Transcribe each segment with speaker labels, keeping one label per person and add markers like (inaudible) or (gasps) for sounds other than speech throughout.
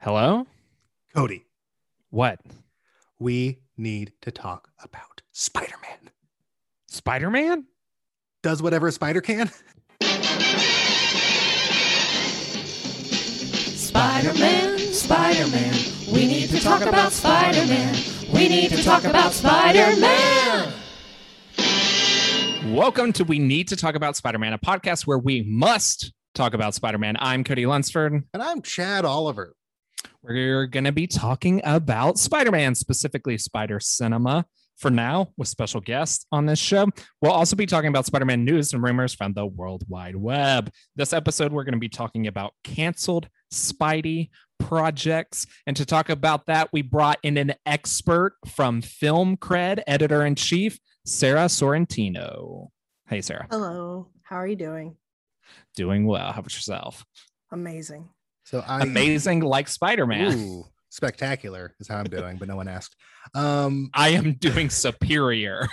Speaker 1: Hello?
Speaker 2: Cody,
Speaker 1: What?
Speaker 2: we need to talk about Spider Man.
Speaker 1: Spider Man?
Speaker 2: Does whatever a spider can. (laughs)
Speaker 3: Spider Man, Spider Man, we need to talk about Spider Man. We need to talk about Spider Man.
Speaker 1: Welcome to We Need to Talk About Spider Man, a podcast where we must talk about Spider Man. I'm Cody Lunsford.
Speaker 2: And I'm Chad Oliver.
Speaker 1: We're going to be talking about Spider Man, specifically Spider Cinema for now, with special guests on this show. We'll also be talking about Spider Man news and rumors from the World Wide Web. This episode, we're going to be talking about canceled Spidey projects. And to talk about that, we brought in an expert from Film Cred, editor in chief, Sarah Sorrentino. Hey, Sarah,
Speaker 4: Hello. How are you doing?
Speaker 1: doing well. How about yourself?
Speaker 4: Amazing. (laughs)
Speaker 2: So I
Speaker 1: Amazing, like Spider Man.
Speaker 2: Ooh, spectacular is how I'm doing, but no one asked.
Speaker 1: (laughs)
Speaker 2: Um,
Speaker 1: I am doing superior.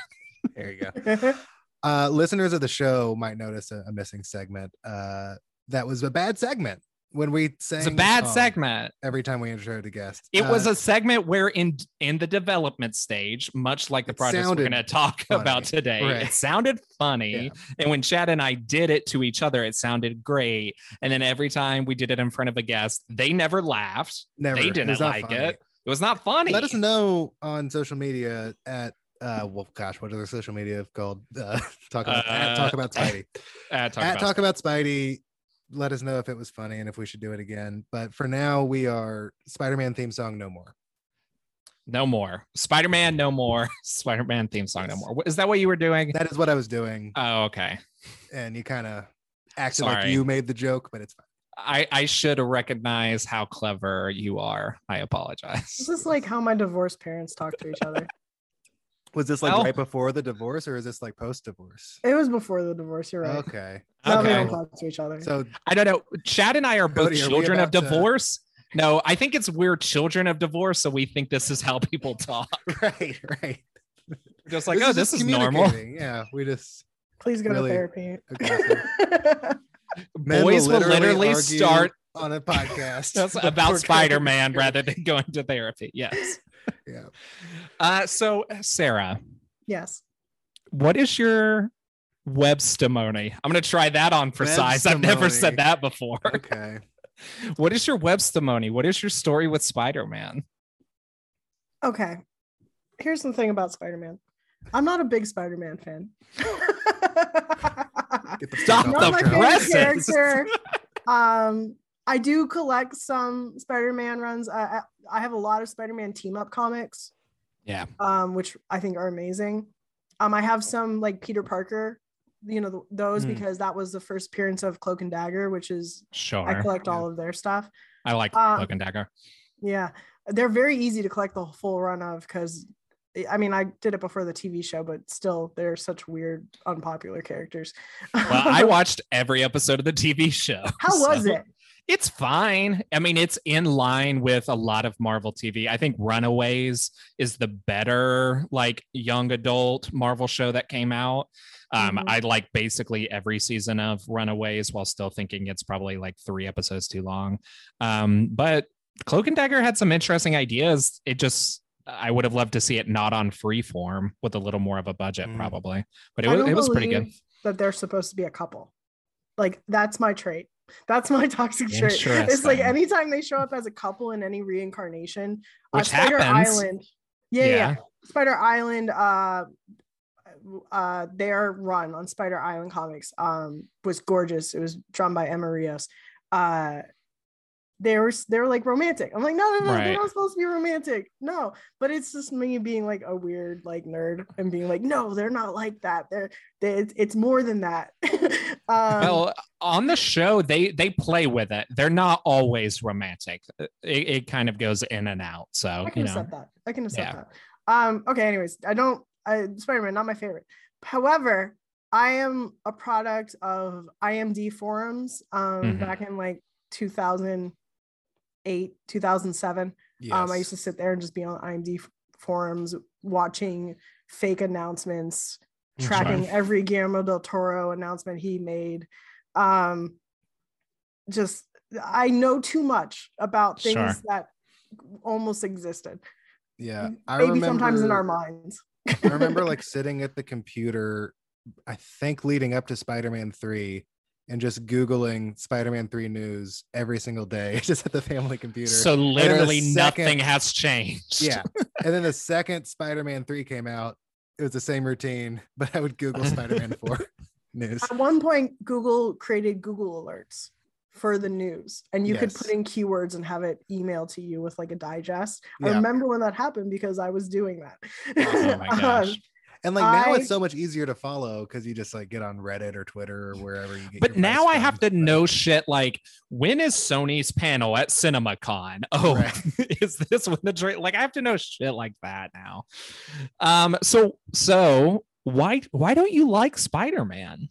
Speaker 2: there you go.
Speaker 4: That's
Speaker 2: Uh, listeners of the show might notice a, a missing segment. Uh, that was a bad segment when we sang.
Speaker 1: It's a
Speaker 2: the
Speaker 1: bad
Speaker 2: song
Speaker 1: segment.
Speaker 2: Every time we introduced a guest,
Speaker 1: It
Speaker 2: Uh,
Speaker 1: was a segment where in in the development stage, much like the
Speaker 2: It
Speaker 1: projects we're
Speaker 2: sounded
Speaker 1: going to talk
Speaker 2: funny.
Speaker 1: about today,
Speaker 2: Right.
Speaker 1: it sounded funny.
Speaker 2: Yeah.
Speaker 1: And when Chad and I did it to each other, it sounded great. And then every time we did it in front of a guest, they never laughed.
Speaker 2: never.
Speaker 1: they
Speaker 2: was
Speaker 1: didn't
Speaker 2: not
Speaker 1: like
Speaker 2: funny.
Speaker 1: it. It was not funny. Uh,
Speaker 2: Let us know on social media at uh, well, gosh, what are the social media called? Uh, (laughs) talk about at
Speaker 1: Uh,
Speaker 2: talk about Spidey.
Speaker 1: Uh, talk
Speaker 2: at
Speaker 1: about
Speaker 2: talk about Spidey. Let us know if it was funny and if we should do it again. But for now, we are Spider-Man theme song no more.
Speaker 1: no more Spider-Man, no more (laughs) Spider-Man theme song, no
Speaker 2: Yes.
Speaker 1: more. What- Is that what you were doing?
Speaker 2: That is what I was doing,
Speaker 1: oh, okay.
Speaker 2: and you kind of acted like
Speaker 1: Sorry.
Speaker 2: you made the joke, but it's fine.
Speaker 1: I, I should recognize how clever you are. I apologize.
Speaker 4: This is like how my divorced parents talk to each other.
Speaker 2: Was this like
Speaker 1: Well-
Speaker 2: right before the divorce, or is this like post-divorce?
Speaker 4: It was before the divorce. You're right.
Speaker 2: Okay,
Speaker 4: Now they
Speaker 1: Okay.
Speaker 4: don't talk to each other.
Speaker 2: so (laughs)
Speaker 1: I don't know. Chad and I are both
Speaker 2: Cody, are we
Speaker 1: children of
Speaker 2: about to-
Speaker 1: divorce. No, I think it's we're children of divorce, so we think this is how people talk.
Speaker 2: (laughs) right, right.
Speaker 1: Just like, oh, this
Speaker 2: just
Speaker 1: is normal.
Speaker 2: (laughs) communicating. Yeah, we just
Speaker 4: Please go
Speaker 2: really
Speaker 4: to therapy. (laughs)
Speaker 2: aggressive. (laughs) Men
Speaker 1: Boys will literally
Speaker 2: argue (laughs)
Speaker 1: start
Speaker 2: on a
Speaker 1: (laughs)
Speaker 2: podcast (laughs)
Speaker 1: that's
Speaker 2: before
Speaker 1: about
Speaker 2: going to
Speaker 1: Spider Man
Speaker 2: therapy.
Speaker 1: rather than going to therapy. Yes.
Speaker 2: (laughs) Yeah.
Speaker 1: Uh, so, Sarah,
Speaker 4: Yes.
Speaker 1: what is your webstimony? I'm going to try that on for size. I've never
Speaker 2: Webstimony.
Speaker 1: said that before. (laughs)
Speaker 2: Okay.
Speaker 1: What is your webstimony? What is your story with Spider Man?
Speaker 4: Okay. Here's the thing about Spider Man I'm not a big Spider Man fan. (laughs)
Speaker 2: Get the
Speaker 1: Stop
Speaker 2: fuck
Speaker 1: the
Speaker 4: not
Speaker 2: off
Speaker 4: my
Speaker 2: ground.
Speaker 1: presses. (laughs)
Speaker 4: favorite character. um, I do collect some Spider Man runs. I, I, I have a lot of Spider Man team up comics.
Speaker 1: Yeah.
Speaker 4: um, which I think are amazing. Um, I have some like Peter Parker, you know, th- those
Speaker 1: Mm.
Speaker 4: because that was the first appearance of Cloak and Dagger, which is I
Speaker 1: Sure.
Speaker 4: collect
Speaker 2: yeah.
Speaker 4: all of their stuff.
Speaker 1: I like
Speaker 4: uh,
Speaker 1: Cloak and Dagger.
Speaker 4: Yeah, they're very easy to collect the full run of because I mean, I did it before the TV show, but still, they're such weird, unpopular characters.
Speaker 1: Well,
Speaker 4: (laughs)
Speaker 1: I watched every episode of the TV show.
Speaker 4: How was
Speaker 1: so-
Speaker 4: it?
Speaker 1: It's fine. I mean, it's in line with a lot of Marvel TV. I think Runaways is the better, like, young adult Marvel show that came out. Um,
Speaker 4: Mhm.
Speaker 1: I like basically every season of Runaways while still thinking it's probably like three episodes too long. Um, but Cloak and Dagger had some interesting ideas. It just, I would have loved to see it not on freeform with a little more of a budget,
Speaker 2: Mm.
Speaker 1: probably. But it
Speaker 4: I
Speaker 1: was,
Speaker 4: don't
Speaker 1: it was pretty good.
Speaker 4: believe That they're supposed to be a couple. Like that's my trait. That's my (laughs) toxic trait. It's like
Speaker 1: Interesting.
Speaker 4: anytime they show up as a couple in any reincarnation, uh,
Speaker 1: Which
Speaker 4: Spider
Speaker 1: happens.
Speaker 4: Island. Yeah, yeah, yeah. Spider Island. Uh, uh, their run on Spider Island comics um was gorgeous. It was drawn by Emma Rios. Uh, they were s- they were like romantic. I'm like, no, no, no,
Speaker 1: Right.
Speaker 4: they're not supposed to be romantic. No, but it's just me being like a weird like nerd and being like, no, they're not like that. They're they, it's, it's more than that. (laughs) um,
Speaker 1: well, on the show, they they play with it. They're not always romantic. It, it kind of goes in and out. So
Speaker 4: I can
Speaker 1: you know,
Speaker 4: accept that. I can accept
Speaker 1: Yeah.
Speaker 4: that. Um, okay, anyways, I don't I Spider-Man, not my favorite. However, I am a product of IMD forums um
Speaker 1: Mhm.
Speaker 4: back in like 2008, 2007. Um, I used to sit there and just be on IMD f- forums watching fake announcements,
Speaker 2: Mhm.
Speaker 4: tracking every Guillermo del Toro announcement he made. Um, just I know too much about things
Speaker 1: Sure.
Speaker 4: that almost existed.
Speaker 2: Yeah. I
Speaker 4: Maybe
Speaker 2: remember,
Speaker 4: sometimes in our minds.
Speaker 2: I remember like sitting at the computer, I think leading up to Spider Man 3 and just Googling Spider Man 3 news every single day, (laughs) just at the family computer.
Speaker 1: So literally
Speaker 2: second-
Speaker 1: nothing has changed.
Speaker 2: yeah. And then the second Spider Man 3 came out, it was the same routine, (laughs) but I would Google Spider
Speaker 1: (laughs)
Speaker 2: Man 4 news.
Speaker 4: At one point, Google created Google Alerts for the news, and you could
Speaker 2: Yes.
Speaker 4: put in keywords and have it emailed to you with like a digest. I
Speaker 2: Yeah.
Speaker 4: remember when that happened because I was doing that.
Speaker 1: Oh my gosh.
Speaker 4: (laughs) Um,
Speaker 2: And like now
Speaker 4: I-
Speaker 2: it's so much easier to follow because you just like get on Reddit or Twitter or wherever you
Speaker 1: (laughs)
Speaker 2: get
Speaker 1: But
Speaker 2: your
Speaker 1: now
Speaker 2: press
Speaker 1: I have to
Speaker 2: from.
Speaker 1: know shit like when is Sony's panel at CinemaCon? (laughs) Oh, is this when the trade? Like I have to know shit like that now. Um. So so why why don't you like Spider Man?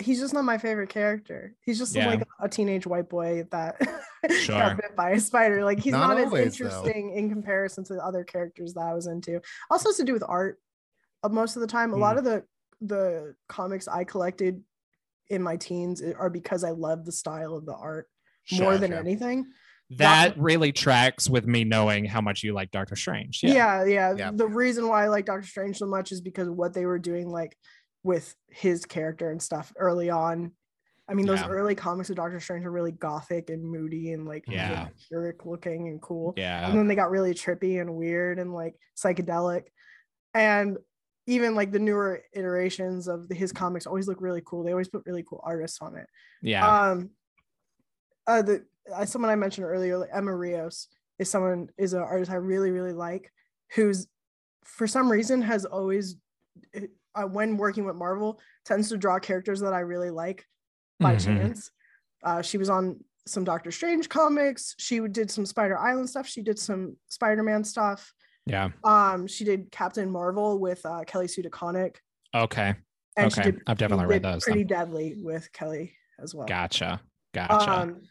Speaker 4: he's just not my favorite character. He's just
Speaker 1: Yeah.
Speaker 4: like a teenage white boy that (laughs)
Speaker 1: Sure.
Speaker 4: got bit by a spider. Like he's
Speaker 2: Not
Speaker 4: not, as
Speaker 2: always, though.
Speaker 4: interesting in comparison to the other characters that I was into. Also has to do with art. Uh, most of the time, a lot of the the comics I collected in my teens are because I love the style of the art more
Speaker 2: Sure,
Speaker 4: than
Speaker 2: sure.
Speaker 4: anything.
Speaker 1: That really tracks with me knowing how much you like Doctor Strange.
Speaker 4: yeah. yeah
Speaker 2: Yeah.
Speaker 4: the reason why i like doctor strange so much is because of what they were doing like with his character and stuff early on i mean those
Speaker 1: Yeah.
Speaker 4: early comics of doctor strange are really gothic and moody and like
Speaker 1: Yeah.
Speaker 4: vampiric looking and cool
Speaker 1: Yeah.
Speaker 4: and then they got really trippy and weird and like psychedelic and even like the newer iterations of the- his comics always look really cool they always put really cool artists on it
Speaker 1: Yeah.
Speaker 4: um uh the uh, someone i mentioned earlier like emma rios is someone is an artist i really really like who's for some reason has always uh, when working with marvel tends to draw characters that i really like by
Speaker 1: Mhm.
Speaker 4: chance uh she was on some doctor strange comics she did some spider island stuff she did some spider-man stuff
Speaker 1: Yeah.
Speaker 4: um she did captain marvel with uh kelly sue DeConnick,
Speaker 1: Okay.
Speaker 4: and she
Speaker 1: okay.
Speaker 4: did
Speaker 1: I've definitely
Speaker 4: she
Speaker 1: read
Speaker 4: did
Speaker 1: those. then.
Speaker 4: pretty deadly with kelly as well
Speaker 1: Gotcha. Gotcha.
Speaker 4: um,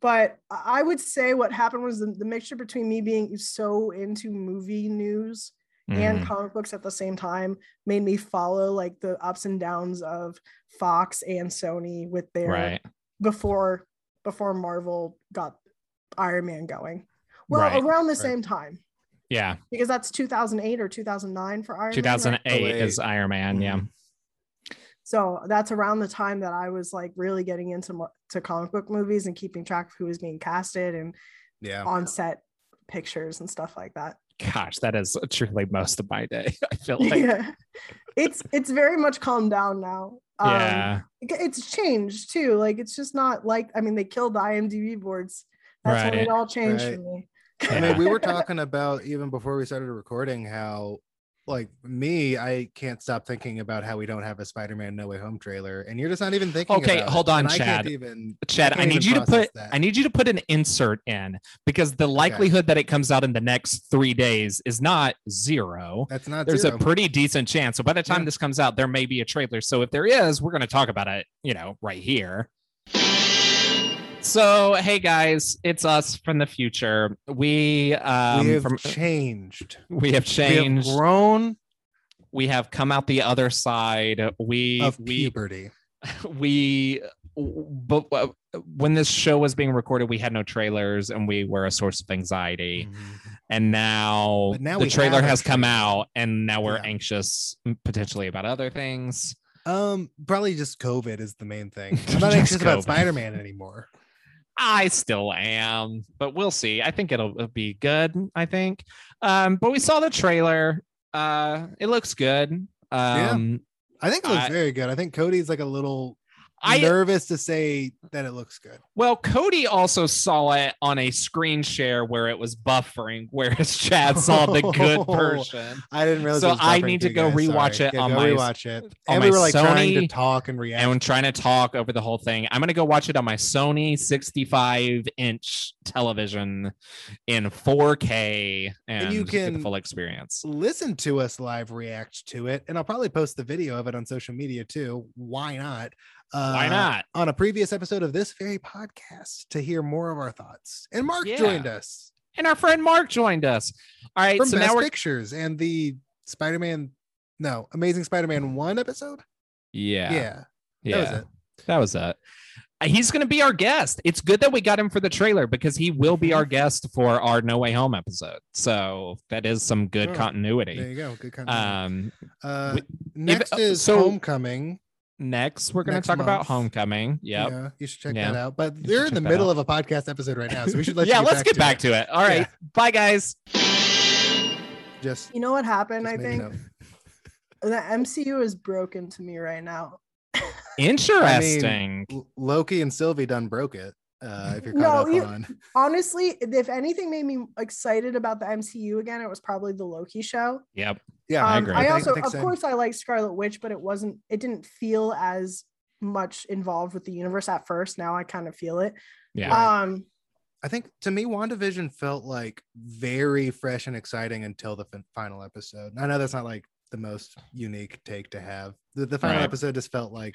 Speaker 4: but I I would say what happened was the, the mixture between me being so into movie news and
Speaker 1: Mhm.
Speaker 4: comic books at the same time made me follow like the ups and downs of Fox and Sony with their
Speaker 1: right.
Speaker 4: before before Marvel got Iron Man going. Well,
Speaker 1: Right,
Speaker 4: around the
Speaker 2: right.
Speaker 4: same time
Speaker 1: Yeah.
Speaker 4: because that's 2008 or 2009 for Iron Man. right?
Speaker 1: 2008
Speaker 2: 08.
Speaker 1: is Iron Man. Yeah.
Speaker 4: So that's around the time that I was like really getting into mo- to comic book movies and keeping track of who was being casted and
Speaker 2: Yeah.
Speaker 4: on set pictures and stuff like that.
Speaker 2: Mm-hmm.
Speaker 1: Gosh, that is truly most of my day. (laughs) I
Speaker 4: (laughs)
Speaker 1: feel like.
Speaker 4: yeah. It's it's very much calmed down now. Um,
Speaker 1: yeah.
Speaker 4: it- It's changed too. Like it's just not like I mean they killed the IMDb boards. That's when
Speaker 1: Right.
Speaker 4: it all changed
Speaker 2: Right.
Speaker 4: for me.
Speaker 2: I
Speaker 1: Yeah.
Speaker 2: mean, we
Speaker 1: (laughs)
Speaker 2: were talking about even before we started recording how, like me, I can't stop thinking about how we don't have a Spider-Man No Way Home trailer, and you're just not even thinking.
Speaker 1: Okay,
Speaker 2: about
Speaker 1: hold
Speaker 2: it,
Speaker 1: on,
Speaker 2: and I can't
Speaker 1: Chad.
Speaker 2: even
Speaker 1: Chad,
Speaker 2: can't
Speaker 1: I need
Speaker 2: even
Speaker 1: you to
Speaker 2: process
Speaker 1: put
Speaker 2: that.
Speaker 1: I need you to put an insert in because the likelihood that it comes out in the next three days is not zero.
Speaker 2: that's not
Speaker 1: There's
Speaker 2: zero.
Speaker 1: a pretty decent chance. So by the time
Speaker 2: Yeah.
Speaker 1: this comes out, there may be a trailer. So if there is, we're going to talk about it, you know, right here. So hey guys, it's us from the future. We um
Speaker 2: we have
Speaker 1: from
Speaker 2: changed.
Speaker 1: we have changed. We
Speaker 2: We have
Speaker 1: have,
Speaker 2: grown
Speaker 1: come out the other side. We
Speaker 2: of
Speaker 1: we
Speaker 2: puberty.
Speaker 1: we but uh, when this show was being recorded we had no trailers and we were a source of anxiety
Speaker 2: Mm-hmm.
Speaker 1: and now,
Speaker 2: Mm. But now
Speaker 1: the
Speaker 2: we
Speaker 1: trailer
Speaker 2: have a
Speaker 1: has come
Speaker 2: trailer.
Speaker 1: out and now we're
Speaker 2: Yeah.
Speaker 1: anxious mm, potentially about other things
Speaker 2: Um, probably just COVID is the
Speaker 1: (laughs)
Speaker 2: main thing. I'm not anxious
Speaker 1: Just
Speaker 2: about
Speaker 1: COVID.
Speaker 2: Spider-Man anymore.
Speaker 1: i still am but we'll see i think it'll, it'll be good i think um but we saw the trailer uh it looks good
Speaker 2: Yeah.
Speaker 1: um
Speaker 2: I think it looks
Speaker 1: I-
Speaker 2: very good. I think Cody's like a little
Speaker 1: i
Speaker 2: nervous to say that it looks good.
Speaker 1: Well, Cody also saw it on a screen share where it was buffering, whereas Chad saw the
Speaker 2: (laughs)
Speaker 1: good
Speaker 2: Oh.
Speaker 1: version.
Speaker 2: I didn't realize.
Speaker 1: So
Speaker 2: it was
Speaker 1: I
Speaker 2: buffering
Speaker 1: need to
Speaker 2: for you
Speaker 1: go
Speaker 2: guys.
Speaker 1: rewatch
Speaker 2: Sorry.
Speaker 1: it
Speaker 2: Yeah,
Speaker 1: on
Speaker 2: go
Speaker 1: my-
Speaker 2: rewatch it.
Speaker 1: my
Speaker 2: And we were like trying to
Speaker 1: Sony-
Speaker 2: talk and react.
Speaker 1: And I'm trying to talk over the whole thing. I'm going to go watch it on my Sony 65 inch television in 4K and,
Speaker 2: you
Speaker 1: just get the
Speaker 2: can-
Speaker 1: full experience.
Speaker 2: Listen to us live react to it, and I'll probably post the video of it on social media too. Why not? Uh,
Speaker 1: Why not?
Speaker 2: On a previous episode of this very podcast to hear more of our thoughts. And Mark
Speaker 1: Yeah.
Speaker 2: joined us
Speaker 1: And our friend Mark joined us. All right.
Speaker 2: from
Speaker 1: so
Speaker 2: Best
Speaker 1: now we're.
Speaker 2: Pictures and the Spider-Man, no, Amazing Spider-Man one episode.
Speaker 1: yeah.
Speaker 2: Yeah,
Speaker 1: Yeah.
Speaker 2: that was it.
Speaker 1: That was it. Uh, he's going to be our guest. It's good that we got him for the trailer because he will
Speaker 2: Mhm.
Speaker 1: be our guest for our No Way Home episode. So that is some good
Speaker 2: Oh, There
Speaker 1: continuity.
Speaker 2: you go. Good kind
Speaker 1: Um,
Speaker 2: uh,
Speaker 1: we-
Speaker 2: next
Speaker 1: uh,
Speaker 2: is
Speaker 1: so-
Speaker 2: Homecoming.
Speaker 1: next, we're going to
Speaker 2: Next
Speaker 1: talk about
Speaker 2: month.
Speaker 1: Homecoming. Yep.
Speaker 2: Yeah, you should check
Speaker 1: Yeah.
Speaker 2: that out. But
Speaker 1: should
Speaker 2: they're in the
Speaker 1: check that
Speaker 2: middle of a podcast episode right now, so we should
Speaker 1: (laughs)
Speaker 2: let
Speaker 1: yeah,
Speaker 2: you
Speaker 1: let's get back
Speaker 2: it.
Speaker 1: to it. All right.
Speaker 2: Yeah.
Speaker 1: Bye, guys.
Speaker 2: Just,
Speaker 4: You know what happened?
Speaker 2: just
Speaker 4: I
Speaker 2: made
Speaker 4: think
Speaker 2: it up.
Speaker 4: the MCU is broken to me right now.
Speaker 1: Interesting.
Speaker 2: L- Loki and Sylvie done broke it. Uh, if you're caught
Speaker 4: No,
Speaker 2: up
Speaker 4: you-
Speaker 2: on
Speaker 4: Honestly, if anything made me excited about the MCU again, it was probably the Loki show.
Speaker 1: yep.
Speaker 2: yeah,
Speaker 1: I
Speaker 4: Um,
Speaker 1: agree.
Speaker 4: I,
Speaker 2: think-
Speaker 4: also,
Speaker 2: think
Speaker 4: of
Speaker 2: same.
Speaker 4: course, I like Scarlet Witch, but it wasn't. It didn't feel as much involved with the universe at first. Now I kind of feel it.
Speaker 1: Yeah.
Speaker 2: Right.
Speaker 4: Um,
Speaker 2: I think to me, WandaVision felt like very fresh and exciting until the fin- final episode. I know that's not like the most unique take to have. The, the final
Speaker 1: Right.
Speaker 2: episode just felt
Speaker 4: (laughs)
Speaker 2: like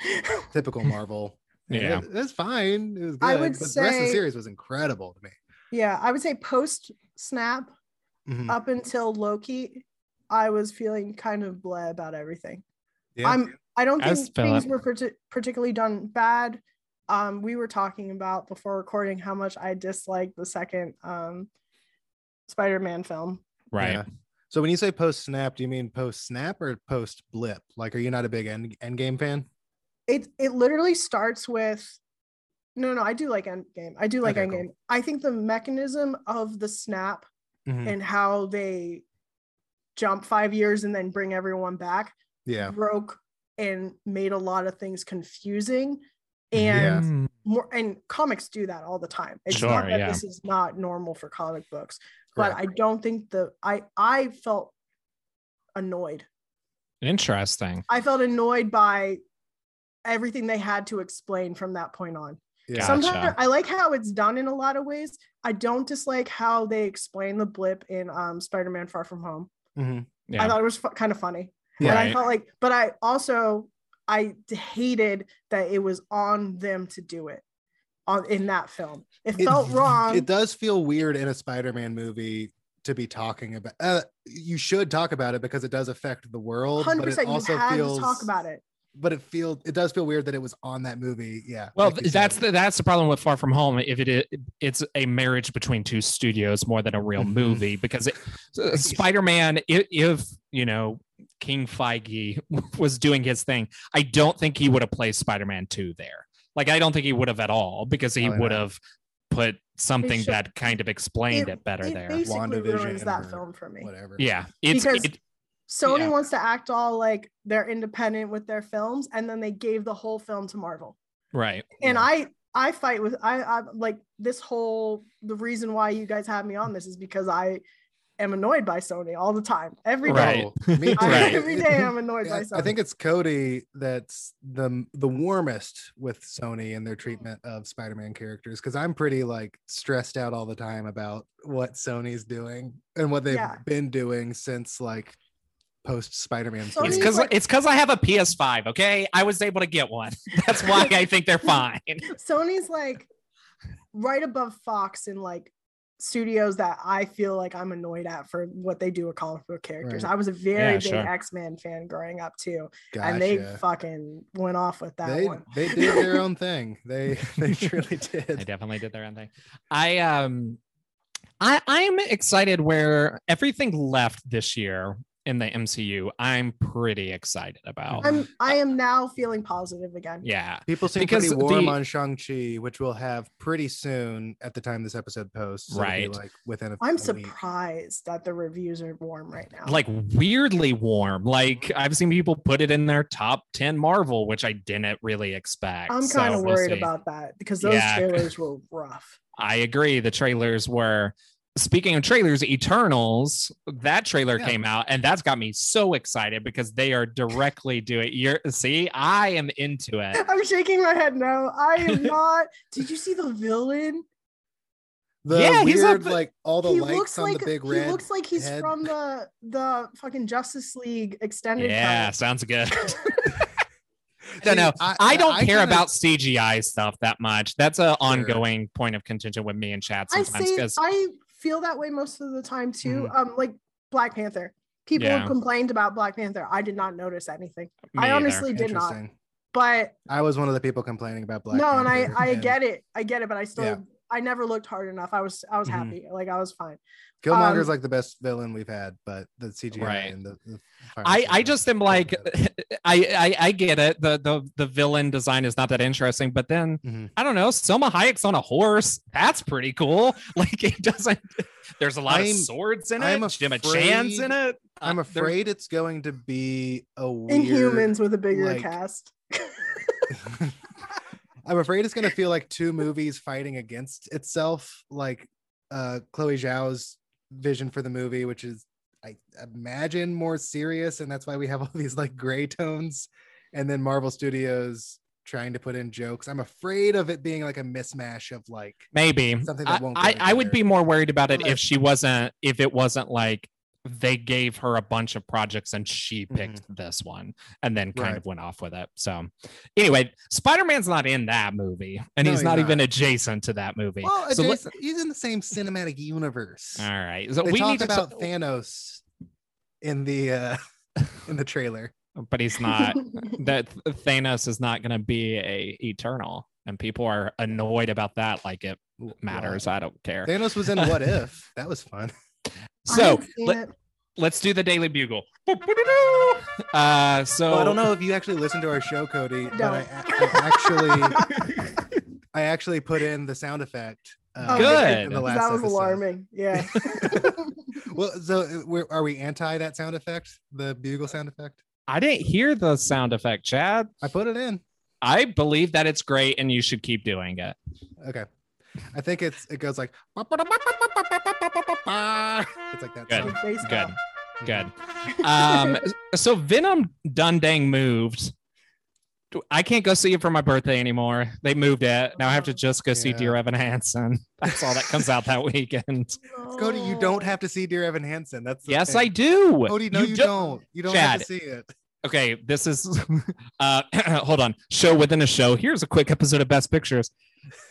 Speaker 2: typical Marvel.
Speaker 1: Yeah.
Speaker 2: it, it's fine. It was good.
Speaker 4: I would
Speaker 2: but the rest of the
Speaker 4: say-
Speaker 2: series was incredible to me.
Speaker 4: yeah, I would say post Snap
Speaker 2: Mhm.
Speaker 4: up until Loki, I was feeling kind of bleh about everything.
Speaker 2: Yeah.
Speaker 4: I'm I don't
Speaker 1: I was
Speaker 4: think things
Speaker 1: feeling-
Speaker 4: were parti- particularly done bad. Um, we were talking about before recording how much I disliked the second um, Spider-Man film.
Speaker 1: Right.
Speaker 2: Yeah. So when you say post snap, do you mean post snap or post blip? Like, are you not a big end end game fan?
Speaker 4: It it literally starts with no no, no, I do like Endgame. I do like
Speaker 2: Okay, cool.
Speaker 4: Endgame. I think the mechanism of the snap
Speaker 2: Hmm.
Speaker 1: Mm-hmm.
Speaker 4: and how they jump five years and then bring everyone back
Speaker 2: Yeah.
Speaker 4: broke and made a lot of things confusing and
Speaker 1: Mm.
Speaker 4: more and comics do that all the time it's not
Speaker 1: Sure,
Speaker 4: that
Speaker 1: yeah.
Speaker 4: this is not normal for comic books but
Speaker 2: Correct.
Speaker 4: i don't think the i i felt annoyed
Speaker 1: Interesting.
Speaker 4: i felt annoyed by everything they had to explain from that point on
Speaker 2: Yeah.
Speaker 1: Some-
Speaker 4: sometimes
Speaker 1: Gotcha.
Speaker 4: i like how it's done in a lot of ways i don't dislike how they explain the blip in um, spider-man far from home
Speaker 2: Mhm.
Speaker 1: Yeah.
Speaker 4: i thought it was fu- kind of funny
Speaker 2: Yeah.
Speaker 4: and
Speaker 1: Right.
Speaker 4: I felt like, but I also I d- hated that it was on them to do it on in that film. It felt wrong.
Speaker 2: It does feel weird in a Spider-Man movie to be talking about. Uh, you should talk about it because it does affect the world.
Speaker 4: Hundred
Speaker 2: but it
Speaker 4: percent. You
Speaker 2: also
Speaker 4: had
Speaker 2: feels,
Speaker 4: to talk about it.
Speaker 2: But it feels it does feel weird that it was on that movie. Yeah.
Speaker 1: Well,
Speaker 2: like you said.
Speaker 1: that's the that's the problem with Far From Home. If it is, it's a marriage between two studios more than a real
Speaker 2: Mhm.
Speaker 1: movie, because
Speaker 2: (laughs)
Speaker 1: it, uh, Spider-Man, if, if you know King Feige (laughs) was doing his thing, I don't think he would have placed Spider-Man Two there. Like, I don't think he would have at all, because he
Speaker 2: Probably
Speaker 1: would
Speaker 2: not.
Speaker 1: have put something
Speaker 4: should-
Speaker 1: that kind of explained it, better
Speaker 4: it
Speaker 1: there.
Speaker 4: basically
Speaker 2: WandaVision
Speaker 4: ruins that
Speaker 2: or
Speaker 4: film for me.
Speaker 2: whatever.
Speaker 1: yeah, it's
Speaker 4: Because-
Speaker 1: it,
Speaker 4: Sony
Speaker 1: yeah.
Speaker 4: wants to act all like they're independent with their films, and then they gave the whole film to Marvel.
Speaker 1: right.
Speaker 4: And
Speaker 2: Yeah.
Speaker 4: I I fight with I I like this whole the reason why you guys have me on this is because I am annoyed by Sony all the time. Every day.
Speaker 1: Right.
Speaker 2: No, Oh, me
Speaker 4: (laughs) I-
Speaker 1: Right.
Speaker 4: Every day I'm annoyed
Speaker 2: Yeah,
Speaker 4: by
Speaker 2: I-
Speaker 4: Sony.
Speaker 2: I think it's Cody that's the the warmest with Sony
Speaker 4: Mm-hmm.
Speaker 2: and their treatment of Spider-Man characters because I'm pretty like stressed out all the time about what Sony's doing and what they've
Speaker 4: Yeah.
Speaker 2: been doing since like post Spider-Man.
Speaker 4: Sony's
Speaker 1: It's
Speaker 4: Sony's
Speaker 1: because
Speaker 4: like-
Speaker 1: it's because I have a PS5. Okay, I was able to get one. (laughs) That's why I think
Speaker 4: (laughs)
Speaker 1: they're fine.
Speaker 4: Sony's like right above Fox in like studios that I feel like I'm annoyed at for what they do with comic book characters.
Speaker 2: Right.
Speaker 4: I was a very
Speaker 1: Yeah,
Speaker 4: big
Speaker 1: sure.
Speaker 4: X-Men fan growing up too.
Speaker 2: gotcha.
Speaker 4: And they fucking went off with that
Speaker 2: they,
Speaker 4: one.
Speaker 2: they did their
Speaker 4: (laughs)
Speaker 2: own thing. They (laughs) they truly
Speaker 1: I
Speaker 2: did.
Speaker 1: definitely did their own thing. I um I I'm excited where everything left this year in the MCU. I'm pretty excited about.
Speaker 4: I'm I am now feeling positive again.
Speaker 1: yeah.
Speaker 2: People seem
Speaker 1: Because
Speaker 2: pretty warm
Speaker 1: the-
Speaker 2: on Shang-Chi, which we'll have pretty soon at the time this episode posts. it'll be,
Speaker 1: Right.
Speaker 2: Like within a a
Speaker 4: I'm
Speaker 2: week.
Speaker 4: surprised that the reviews are warm right now.
Speaker 1: Like weirdly warm. Like I've seen people put it in their top 10 Marvel, which I didn't really expect.
Speaker 4: I'm
Speaker 1: So
Speaker 4: kind of
Speaker 1: we'll
Speaker 4: worried
Speaker 1: see.
Speaker 4: about that because those
Speaker 1: Yeah.
Speaker 4: trailers were
Speaker 1: (laughs)
Speaker 4: rough.
Speaker 1: I agree. The trailers were. Speaking of trailers, Eternals, that trailer
Speaker 2: Yeah.
Speaker 1: came out, and that's got me so excited because they are directly doing. You're see, I am into it.
Speaker 4: I'm shaking my head no. I am
Speaker 1: (laughs)
Speaker 4: not. Did you see the villain?
Speaker 2: The
Speaker 1: Yeah,
Speaker 2: weird,
Speaker 1: he's a b-
Speaker 2: like all the
Speaker 4: he
Speaker 2: lights
Speaker 4: looks
Speaker 2: on
Speaker 4: like
Speaker 2: the big
Speaker 4: he
Speaker 2: red.
Speaker 4: looks like he's
Speaker 2: head.
Speaker 4: from the the fucking Justice League extended.
Speaker 1: Yeah,
Speaker 4: cut.
Speaker 1: sounds good.
Speaker 4: (laughs)
Speaker 2: See,
Speaker 1: don't know. I don't care
Speaker 2: kinda-
Speaker 1: about CGI stuff that much. That's an ongoing point of contention with me and Chad
Speaker 4: I
Speaker 1: sometimes
Speaker 4: say
Speaker 1: because
Speaker 4: I feel that way most of the time too. Um, like Black Panther. People
Speaker 1: Mm-hmm. Yeah.
Speaker 4: complained about Black Panther. I did not notice anything. I honestly did not.
Speaker 2: Interesting.
Speaker 4: But
Speaker 2: I was one of the people complaining about Black.
Speaker 4: no, and I
Speaker 2: Panther,
Speaker 4: I get it. I get it, but I still
Speaker 2: Yeah.
Speaker 4: I never looked hard enough. I was I was
Speaker 2: Mhm.
Speaker 1: Mm-hmm.
Speaker 4: happy. Like I was fine.
Speaker 2: Killmonger's
Speaker 4: um,
Speaker 2: like the best villain we've had, but the CGI
Speaker 1: Right.
Speaker 2: and the, the
Speaker 1: I, I just am like (laughs) I, I I get it. The the the villain design is not that interesting, but then
Speaker 2: Mhm.
Speaker 1: I don't know, Selma Hayek's on a horse. That's pretty cool. (laughs) Like it doesn't there's a lot of
Speaker 2: I'm-
Speaker 1: swords in it,
Speaker 2: I'm
Speaker 1: Jim Chan's in it. Uh,
Speaker 2: I'm
Speaker 1: there's-
Speaker 2: afraid it's going to be a weird.
Speaker 4: Inhumans with a bigger
Speaker 2: like-
Speaker 4: cast.
Speaker 2: I'm afraid it's going to feel like two movies fighting against itself, like uh, Chloe Zhao's vision for the movie, which is, I imagine, more serious, and that's why we have all these like gray tones, and then Marvel Studios trying to put in jokes. I'm afraid of it being like a mismatch of like
Speaker 1: maybe
Speaker 2: something
Speaker 1: I,
Speaker 2: that won't. go
Speaker 1: I, I would
Speaker 2: together.
Speaker 1: be more worried about it if
Speaker 2: Right.
Speaker 1: she wasn't if it wasn't like they gave her a bunch of projects and she picked this one and then kind
Speaker 2: Right.
Speaker 1: of went off with it. So anyway, Spider-Man's not in that movie and
Speaker 2: No,
Speaker 1: he's
Speaker 2: he's
Speaker 1: not,
Speaker 2: not.
Speaker 1: even adjacent to that movie.
Speaker 2: Well,
Speaker 1: So let-
Speaker 2: adjacent- he's in the same cinematic universe.
Speaker 1: all right. So
Speaker 2: they
Speaker 1: we
Speaker 2: talk
Speaker 1: need to
Speaker 2: about
Speaker 1: talk-
Speaker 2: Thanos in the uh, in the trailer.
Speaker 1: but he's (laughs)
Speaker 2: (laughs)
Speaker 4: (laughs)
Speaker 1: not that Thanos is not going to be a eternal and people are annoyed about that like it matters. I don't care.
Speaker 2: Thanos was in What If. That was fun.
Speaker 4: I
Speaker 1: So
Speaker 4: haven't seen
Speaker 1: let,
Speaker 4: it.
Speaker 1: let's do the Daily Bugle. Uh, so
Speaker 2: Well, I don't know if you actually listened to our show, Cody, but I,
Speaker 4: Don't.
Speaker 2: I actually I actually put in the sound effect. uh,
Speaker 4: Oh, Good.
Speaker 2: in the last
Speaker 4: that was
Speaker 2: episode.
Speaker 4: alarming.
Speaker 1: (laughs)
Speaker 4: Yeah.
Speaker 2: (laughs)
Speaker 4: (laughs)
Speaker 2: Well, so uh, we're, are we anti that sound effect, the bugle sound effect?
Speaker 1: I didn't hear the sound effect, Chad.
Speaker 2: I put it in.
Speaker 1: I believe that it's great and you should keep doing it.
Speaker 2: Okay, I think it's it goes like "Ah." it's like that.
Speaker 1: Good.
Speaker 2: sound.
Speaker 4: Baseball.
Speaker 1: Good. Good.
Speaker 2: (laughs)
Speaker 1: Um, so Venom Dundang moved. I can't go see it for my birthday anymore. They moved it. Now I have to just go see
Speaker 2: Yeah.
Speaker 1: Dear Evan Hansen. That's all that comes out that weekend.
Speaker 2: Cody, you
Speaker 4: No.
Speaker 2: don't have to see Dear Evan Hansen. That's the
Speaker 1: Yes,
Speaker 2: thing.
Speaker 1: I do.
Speaker 2: Cody, no, you,
Speaker 1: do-
Speaker 2: don't. You don't have to
Speaker 1: Chad.
Speaker 2: see it.
Speaker 1: okay this is (laughs) uh (clears throat) hold on show within a show here's a quick episode of best pictures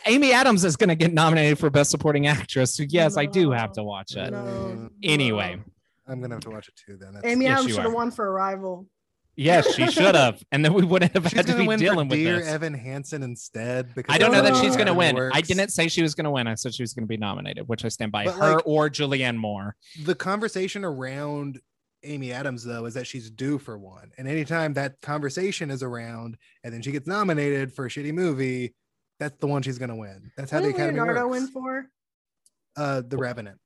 Speaker 1: amy adams is going to get nominated for best supporting actress so yes i do have to watch it
Speaker 2: No.
Speaker 1: anyway
Speaker 2: I'm gonna have to watch it too. Then that's,
Speaker 4: Amy
Speaker 1: Yes,
Speaker 4: Adams
Speaker 1: you
Speaker 4: should have
Speaker 1: are.
Speaker 4: won for Arrival.
Speaker 1: yes she should have and then we wouldn't have
Speaker 2: she's
Speaker 1: had to
Speaker 2: gonna
Speaker 1: be
Speaker 2: win
Speaker 1: dealing
Speaker 2: for
Speaker 1: with
Speaker 2: Dear
Speaker 1: this
Speaker 2: Evan Hansen instead. Because
Speaker 1: I don't know that
Speaker 2: that's
Speaker 1: she's
Speaker 2: how
Speaker 1: going to
Speaker 2: it
Speaker 1: win. I
Speaker 2: works.
Speaker 1: didn't say she was going to win. I said she was going to be nominated, which I stand by.
Speaker 2: But,
Speaker 1: her
Speaker 2: like-
Speaker 1: or Julianne Moore.
Speaker 2: The conversation around Amy Adams though is that she's due for one, and anytime that conversation is around, and then she gets nominated for a shitty movie, that's the one she's gonna win. That's how
Speaker 4: What
Speaker 2: the
Speaker 4: did
Speaker 2: Academy
Speaker 4: Leonardo
Speaker 2: works.
Speaker 4: win for?
Speaker 2: Uh, the Revenant.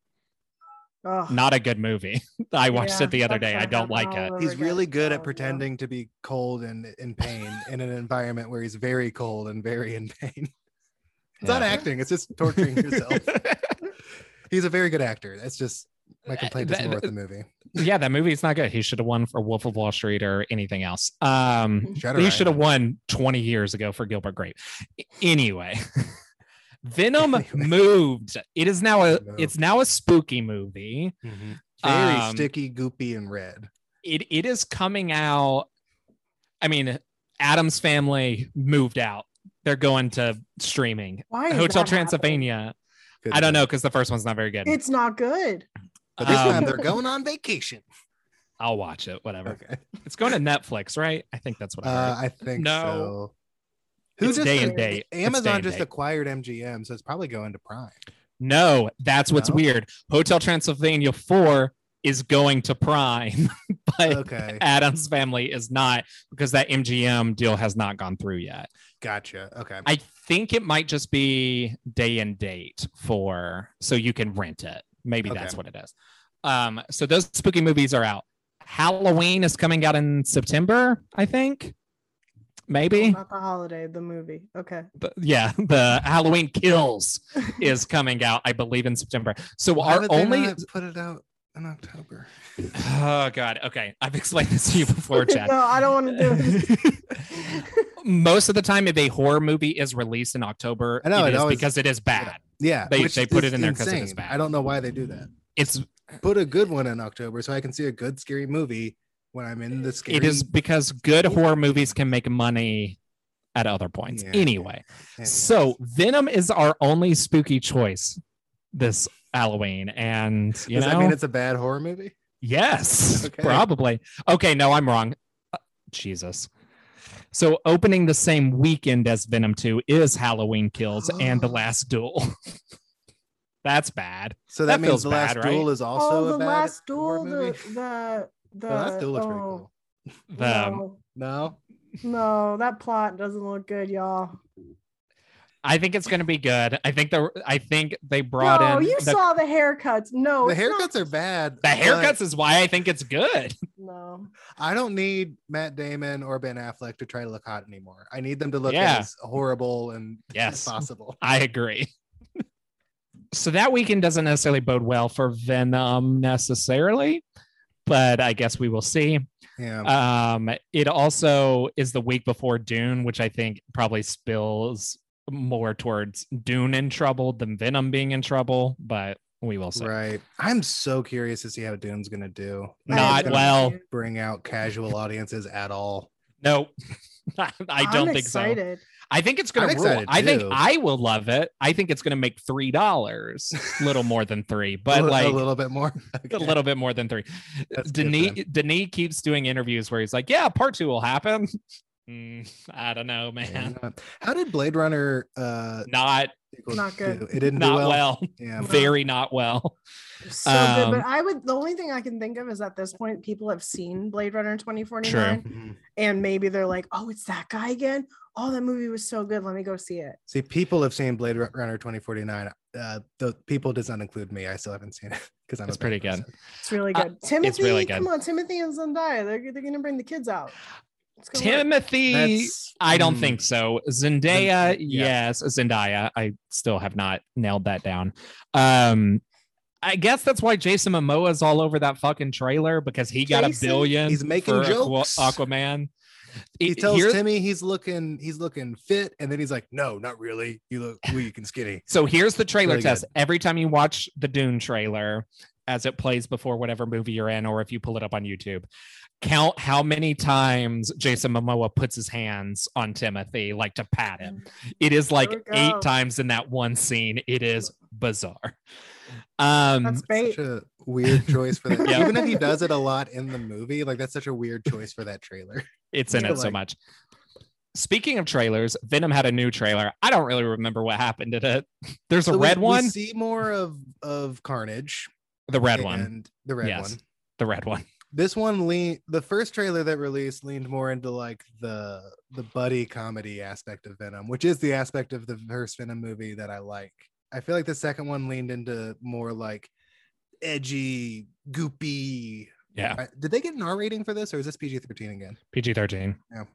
Speaker 4: Oh,
Speaker 1: Not a good movie. (laughs) I watched
Speaker 4: Yeah,
Speaker 1: it the other
Speaker 4: that's
Speaker 1: day.
Speaker 4: what
Speaker 1: I don't
Speaker 4: happened
Speaker 1: like
Speaker 4: all
Speaker 1: it.
Speaker 4: over
Speaker 2: He's
Speaker 4: again.
Speaker 2: really good
Speaker 4: Oh,
Speaker 2: at
Speaker 4: no.
Speaker 2: pretending to be cold and in pain in an environment where he's very cold and very in pain. It's not
Speaker 1: Yeah.
Speaker 2: acting; it's just
Speaker 1: (laughs)
Speaker 2: torturing yourself. he's a very good actor. That's just my complaint is
Speaker 1: Uh, That-
Speaker 2: more with the movie.
Speaker 1: yeah, that movie's not good. He should have won for Wolf of Wall Street or anything else. Um,
Speaker 2: Shutter
Speaker 1: he
Speaker 2: Island.
Speaker 1: should have won 20 years ago for Gilbert Grape. A- Anyway, (laughs) Venom
Speaker 2: (laughs) Anyway.
Speaker 1: moved. It is now a
Speaker 2: It moved.
Speaker 1: it's now a spooky movie.
Speaker 2: Very
Speaker 1: Um,
Speaker 2: sticky, goopy, and red.
Speaker 1: It it is coming out. I mean, Adam's family moved out. They're going to streaming.
Speaker 4: Why is
Speaker 1: Hotel
Speaker 4: that happening?
Speaker 1: Transylvania.
Speaker 2: Good
Speaker 1: I don't know
Speaker 2: movie.
Speaker 1: because the first one's not very good.
Speaker 4: It's not good.
Speaker 2: But this time
Speaker 1: Um,
Speaker 2: they're going on vacation.
Speaker 1: I'll watch it. Whatever.
Speaker 2: Okay.
Speaker 1: It's going to Netflix, right? I think that's what I heard.
Speaker 2: Uh, I think
Speaker 1: No.
Speaker 2: so. Who
Speaker 1: It's
Speaker 2: just
Speaker 1: day
Speaker 4: and
Speaker 1: date. It's day
Speaker 2: Amazon
Speaker 1: and
Speaker 2: just
Speaker 1: date.
Speaker 2: acquired MGM, so it's probably going to
Speaker 1: (laughs)
Speaker 2: Prime.
Speaker 1: No, that's what's
Speaker 2: No?
Speaker 1: weird. Hotel Transylvania 4 is going to Prime, (laughs) but
Speaker 2: Okay,
Speaker 1: Adam's family is not because that MGM deal has not gone through yet.
Speaker 2: gotcha. Okay,
Speaker 1: I think it might just be day and date for so you can rent it. Maybe
Speaker 2: Okay.
Speaker 1: that's what it is. Um, so those spooky movies are out. Halloween is coming out in September, I think.
Speaker 2: Oh,
Speaker 1: Maybe.
Speaker 4: Not the holiday, the movie. Okay.
Speaker 1: The- yeah, (laughs) the Halloween Kills is coming out, I believe, in September. So
Speaker 2: Why
Speaker 1: our
Speaker 2: did they
Speaker 1: only
Speaker 2: not put it out in October.
Speaker 1: Oh god. Okay. I've explained this to you
Speaker 4: (laughs)
Speaker 1: before, Chad. (laughs)
Speaker 4: no, I don't want to do this.
Speaker 1: Most of the time, if a horror movie is released in October,
Speaker 2: I know,
Speaker 1: it
Speaker 2: it
Speaker 1: is
Speaker 2: always-
Speaker 1: because it is bad.
Speaker 2: Yeah,
Speaker 1: They-
Speaker 2: which
Speaker 1: they put
Speaker 2: is
Speaker 1: it in there 'cause it was
Speaker 2: insane.
Speaker 1: bad.
Speaker 2: I don't know why they do that.
Speaker 1: It's
Speaker 2: Put a good one in October so I can see a good scary movie when I'm in the scary.
Speaker 1: it is because good horror movies can make money at other points.
Speaker 2: Yeah.
Speaker 1: Anyway,
Speaker 2: anyway.
Speaker 1: so Venom is our only spooky choice this Halloween, and you
Speaker 2: Does
Speaker 1: know,
Speaker 2: that mean it's a bad horror movie?
Speaker 1: yes,
Speaker 2: Okay.
Speaker 1: probably. Okay, no, I'm wrong. Uh, Jesus. So opening the same weekend as Venom 2 is Halloween
Speaker 4: (gasps)
Speaker 1: Kills and The Last Duel. (laughs) That's bad.
Speaker 2: So
Speaker 1: That
Speaker 2: that,
Speaker 1: feels
Speaker 2: means the
Speaker 1: bad,
Speaker 2: last
Speaker 1: right?
Speaker 2: duel is (laughs) also
Speaker 4: oh, the
Speaker 2: a bad
Speaker 4: last
Speaker 2: horror
Speaker 4: duel, the
Speaker 2: (laughs) movie.
Speaker 4: the the,
Speaker 2: The last duel looks pretty
Speaker 4: oh,
Speaker 2: cool.
Speaker 1: The- um,
Speaker 4: no,
Speaker 2: No,
Speaker 4: no, that plot doesn't look good, y'all.
Speaker 1: I think it's going to be good. I think the I think they brought
Speaker 4: No,
Speaker 1: in
Speaker 4: you
Speaker 1: the,
Speaker 4: saw the haircuts. No,
Speaker 2: the
Speaker 4: Oh, it's not-
Speaker 2: haircuts are bad.
Speaker 1: the
Speaker 2: but
Speaker 1: haircuts is why I think it's good.
Speaker 4: No,
Speaker 2: I don't need Matt Damon or Ben Affleck to try to look hot anymore. I need them to look
Speaker 1: Yeah.
Speaker 2: as horrible and as
Speaker 1: Yes. (laughs)
Speaker 2: possible.
Speaker 1: I agree. So that weekend doesn't necessarily bode well for Venom necessarily, but I guess we will see.
Speaker 2: Yeah.
Speaker 1: Um, it also is the week before Dune, which I think probably spills more towards Dune in trouble than Venom being in trouble, but we will see.
Speaker 2: Right. I'm so curious to see how Dune's gonna do.
Speaker 4: I
Speaker 2: if it's
Speaker 1: Not
Speaker 2: gonna
Speaker 4: agree.
Speaker 1: well.
Speaker 2: Bring out casual audiences at all.
Speaker 1: No, (laughs) I don't
Speaker 4: I'm
Speaker 1: think so.
Speaker 4: excited.
Speaker 1: I think it's going to
Speaker 2: I'm
Speaker 1: rule.
Speaker 2: excited
Speaker 1: I think
Speaker 2: too.
Speaker 1: I will love it. I think it's going to make three
Speaker 2: (laughs)
Speaker 1: dollars, little more than three, but
Speaker 2: a, li-
Speaker 1: like
Speaker 2: a little bit more.
Speaker 1: (laughs) a little bit more than three.
Speaker 2: That's good
Speaker 1: Denis
Speaker 2: then.
Speaker 1: Denis keeps doing interviews where he's like, "Yeah, part two will happen." (laughs) Mm, I don't know, man.
Speaker 2: Yeah. How did Blade Runner uh
Speaker 1: Not
Speaker 2: sequel
Speaker 4: Not good.
Speaker 2: do? It didn't
Speaker 1: not
Speaker 2: do well.
Speaker 1: well.
Speaker 2: Yeah.
Speaker 1: Very not well.
Speaker 4: So
Speaker 1: Um,
Speaker 4: good, but I would. The only thing I can think of is at this point, people have seen Blade Runner 2049,
Speaker 2: Mhm.
Speaker 4: and maybe they're like, "Oh, it's that guy again." Oh, that movie was so good. Let me go see it.
Speaker 2: See, people have seen Blade Ru- Runner 2049. Uh the people does not include me. I still haven't seen it (laughs) because I'm a
Speaker 1: It's
Speaker 2: bad
Speaker 1: pretty good.
Speaker 2: person.
Speaker 4: It's really
Speaker 1: Uh,
Speaker 4: good. Timothy,
Speaker 1: really
Speaker 4: come
Speaker 1: good.
Speaker 4: on, Timothy and Zendaya. They're they're gonna bring the kids out. It's gonna work.
Speaker 1: Timothy,
Speaker 2: That's-
Speaker 1: I don't
Speaker 2: mm.
Speaker 1: think so. Zendaya,
Speaker 2: Zend- yeah.
Speaker 1: yes, Zendaya. I still have not nailed that down. Um, I guess that's why Jason Momoa is all over that fucking trailer because he got
Speaker 4: Jason-
Speaker 1: a billion.
Speaker 2: He's making
Speaker 1: for Aqua-
Speaker 2: jokes.
Speaker 1: Aquaman.
Speaker 2: He
Speaker 1: It-
Speaker 2: tells
Speaker 1: here-
Speaker 2: Timmy he's looking he's looking fit, and then he's like, No, not really. You look weak and skinny.
Speaker 1: So here's the trailer
Speaker 2: Really
Speaker 1: test. Every time you watch the Dune trailer, as it plays before whatever movie you're in, or if you pull it up on YouTube, count how many times Jason Momoa puts his hands on Timothy, like to pat him. It is like
Speaker 4: There we go.
Speaker 1: eight times in that one scene. It is bizarre. Um,
Speaker 4: That's bait.
Speaker 2: such a weird choice for that.
Speaker 1: (laughs) Yeah.
Speaker 2: Even if he does it a lot in the movie, like that's such a weird choice for that trailer.
Speaker 1: it's in
Speaker 2: Yeah,
Speaker 1: it so
Speaker 2: like-
Speaker 1: much. Speaking of trailers, Venom had a new trailer. I don't really remember what happened in it. (laughs) There's a
Speaker 2: So we-
Speaker 1: red
Speaker 2: we
Speaker 1: one,
Speaker 2: see more of of Carnage.
Speaker 1: the red one,
Speaker 2: And the red
Speaker 1: Yes.
Speaker 2: one.
Speaker 1: the red one.
Speaker 2: This one lean the first trailer that released leaned more into like the the buddy comedy aspect of Venom, which is the aspect of the first Venom movie that I like. I feel like the second one leaned into more like edgy, goopy.
Speaker 1: Yeah,
Speaker 2: I- Did they get an R rating for this, or is this PG thirteen again?
Speaker 1: PG 13.
Speaker 4: I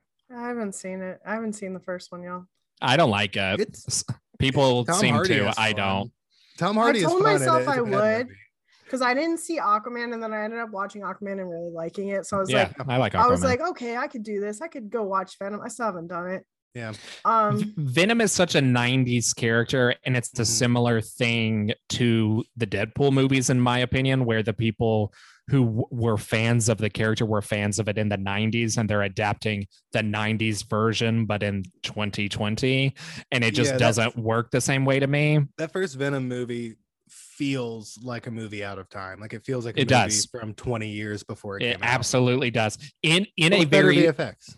Speaker 4: haven't seen it. I haven't seen the first one, y'all.
Speaker 1: I don't like it.
Speaker 2: It's
Speaker 1: People
Speaker 2: Tom
Speaker 1: seem
Speaker 2: Hardy
Speaker 1: to.
Speaker 2: is
Speaker 1: I
Speaker 2: fun.
Speaker 1: don't.
Speaker 2: Tom Hardy is
Speaker 4: told
Speaker 2: fun in it.
Speaker 4: myself
Speaker 2: It's a
Speaker 4: I
Speaker 2: bad
Speaker 4: would.
Speaker 2: movie.
Speaker 4: Because I didn't see Aquaman, and then I ended up watching Aquaman and really liking it. So I was
Speaker 1: yeah,
Speaker 4: like,
Speaker 1: I like. Aquaman.
Speaker 4: I was like, okay, I could do this. I could go watch Venom. I still haven't done it.
Speaker 2: Yeah.
Speaker 4: Um.
Speaker 1: Venom is such a 90s character, and it's a
Speaker 2: Mhm.
Speaker 1: similar thing to the Deadpool movies, in my opinion, where the people who w- were fans of the character were fans of it in the 90s, and they're adapting the 90s version, but in 2020. And it just
Speaker 2: Yeah, that's-
Speaker 1: doesn't work the same way to me.
Speaker 2: That first Venom movie feels like a movie out of time. Like it feels like a
Speaker 1: It
Speaker 2: movie
Speaker 1: does.
Speaker 2: from 20 years before it,
Speaker 1: It
Speaker 2: came out.
Speaker 1: absolutely does. In in
Speaker 2: But
Speaker 1: a
Speaker 2: with better
Speaker 1: very
Speaker 2: VFX.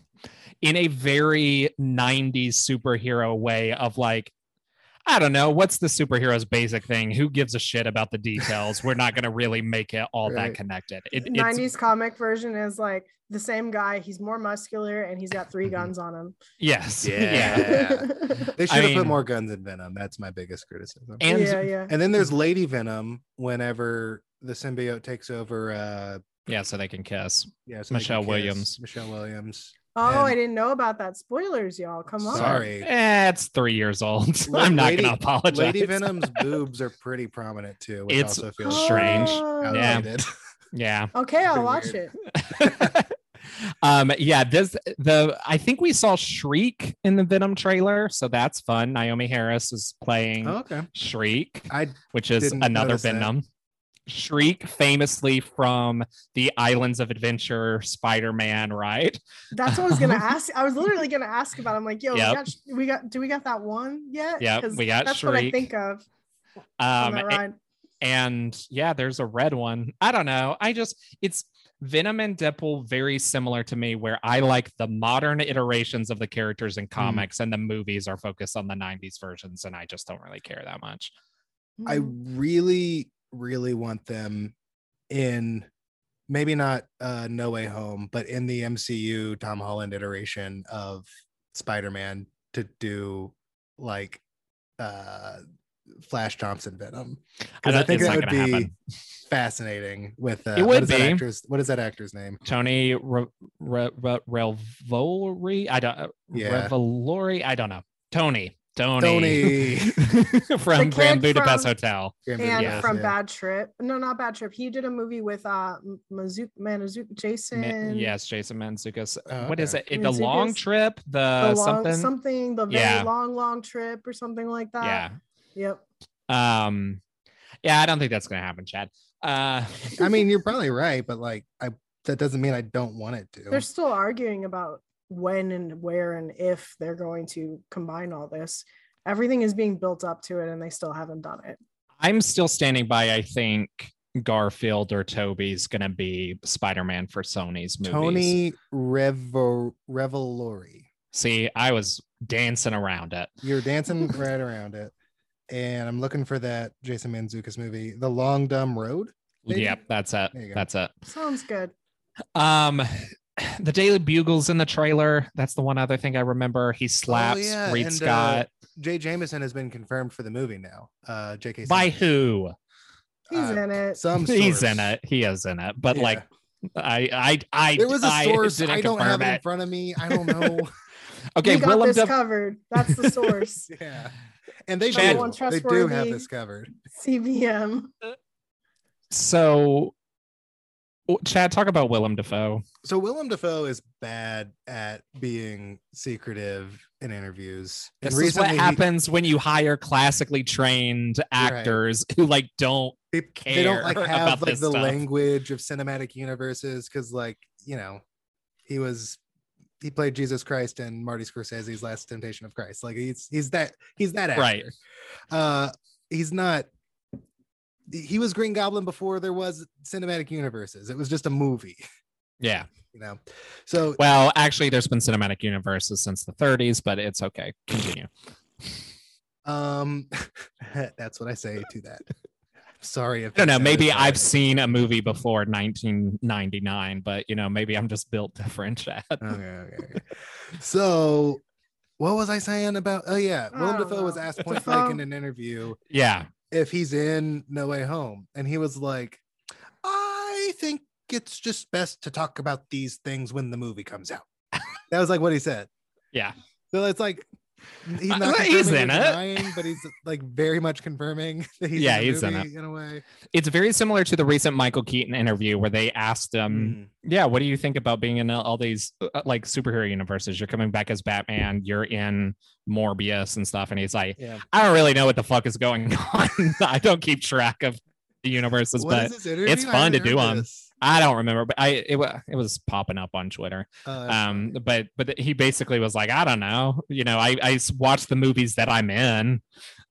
Speaker 1: in a very 90s superhero way of like i don't know what's the superhero's basic thing who gives a shit about the details we're not going to really make it all
Speaker 2: Right.
Speaker 1: that connected it, it's,
Speaker 4: 90s comic version is like the same guy. He's more muscular and he's got three guns on him.
Speaker 1: yes (laughs)
Speaker 2: Mm-hmm.
Speaker 4: (laughs)
Speaker 2: Yeah. They should have
Speaker 1: mean-
Speaker 2: put more guns in Venom. That's my biggest criticism.
Speaker 1: and Hmm.
Speaker 4: yeah, yeah.
Speaker 2: And then there's Lady Venom whenever the symbiote takes over uh
Speaker 1: yeah so they can kiss
Speaker 2: yeah, so they can
Speaker 1: Michelle
Speaker 2: kiss
Speaker 1: Williams.
Speaker 2: Michelle Williams.
Speaker 4: Oh,
Speaker 2: and-
Speaker 4: I didn't know about that. Spoilers, y'all. Come on.
Speaker 2: Sorry.
Speaker 1: Eh, it's three years old (laughs)
Speaker 2: La-
Speaker 1: i'm not
Speaker 2: Lady-
Speaker 1: going to apologize
Speaker 2: Lady
Speaker 1: (laughs)
Speaker 2: Venom's boobs are pretty prominent too, which
Speaker 1: It's
Speaker 2: also feels
Speaker 1: strange.
Speaker 4: Oh.
Speaker 1: Yeah.
Speaker 2: outdated.
Speaker 1: (laughs)
Speaker 2: (laughs)
Speaker 1: yeah
Speaker 4: Okay, I'll
Speaker 2: Pretty
Speaker 4: watch
Speaker 2: weird.
Speaker 4: it.
Speaker 1: um yeah this the i think we saw shriek in the venom trailer so that's fun naomi harris is playing
Speaker 2: okay.
Speaker 1: shriek
Speaker 2: I
Speaker 1: which is
Speaker 2: Didn't
Speaker 1: another
Speaker 2: notice that.
Speaker 1: Venom. Shriek famously from the Islands of Adventure Spider-Man, right?
Speaker 4: That's what I was
Speaker 1: (laughs)
Speaker 4: gonna ask. I was literally gonna ask about. It. I'm like, yo,
Speaker 1: Yep.
Speaker 4: we, got, we got, do we got that one yet?
Speaker 1: Yep,
Speaker 4: 'Cause
Speaker 1: we got
Speaker 4: That's what I
Speaker 1: Shriek.
Speaker 4: think of.
Speaker 1: Um,
Speaker 4: on that
Speaker 1: a-
Speaker 4: ride.
Speaker 1: and yeah there's a red one i don't know i just it's venom and deadpool very similar to me where i like the modern iterations of the characters
Speaker 2: Hmm.
Speaker 1: in comics and the movies are focused on the 90s versions and i just don't really care that much
Speaker 4: Mm-hmm.
Speaker 2: I really, really want them in maybe not uh No Way Home, but in the MCU Tom Holland iteration of Spider-Man to do like uh Flash Thompson Venom. Because I,
Speaker 1: don't-
Speaker 2: think
Speaker 1: it's
Speaker 2: that
Speaker 1: not
Speaker 2: would be
Speaker 1: gonna happen.
Speaker 2: fascinating with uh
Speaker 1: It
Speaker 2: what
Speaker 1: would
Speaker 2: is that
Speaker 1: be.
Speaker 2: actress what is that actor's name?
Speaker 1: Tony Re- Re- Re- Revolori. I don't. uh,
Speaker 2: Yeah.
Speaker 1: Revolori. I don't know. Tony. Tony.
Speaker 2: Tony.
Speaker 1: (laughs) from
Speaker 4: The
Speaker 1: Grand
Speaker 4: kid
Speaker 1: Budapest
Speaker 4: from-
Speaker 1: Hotel.
Speaker 2: Grand
Speaker 4: and
Speaker 2: Budapest,
Speaker 4: from
Speaker 2: yeah.
Speaker 4: Bad Trip. No, not Bad Trip. He did a movie with uh Mazuka, Manazuka,
Speaker 1: Ma-
Speaker 4: Jason.
Speaker 1: yes, Jason Mantzoukas.
Speaker 2: Oh,
Speaker 1: What is
Speaker 2: okay.
Speaker 1: it? It- The long
Speaker 4: Mantzoukas.
Speaker 1: trip. The,
Speaker 4: The long
Speaker 1: Uh, something.
Speaker 4: something, the very
Speaker 1: Yeah.
Speaker 4: long, long trip or something like that.
Speaker 1: yeah.
Speaker 4: Yep.
Speaker 1: Um. Yeah, I don't think that's gonna happen, Chad.
Speaker 2: (laughs)
Speaker 1: Uh,
Speaker 2: I mean, you're probably right, but like I that doesn't mean I don't want it to.
Speaker 4: They're still arguing about when and where and if they're going to combine all this. Everything is being built up to it and they still haven't done it.
Speaker 1: I'm still standing by. I think Garfield or Toby's gonna be Spider-Man for Sony's movies.
Speaker 2: Tony Revo Revolori.
Speaker 1: See, I was dancing around it.
Speaker 2: You're dancing right around it. And I'm looking for that Jason Manzukis movie, The Long Dumb Road. Maybe.
Speaker 1: Yep, that's it.
Speaker 2: There you go.
Speaker 1: That's it.
Speaker 4: Sounds good.
Speaker 1: Um, (sighs) the Daily Bugle's in the trailer. That's the one other thing I remember. He slaps
Speaker 2: Oh, yeah,
Speaker 1: Reed
Speaker 2: and, uh,
Speaker 1: Scott.
Speaker 2: Jay Jameson has been confirmed for the movie now. Uh JK
Speaker 1: By
Speaker 2: Simmons.
Speaker 1: who?
Speaker 4: He's
Speaker 2: Uh,
Speaker 4: in it.
Speaker 1: (laughs)
Speaker 2: some
Speaker 1: He's
Speaker 2: source.
Speaker 1: in it. He is in it. But
Speaker 2: Yeah.
Speaker 1: like, I, I, I,
Speaker 2: there was a
Speaker 1: I
Speaker 2: source I,
Speaker 1: didn't
Speaker 2: don't have
Speaker 1: confirm
Speaker 2: it in
Speaker 1: it.
Speaker 2: front of me. I don't know.
Speaker 1: (laughs) Okay,
Speaker 4: we got
Speaker 1: Willem
Speaker 4: this
Speaker 1: Dafoe.
Speaker 4: covered. That's
Speaker 2: (laughs)
Speaker 4: the source.
Speaker 2: yeah. And they
Speaker 1: Chad-
Speaker 2: do. They do have
Speaker 4: Untrustworthy.
Speaker 2: this covered.
Speaker 4: CBM.
Speaker 1: so, w- Chad, talk about Willem Dafoe.
Speaker 2: so Willem Dafoe is bad at being secretive in interviews. And
Speaker 1: This is what
Speaker 2: recently he-
Speaker 1: happens when you hire classically trained actors who like don't.
Speaker 2: they, they don't like
Speaker 1: care (laughs)
Speaker 2: have
Speaker 1: about
Speaker 2: like
Speaker 1: this
Speaker 2: the
Speaker 1: stuff.
Speaker 2: language of cinematic universes because like you know he was he played Jesus Christ in Marty Scorsese's Last Temptation of Christ. Like he's he's that he's that actor.
Speaker 1: Right.
Speaker 2: Uh, he's not. He was Green Goblin before there was cinematic universes. It was just a movie, (laughs)
Speaker 1: Yeah.
Speaker 2: you know. So
Speaker 1: Well, actually, there's been cinematic universes since the 30s, but it's okay. Continue.
Speaker 2: Um, (laughs) that's what I say to that. Sorry, if
Speaker 1: I don't know.
Speaker 2: that
Speaker 1: Maybe
Speaker 2: sounded
Speaker 1: I've seen a movie before 1999, but you know, maybe I'm just built (laughs) different. Chad.
Speaker 2: bad. Okay, okay, okay. so, what was I saying about? Oh yeah,
Speaker 4: I
Speaker 2: Willem
Speaker 4: don't
Speaker 2: Dafoe was
Speaker 4: know.
Speaker 2: asked point
Speaker 4: Dafoe.
Speaker 2: blank in an interview
Speaker 1: yeah.
Speaker 2: if he's in No Way Home, and he was like, "I think it's just best to talk about these things when the movie comes out." (laughs) that was like what he said.
Speaker 1: Yeah.
Speaker 2: So it's like. He's
Speaker 1: Uh,
Speaker 2: not
Speaker 1: well, he's
Speaker 2: confirming
Speaker 1: in
Speaker 2: or
Speaker 1: it.
Speaker 2: denying, but he's like very much confirming (laughs) that he's
Speaker 1: Yeah,
Speaker 2: in the
Speaker 1: he's in
Speaker 2: movie in a way.
Speaker 1: It's very similar to the recent Michael Keaton interview where they asked him,
Speaker 4: Hmm.
Speaker 2: Mm.
Speaker 1: Yeah, what do you think about being in all these uh, like superhero universes? You're coming back as Batman, you're in Morbius and stuff. And he's like,
Speaker 2: Yeah.
Speaker 1: I don't really know what the fuck is going (laughs) on. I don't keep track of the universes,
Speaker 2: What
Speaker 1: but
Speaker 2: is this interview? I
Speaker 1: fun to
Speaker 2: remember
Speaker 1: do 'em.
Speaker 2: this.
Speaker 1: I don't remember. But I, it, wa- it was popping up on Twitter.
Speaker 2: Uh,
Speaker 1: um but but he basically was like i don't know you know i i s- watch the movies that i'm in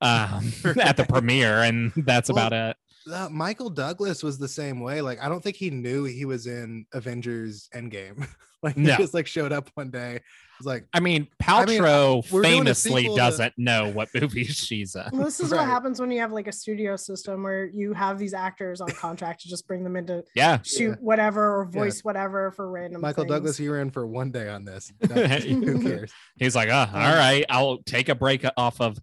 Speaker 1: um
Speaker 2: (laughs)
Speaker 1: at the premiere and that's
Speaker 2: Well,
Speaker 1: about it
Speaker 2: uh, Michael Douglas was the same way. Like, I don't think he knew he was in Avengers Endgame. (laughs) like,
Speaker 1: No.
Speaker 2: he just like showed up one day. Was like,
Speaker 1: i mean
Speaker 2: I mean,
Speaker 1: paltrow
Speaker 2: we're doing a
Speaker 1: famously
Speaker 2: sequel to-
Speaker 1: doesn't know what movie she's in
Speaker 4: Well, this is
Speaker 2: Right.
Speaker 4: what happens when you have like a studio system where you have these actors on contract to just bring them into
Speaker 1: yeah
Speaker 2: (laughs)
Speaker 4: shoot
Speaker 2: Yeah.
Speaker 4: whatever or
Speaker 2: Yeah.
Speaker 4: voice whatever for random
Speaker 2: Michael
Speaker 4: things.
Speaker 2: Douglas, you were in for one day on this.
Speaker 1: (laughs)
Speaker 2: No, who cares?
Speaker 1: he's like
Speaker 2: Um,
Speaker 1: uh, all right i'll take a break off of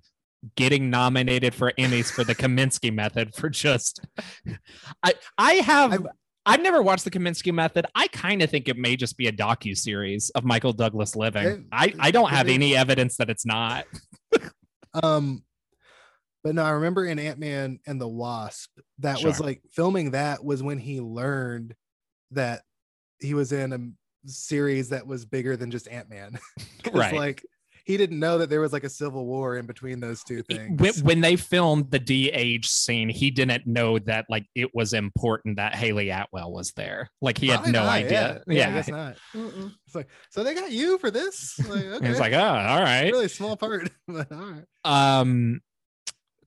Speaker 1: getting nominated for emmys for the kaminsky method for just i i have
Speaker 2: I've-
Speaker 1: I've never watched the Kaminsky Method. I kind of think it may just be a docu series of Michael Douglas living.
Speaker 2: It-
Speaker 1: I, I don't
Speaker 2: it
Speaker 1: have
Speaker 2: is.
Speaker 1: any evidence that it's not.
Speaker 2: Um, but no, I remember in Ant Man and the Wasp, that was
Speaker 1: Sure.
Speaker 2: like filming that was when he learned that he was in a series that was bigger than just Ant (laughs) Man.
Speaker 1: Right.
Speaker 2: Like, he didn't know that there was like a civil war in between those two things.
Speaker 1: when, when they filmed the DH scene, he didn't know that like it was important that Haley Atwell was there. Like he had
Speaker 2: Probably
Speaker 1: no
Speaker 2: not,
Speaker 1: idea.
Speaker 2: Yeah, I
Speaker 1: Yeah.
Speaker 2: guess not.
Speaker 4: Mm-mm.
Speaker 2: It's like, so they got you for this? Like,
Speaker 1: (laughs) And
Speaker 2: okay.
Speaker 1: It's like, oh, all right.
Speaker 2: (laughs) really small part, but all right.
Speaker 1: Um,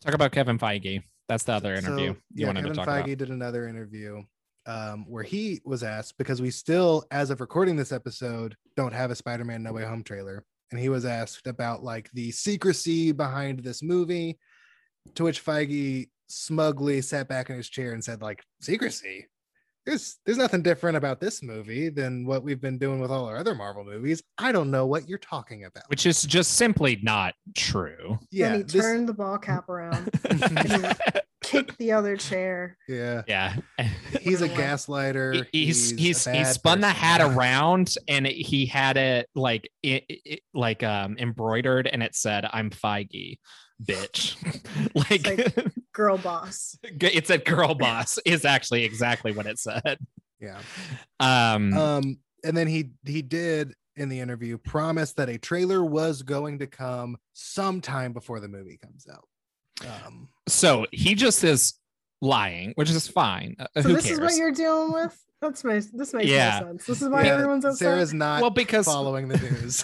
Speaker 1: talk about Kevin Feige. That's the other interview
Speaker 2: So,
Speaker 1: you
Speaker 2: yeah,
Speaker 1: wanted
Speaker 2: Kevin
Speaker 1: to talk
Speaker 2: Feige
Speaker 1: about.
Speaker 2: did another interview um, where he was asked because we still, as of recording this episode, don't have a Spider-Man No Way Home trailer, and he was asked about like the secrecy behind this movie, to which Feige smugly sat back in his chair and said, "Like secrecy." There's, there's nothing different about this movie than what we've been doing with all our other Marvel movies. I don't know what you're talking about.
Speaker 1: Which is just simply not
Speaker 2: (laughs)
Speaker 1: true.
Speaker 4: Let
Speaker 2: yeah,
Speaker 4: me
Speaker 2: this-
Speaker 4: turn the ball
Speaker 2: (laughs)
Speaker 4: cap around, kick the other chair.
Speaker 2: yeah,
Speaker 1: yeah.
Speaker 2: he's a
Speaker 4: Everyone.
Speaker 2: gaslighter.
Speaker 1: He- he's
Speaker 2: a
Speaker 1: he's he
Speaker 2: bad
Speaker 1: spun the
Speaker 2: person.
Speaker 1: hat around and it- he had it like it, it- it- like um embroidered and it said I'm Feige, bitch. (laughs) like,
Speaker 4: It's
Speaker 1: (laughs)
Speaker 4: Girl boss.
Speaker 1: it said girl boss is actually exactly what it said.
Speaker 2: Yeah.
Speaker 1: Um,
Speaker 2: Um, and then he he did in the interview promise that a trailer was going to come sometime before the movie comes out. Um,
Speaker 1: so he just is lying, which is fine. Uh,
Speaker 4: So
Speaker 1: Who
Speaker 4: this
Speaker 1: cares?
Speaker 4: is what you're dealing with. That's makes this makes
Speaker 1: Yeah.
Speaker 4: no sense. This is why
Speaker 2: yeah,
Speaker 4: everyone's upset.
Speaker 2: Sarah's not
Speaker 1: well, because
Speaker 2: following the news.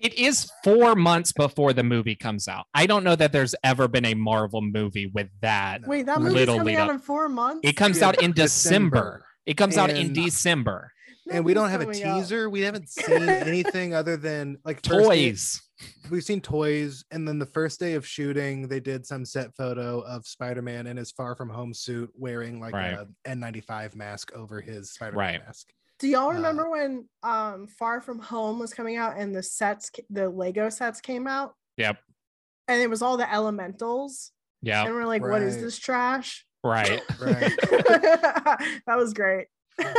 Speaker 1: it is four months before the movie comes out. I don't know that there's ever been a Marvel movie with that.
Speaker 4: Wait, that movie's
Speaker 1: Little
Speaker 4: coming
Speaker 1: lead
Speaker 4: out
Speaker 1: up.
Speaker 4: in four months.
Speaker 1: It comes out in (laughs) December.
Speaker 2: December.
Speaker 1: It comes out in
Speaker 2: And-
Speaker 1: December.
Speaker 2: (laughs) and we don't have a
Speaker 4: Nothing's coming out.
Speaker 2: teaser. We haven't seen anything other than
Speaker 1: (laughs)
Speaker 2: like first day-
Speaker 1: Toys.
Speaker 2: we've seen toys, and then the first day of shooting, they did some set photo of Spider-Man in his Far From Home suit, wearing like
Speaker 1: Right.
Speaker 2: a N95 mask over his Spider-Man
Speaker 1: Right.
Speaker 2: mask.
Speaker 4: Do y'all
Speaker 2: Uh,
Speaker 4: remember when um Far From Home was coming out and the sets, ca- the Lego sets came out?
Speaker 1: Yep.
Speaker 4: And it was all the elementals,
Speaker 1: Yeah.
Speaker 4: and we're like, "What is
Speaker 2: Right.
Speaker 1: (laughs)
Speaker 4: this trash?" (laughs)
Speaker 2: (laughs)
Speaker 1: Right.
Speaker 2: Right.
Speaker 1: (laughs)
Speaker 4: that was great.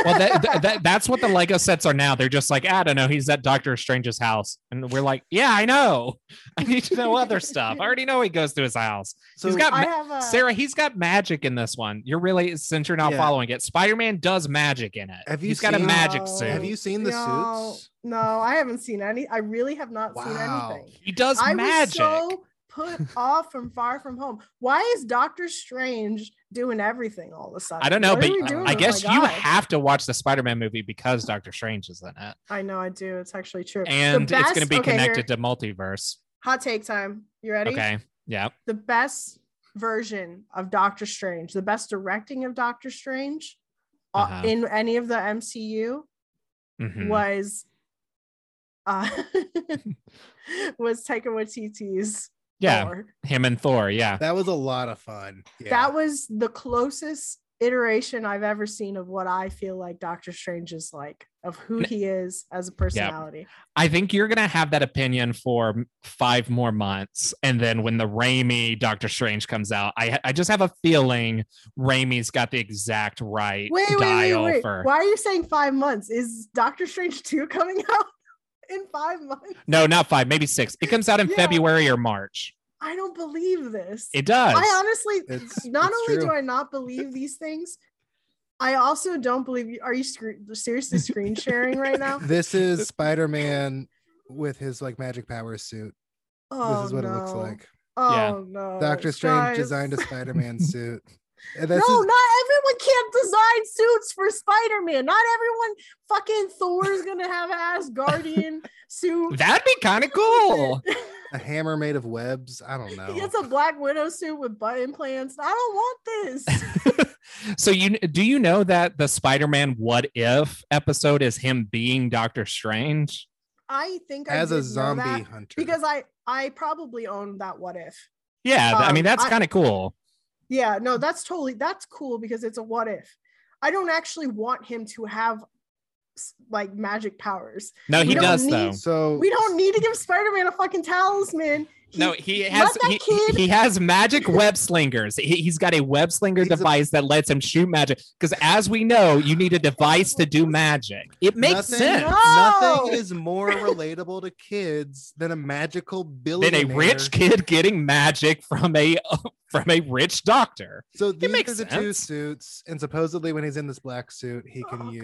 Speaker 1: Well, that, that, that- that's what the Lego sets are now. They're just like, I don't know, he's at Doctor Strange's house, and we're like, yeah, I know. (laughs) I need to know other stuff. I already know he goes to his house.
Speaker 2: So
Speaker 1: He's got
Speaker 4: I have a
Speaker 1: Sarah, he's got magic in this one. You're really since you're not
Speaker 2: Yeah.
Speaker 1: following it. Spider Man does magic in it.
Speaker 2: Have you
Speaker 1: he's got a
Speaker 2: seen- uh,
Speaker 1: magic
Speaker 4: No.
Speaker 1: suit.
Speaker 2: Have you seen the
Speaker 4: No,
Speaker 2: suits?
Speaker 4: No, I haven't seen any. I really have not seen
Speaker 2: Wow.
Speaker 4: anything.
Speaker 1: he does
Speaker 4: I
Speaker 1: magic.
Speaker 4: was so put off from Far From Home. Why is Doctor Strange doing everything all of a sudden?
Speaker 1: I don't know,
Speaker 4: What are
Speaker 1: but
Speaker 4: we doing
Speaker 1: I
Speaker 4: with
Speaker 1: guess
Speaker 4: Oh my
Speaker 1: you
Speaker 4: guy?
Speaker 1: have to watch the Spider Man movie because Doctor Strange is in it,
Speaker 4: I know, I do. It's actually true. The
Speaker 1: and it's going to
Speaker 4: best-
Speaker 1: be
Speaker 4: okay, here-
Speaker 1: connected to multiverse.
Speaker 4: Hot take time. You ready?
Speaker 1: Okay. Yeah.
Speaker 4: The best version of Doctor Strange, the best directing of Doctor Strange uh,
Speaker 1: Uh-huh.
Speaker 4: in any of the MCU
Speaker 1: Mhm.
Speaker 4: was uh, (laughs) was Taika Waititi's
Speaker 1: Yeah.
Speaker 4: Thor.
Speaker 1: Him and Thor. Yeah.
Speaker 2: That was a lot of fun. Yeah.
Speaker 4: That was the closest iteration I've ever seen of what I feel like Doctor Strange is like, of who he is as a personality.
Speaker 1: I think you're gonna have that opinion for m- five more months, and then when the Raimi Doctor Strange comes out, I I just have a feeling Raimi's got the exact right
Speaker 4: Wait, wait, wait,
Speaker 1: dial
Speaker 4: wait.
Speaker 1: for.
Speaker 4: Why are you saying five months? Is Doctor Strange 2 (laughs) coming out in five months?
Speaker 1: No, not five, maybe six. It comes out in
Speaker 4: Yeah.
Speaker 1: February or March.
Speaker 4: I don't believe this.
Speaker 1: It does.
Speaker 4: I honestly,
Speaker 2: It's-
Speaker 4: (laughs) not
Speaker 2: it's
Speaker 4: only do
Speaker 2: true.
Speaker 4: I not believe these things, I also don't believe you. Are you scre-
Speaker 2: (laughs)
Speaker 4: seriously screen sharing right now?
Speaker 1: (laughs)
Speaker 2: This is Spider-Man with his like magic power suit.
Speaker 4: Oh,
Speaker 2: this is what
Speaker 4: no.
Speaker 2: it looks like.
Speaker 4: Oh,
Speaker 1: Yeah.
Speaker 4: no.
Speaker 2: Doctor Strange
Speaker 4: Guys.
Speaker 2: designed a Spider-Man
Speaker 4: (laughs)
Speaker 2: suit. And this
Speaker 4: no,
Speaker 2: is-
Speaker 4: not everyone can't design suits for Spider-Man. Not everyone fucking Thor's gonna have
Speaker 2: (laughs)
Speaker 4: an Asgardian suit.
Speaker 1: That'd be kind of cool.
Speaker 2: a hammer made of webs. I don't know.
Speaker 4: (laughs) He gets a Black Widow suit with butt implants. I don't want
Speaker 2: (laughs)
Speaker 4: this.
Speaker 1: (laughs) so you do you know that the Spider-Man What If episode is him being Doctor Strange?
Speaker 4: I think I
Speaker 2: As
Speaker 4: did
Speaker 2: a
Speaker 4: know
Speaker 2: zombie
Speaker 4: that
Speaker 2: hunter.
Speaker 4: because I I probably own that. What if?
Speaker 1: Yeah, th- I mean
Speaker 4: Um,
Speaker 1: that's
Speaker 4: I-
Speaker 1: kind of cool.
Speaker 4: Yeah, no, that's totally that's cool because it's a what if. I don't actually want him to have s- like magic powers.
Speaker 1: No, he
Speaker 4: we don't
Speaker 1: does
Speaker 4: need-
Speaker 1: though.
Speaker 2: so
Speaker 4: We don't need to give Spider-Man a fucking talisman.
Speaker 1: No, he has
Speaker 4: that
Speaker 1: he,
Speaker 4: kid-
Speaker 1: he has magic web slingers. He, has got a web slinger
Speaker 2: He's a-
Speaker 1: device that lets him shoot magic. Because as we know, you need a device to do magic. It makes
Speaker 2: nothing,
Speaker 1: sense.
Speaker 2: Nothing
Speaker 4: No!
Speaker 2: is more relatable to kids than a magical
Speaker 1: Than
Speaker 2: billionaire.
Speaker 1: a rich kid getting magic from a (laughs) from a rich doctor.
Speaker 2: So these
Speaker 1: makes
Speaker 2: are the two
Speaker 1: sense.
Speaker 2: suits, and supposedly when he's in this black suit, he can
Speaker 4: Oh,
Speaker 2: use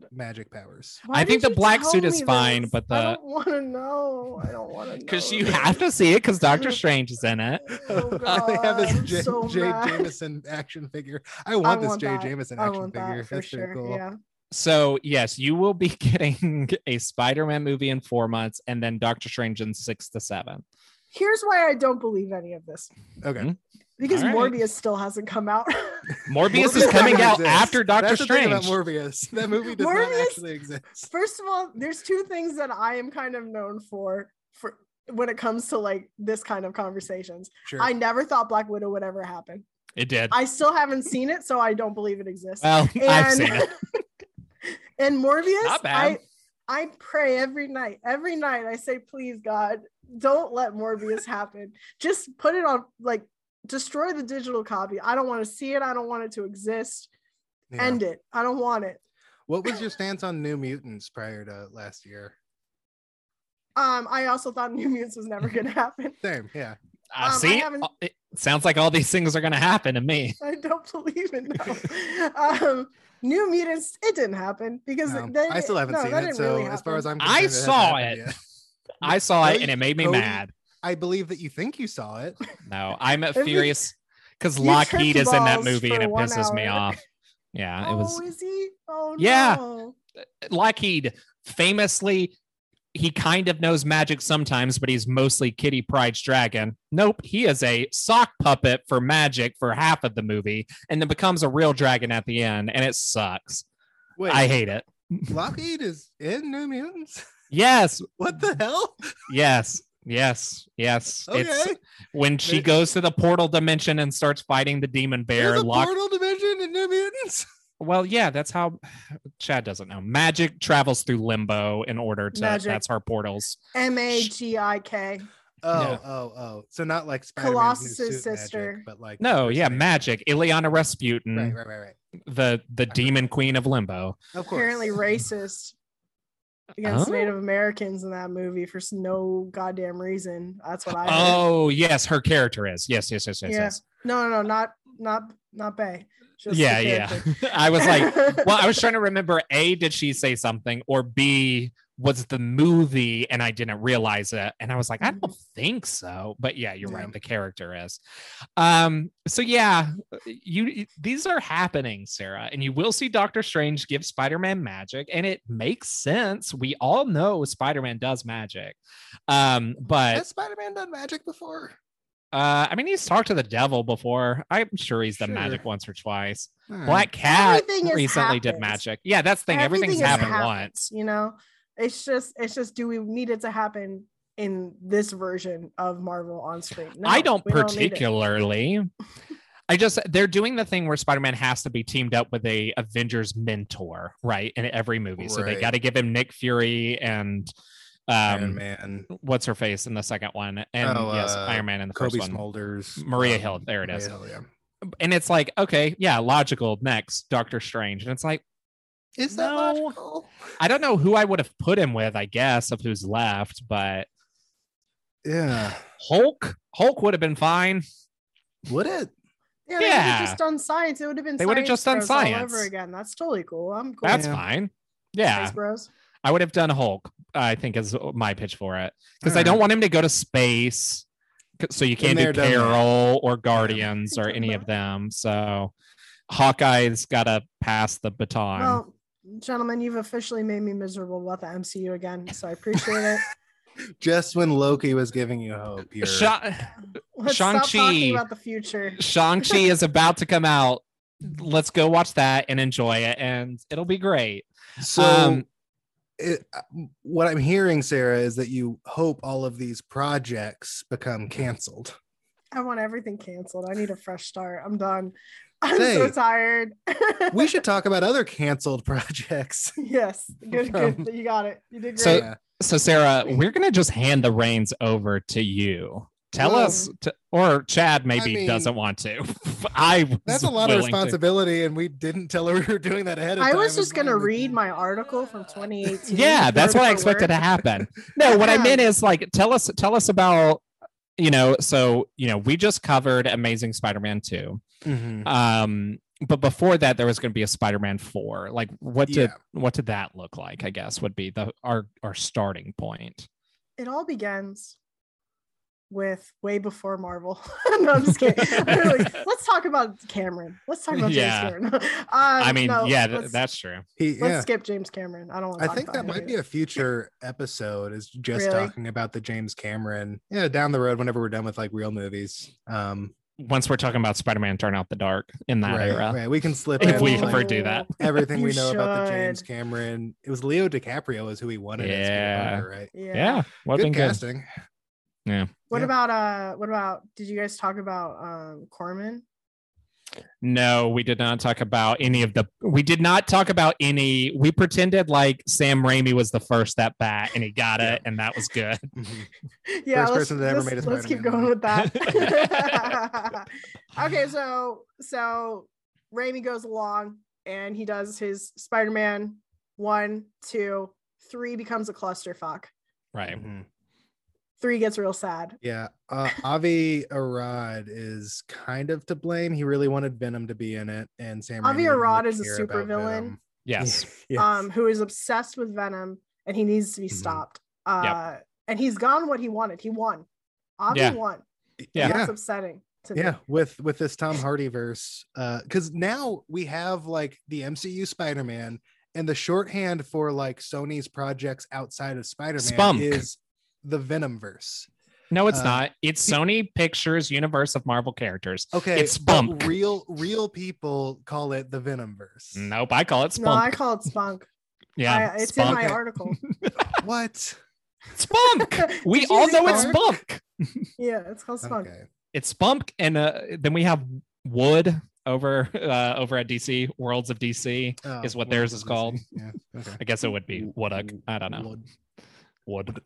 Speaker 4: God.
Speaker 2: magic powers.
Speaker 4: Why
Speaker 1: I think
Speaker 4: did
Speaker 1: the
Speaker 4: you
Speaker 1: black
Speaker 4: tell
Speaker 1: suit is
Speaker 4: me
Speaker 1: fine,
Speaker 4: this?
Speaker 1: but
Speaker 4: I
Speaker 1: the-
Speaker 4: don't want to know. I don't want to
Speaker 1: (laughs)
Speaker 4: know.
Speaker 1: Because you have to see it because Doctor Strange is in it.
Speaker 4: (laughs)
Speaker 2: (laughs)
Speaker 1: (laughs)
Speaker 4: Oh,
Speaker 2: I have
Speaker 4: God,
Speaker 2: this
Speaker 4: I'm
Speaker 2: J.
Speaker 4: so
Speaker 2: J.
Speaker 4: mad.
Speaker 2: Jameson action figure. I want this
Speaker 4: want
Speaker 2: J.
Speaker 4: that.
Speaker 2: Jameson
Speaker 4: I
Speaker 2: action
Speaker 4: want that
Speaker 2: figure.
Speaker 4: for
Speaker 2: That's pretty
Speaker 4: sure.
Speaker 2: cool.
Speaker 4: Yeah.
Speaker 1: So yes, you will be (laughs) getting a Spider-Man movie in four months, and then Doctor Strange in six to seven.
Speaker 4: Here's why I don't believe any of this.
Speaker 2: Okay.
Speaker 1: Mhm.
Speaker 4: because
Speaker 1: All right.
Speaker 4: Morbius still hasn't come out. (laughs)
Speaker 1: Morbius is coming
Speaker 2: doesn't
Speaker 1: out
Speaker 2: exist.
Speaker 1: after Doctor
Speaker 2: That's the thing
Speaker 1: Strange.
Speaker 2: about Morbius. (laughs) That movie does not
Speaker 4: Morbius-
Speaker 2: actually exist.
Speaker 4: First of all, there's two things that I am kind of known for for when it comes to like this kind of conversations.
Speaker 2: Sure.
Speaker 4: I never thought Black Widow would ever happen.
Speaker 1: It did.
Speaker 4: I still haven't seen it, so I don't believe it exists.
Speaker 1: well, I've
Speaker 4: (laughs)
Speaker 1: seen
Speaker 4: Um,
Speaker 1: it.
Speaker 4: and Morbius,
Speaker 1: Not
Speaker 4: I
Speaker 1: bad.
Speaker 4: I pray every night. Every night I say, please God, don't let
Speaker 2: (laughs)
Speaker 4: Morbius happen. Just put it on like destroy the digital copy. I don't want to see it. I don't want it to exist.
Speaker 2: Yeah.
Speaker 4: End it. I don't want it.
Speaker 2: what was your stance on New Mutants prior to last year?
Speaker 4: Um, I also thought (laughs) New Mutants was never gonna happen. (laughs)
Speaker 2: Same, yeah.
Speaker 1: I
Speaker 4: um, I
Speaker 1: see.
Speaker 4: haven't-
Speaker 1: it sounds like all these things are going to happen to me.
Speaker 4: I don't believe it
Speaker 2: (laughs)
Speaker 4: now. um, New Mutants, it didn't happen because
Speaker 2: Um,
Speaker 4: they-
Speaker 2: I still haven't
Speaker 4: no,
Speaker 2: seen
Speaker 4: that
Speaker 2: it.
Speaker 4: didn't
Speaker 2: So
Speaker 4: really
Speaker 2: as far as
Speaker 4: happen.
Speaker 1: I
Speaker 2: I'm concerned, it hasn't
Speaker 1: saw
Speaker 2: happened
Speaker 1: it.
Speaker 2: yet.
Speaker 1: I saw
Speaker 2: No,
Speaker 1: it and it made me
Speaker 2: Cody-
Speaker 1: mad.
Speaker 2: I believe that you think you
Speaker 1: (laughs)
Speaker 2: saw it.
Speaker 1: No, I'm a
Speaker 4: was-
Speaker 1: furious because
Speaker 4: You
Speaker 1: Lockheed
Speaker 4: tripped
Speaker 1: is in that
Speaker 4: balls
Speaker 1: movie
Speaker 4: for
Speaker 1: and it
Speaker 4: one
Speaker 1: pisses me
Speaker 4: hour.
Speaker 1: off. Yeah, it was
Speaker 4: Oh, is he? Oh
Speaker 1: Yeah.
Speaker 4: no.
Speaker 1: Lockheed famously he kind of knows magic sometimes, but he's mostly Kitty Pride's dragon. Nope, he is a sock puppet for magic for half of the movie and then becomes a real dragon at the end and it sucks.
Speaker 2: Wait,
Speaker 1: I hate it.
Speaker 2: Lockheed is in New Mutants? (laughs)
Speaker 1: Yes,
Speaker 2: What the hell?
Speaker 1: yes, yes, yes.
Speaker 2: Okay.
Speaker 1: It's when she
Speaker 2: There-
Speaker 1: goes to the portal dimension and starts fighting the demon bear.
Speaker 2: There's a
Speaker 1: Lock-
Speaker 2: portal division in New Mutants?
Speaker 1: Well, yeah, that's how Chad doesn't know. Magic travels through limbo in order to
Speaker 4: Magic.
Speaker 1: that's her portals.
Speaker 4: M A G I K.
Speaker 2: Oh,
Speaker 1: (laughs) Yeah.
Speaker 2: oh, oh. So not like Spider-Man's new
Speaker 4: Colossus's
Speaker 2: suit magic,
Speaker 4: sister.
Speaker 2: but like
Speaker 1: No,
Speaker 2: the
Speaker 1: yeah,
Speaker 2: person-
Speaker 1: magic. Ileana Rasputin,
Speaker 2: Right, right, right, right.
Speaker 1: the the demon queen of limbo.
Speaker 2: Of course.
Speaker 4: Apparently racist against
Speaker 1: Oh.
Speaker 4: Native Americans in that movie for s- no goddamn reason. That's what I heard.
Speaker 1: Oh, yes, her character is. Yes, yes, yes, yes,
Speaker 4: Yeah.
Speaker 1: yes.
Speaker 4: No, no, no, not not not Bay. Just the
Speaker 1: yeah, yeah.
Speaker 4: character.
Speaker 1: (laughs) I was
Speaker 4: (laughs)
Speaker 1: like, well, I was trying to remember A, did she say something? Or B was the movie and I didn't realize it. And I was like,
Speaker 4: Mm-hmm.
Speaker 1: I don't think so. But yeah, you're
Speaker 2: Yeah.
Speaker 1: right. The character is. Um, so yeah, you you- these are happening, Sarah, and you will see Doctor Strange give Spider-Man magic, and it makes sense. We all know Spider-Man does magic. Um, but
Speaker 2: Has Spider-Man done magic before?
Speaker 1: uh, I mean he's talked to the devil before. I'm sure he's done
Speaker 2: Sure. Hmm.
Speaker 1: magic once or twice.
Speaker 2: All right.
Speaker 1: Black Cat
Speaker 4: Everything has
Speaker 1: recently did
Speaker 4: happened.
Speaker 1: magic. Yeah, that's the thing. Everything's
Speaker 4: has
Speaker 1: happened once.
Speaker 4: You know, it's just it's just do we need it to happen in this version of Marvel on screen? No,
Speaker 1: I don't
Speaker 4: we need it.
Speaker 1: particularly. I just they're doing the thing where Spider-Man has to be teamed up with a Avengers mentor, right? In every movie. So they
Speaker 2: Right.
Speaker 1: got to give him Nick Fury and
Speaker 2: Iron
Speaker 1: um
Speaker 2: Man,
Speaker 1: what's her face in the second one and
Speaker 2: Oh,
Speaker 1: yes,
Speaker 2: uh,
Speaker 1: Iron Man in the
Speaker 2: Kobe
Speaker 1: first one.
Speaker 2: Smulders,
Speaker 1: Maria
Speaker 2: um,
Speaker 1: Hill, there it
Speaker 2: Maria
Speaker 1: is.
Speaker 2: Hill, yeah.
Speaker 1: And it's like, okay, yeah, logical next Doctor Strange. And it's like
Speaker 2: Is that
Speaker 1: No.
Speaker 2: logical?
Speaker 1: I don't know who I would have put him with, I guess, of who's left, but
Speaker 2: Yeah.
Speaker 1: Hulk, Hulk would have been fine.
Speaker 2: Would it?
Speaker 4: Yeah, they would've
Speaker 1: Yeah.
Speaker 4: just done science. It would have been.
Speaker 1: They would've
Speaker 4: science
Speaker 1: just done
Speaker 4: bros all
Speaker 1: science.
Speaker 4: over again. That's totally cool. I'm cool.
Speaker 1: That's
Speaker 2: Yeah.
Speaker 1: fine. Yeah.
Speaker 4: Thanks, bros.
Speaker 1: I would have done Hulk, I think is my pitch for it. Because I
Speaker 2: Alright.
Speaker 1: don't want him to go to space. 'Cause- So you can't do
Speaker 2: they're done that.
Speaker 1: Carol or Guardians or
Speaker 4: Done
Speaker 1: any of
Speaker 4: that.
Speaker 1: them. So Hawkeye's got to pass the baton.
Speaker 4: Well, gentlemen, you've officially made me miserable about the MCU again. So I appreciate
Speaker 1: (laughs)
Speaker 4: it.
Speaker 2: Just when Loki was giving you hope, you're
Speaker 1: Sha-
Speaker 4: Let's stop
Speaker 1: Shang-Chi.
Speaker 4: talking about the future.
Speaker 1: Shang-Chi is about to come out. Let's go watch that and enjoy it. And it'll be great.
Speaker 2: so.
Speaker 1: Um,
Speaker 2: it, uh, what I'm hearing, Sarah, is that you hope all of these projects become canceled.
Speaker 4: I want everything canceled. I need a fresh start. I'm done. (laughs) I'm so
Speaker 2: Hey.
Speaker 4: tired. (laughs)
Speaker 2: We should talk about other canceled (laughs) projects.
Speaker 4: yes,
Speaker 1: (laughs)
Speaker 4: good,
Speaker 2: Um,
Speaker 4: good. You got it. You did great.
Speaker 1: So-
Speaker 2: Yeah.
Speaker 1: So, Sarah, we're going to just hand the reins over to you. Tell
Speaker 2: Well,
Speaker 1: us, to, or Chad maybe
Speaker 2: mean,
Speaker 1: doesn't want to. (laughs) I was (laughs)
Speaker 2: that's a lot of
Speaker 1: willing to.
Speaker 2: responsibility, and we didn't tell her (laughs) we were doing that ahead of
Speaker 4: I
Speaker 2: time.
Speaker 4: was just
Speaker 2: It's fine
Speaker 4: gonna
Speaker 2: with
Speaker 4: read
Speaker 2: me.
Speaker 4: my article from 2018.
Speaker 1: Yeah, that's
Speaker 4: word
Speaker 1: what I
Speaker 4: for
Speaker 1: expected
Speaker 4: word.
Speaker 1: to happen. No,
Speaker 2: (laughs)
Speaker 1: what I
Speaker 4: Yeah.
Speaker 1: meant is like tell us tell us about you know so you know we just covered Amazing Spider-Man two.
Speaker 2: Mhm.
Speaker 1: Um, but before that there was going to be a Spider-Man four. Like what did what did that look like? I guess would be the our our starting point.
Speaker 4: It all begins with way before Marvel. (laughs) no, I'm just kidding. (laughs) I'm like, let's talk about Cameron. Let's talk about
Speaker 1: (laughs) Yeah.
Speaker 4: James Cameron. (laughs) um,
Speaker 1: I mean,
Speaker 4: no,
Speaker 1: yeah, th-
Speaker 4: let's-
Speaker 1: that's true.
Speaker 2: He-
Speaker 4: Let's
Speaker 2: yeah.
Speaker 4: skip James Cameron. I don't want.
Speaker 2: I think that might be a future episode is just
Speaker 4: Really?
Speaker 2: talking about the James Cameron. Yeah, down the road whenever we're done with like real movies. Um
Speaker 1: once we're talking about Spider-Man Turn Out the Dark in that
Speaker 2: right,
Speaker 1: era.
Speaker 2: right. We can slip
Speaker 1: If
Speaker 2: in,
Speaker 1: we
Speaker 2: like,
Speaker 1: ever do that.
Speaker 2: everything
Speaker 4: You
Speaker 2: we know about the
Speaker 4: should.
Speaker 2: James Cameron. It was Leo DiCaprio is who he wanted. as Peter
Speaker 1: Yeah.
Speaker 2: Parker, right.
Speaker 4: Yeah.
Speaker 1: Yeah. What
Speaker 2: Good
Speaker 1: been good.
Speaker 2: casting.
Speaker 1: (laughs)
Speaker 4: What
Speaker 2: Yeah.
Speaker 4: about uh what about did you guys talk about um Corman? (laughs)
Speaker 1: No, we did not talk about any of the we did not talk about any we pretended like Sam Raimi was the first at bat and he got it and that was good.
Speaker 2: Mhm.
Speaker 4: Yeah,
Speaker 2: First
Speaker 4: let's,
Speaker 2: person that ever made
Speaker 4: let's-
Speaker 2: a
Speaker 4: let's keep
Speaker 2: Spider-Man
Speaker 4: going
Speaker 2: movie.
Speaker 1: (laughs)
Speaker 4: with that. (laughs) okay, so so Raimi goes along and he does his Spider-Man one, two, three becomes a clusterfuck.
Speaker 1: Right.
Speaker 4: Mm-hmm.
Speaker 2: Mhm.
Speaker 4: Three gets real sad.
Speaker 2: Yeah. Uh, Avi Arad is kind of to blame. He really wanted Venom to be in it, and Sam. Raimi
Speaker 4: Avi
Speaker 2: didn't
Speaker 4: Arad
Speaker 2: really
Speaker 4: is a
Speaker 2: care about
Speaker 4: supervillain.
Speaker 2: Venom.
Speaker 1: Yes.
Speaker 2: (laughs)
Speaker 1: Mm-hmm.
Speaker 2: Yes.
Speaker 4: um, who is obsessed with Venom and he needs to be
Speaker 2: Mhm.
Speaker 4: stopped. Uh, And he's gotten what he wanted. He won. Avi
Speaker 1: Yeah.
Speaker 4: won.
Speaker 1: Yeah.
Speaker 4: That's upsetting to me.
Speaker 2: yeah with with this tom hardy verse uh because now we have like the mcu spider-man and the shorthand for like sony's projects outside of spider-man
Speaker 1: Spunk.
Speaker 2: is the venom verse
Speaker 1: No, it's
Speaker 2: Uh,
Speaker 1: not. It's Sony Pictures universe of Marvel characters.
Speaker 2: okay
Speaker 1: It's
Speaker 2: but
Speaker 1: Spunk.
Speaker 2: real real people call it the venom verse
Speaker 1: Nope, I call it
Speaker 4: No, I
Speaker 1: spunk.
Speaker 4: call it
Speaker 2: (laughs)
Speaker 4: spunk.
Speaker 1: yeah,
Speaker 4: I, it's
Speaker 1: spunk.
Speaker 4: in my article.
Speaker 2: what
Speaker 4: (laughs)
Speaker 1: spunk. We
Speaker 4: Did you
Speaker 1: all know
Speaker 4: see
Speaker 1: it's
Speaker 4: Spunk?
Speaker 1: spunk.
Speaker 4: Yeah, it's called spunk.
Speaker 2: okay
Speaker 1: It's spunk, and uh, then we have Wood over uh, over at DC Worlds of DC.
Speaker 2: Oh,
Speaker 1: Is what
Speaker 2: well,
Speaker 1: theirs is
Speaker 2: I see.
Speaker 1: called.
Speaker 2: yeah okay
Speaker 1: I guess it would be Wooduk. (laughs) I don't know.
Speaker 2: Wood-
Speaker 1: Wood.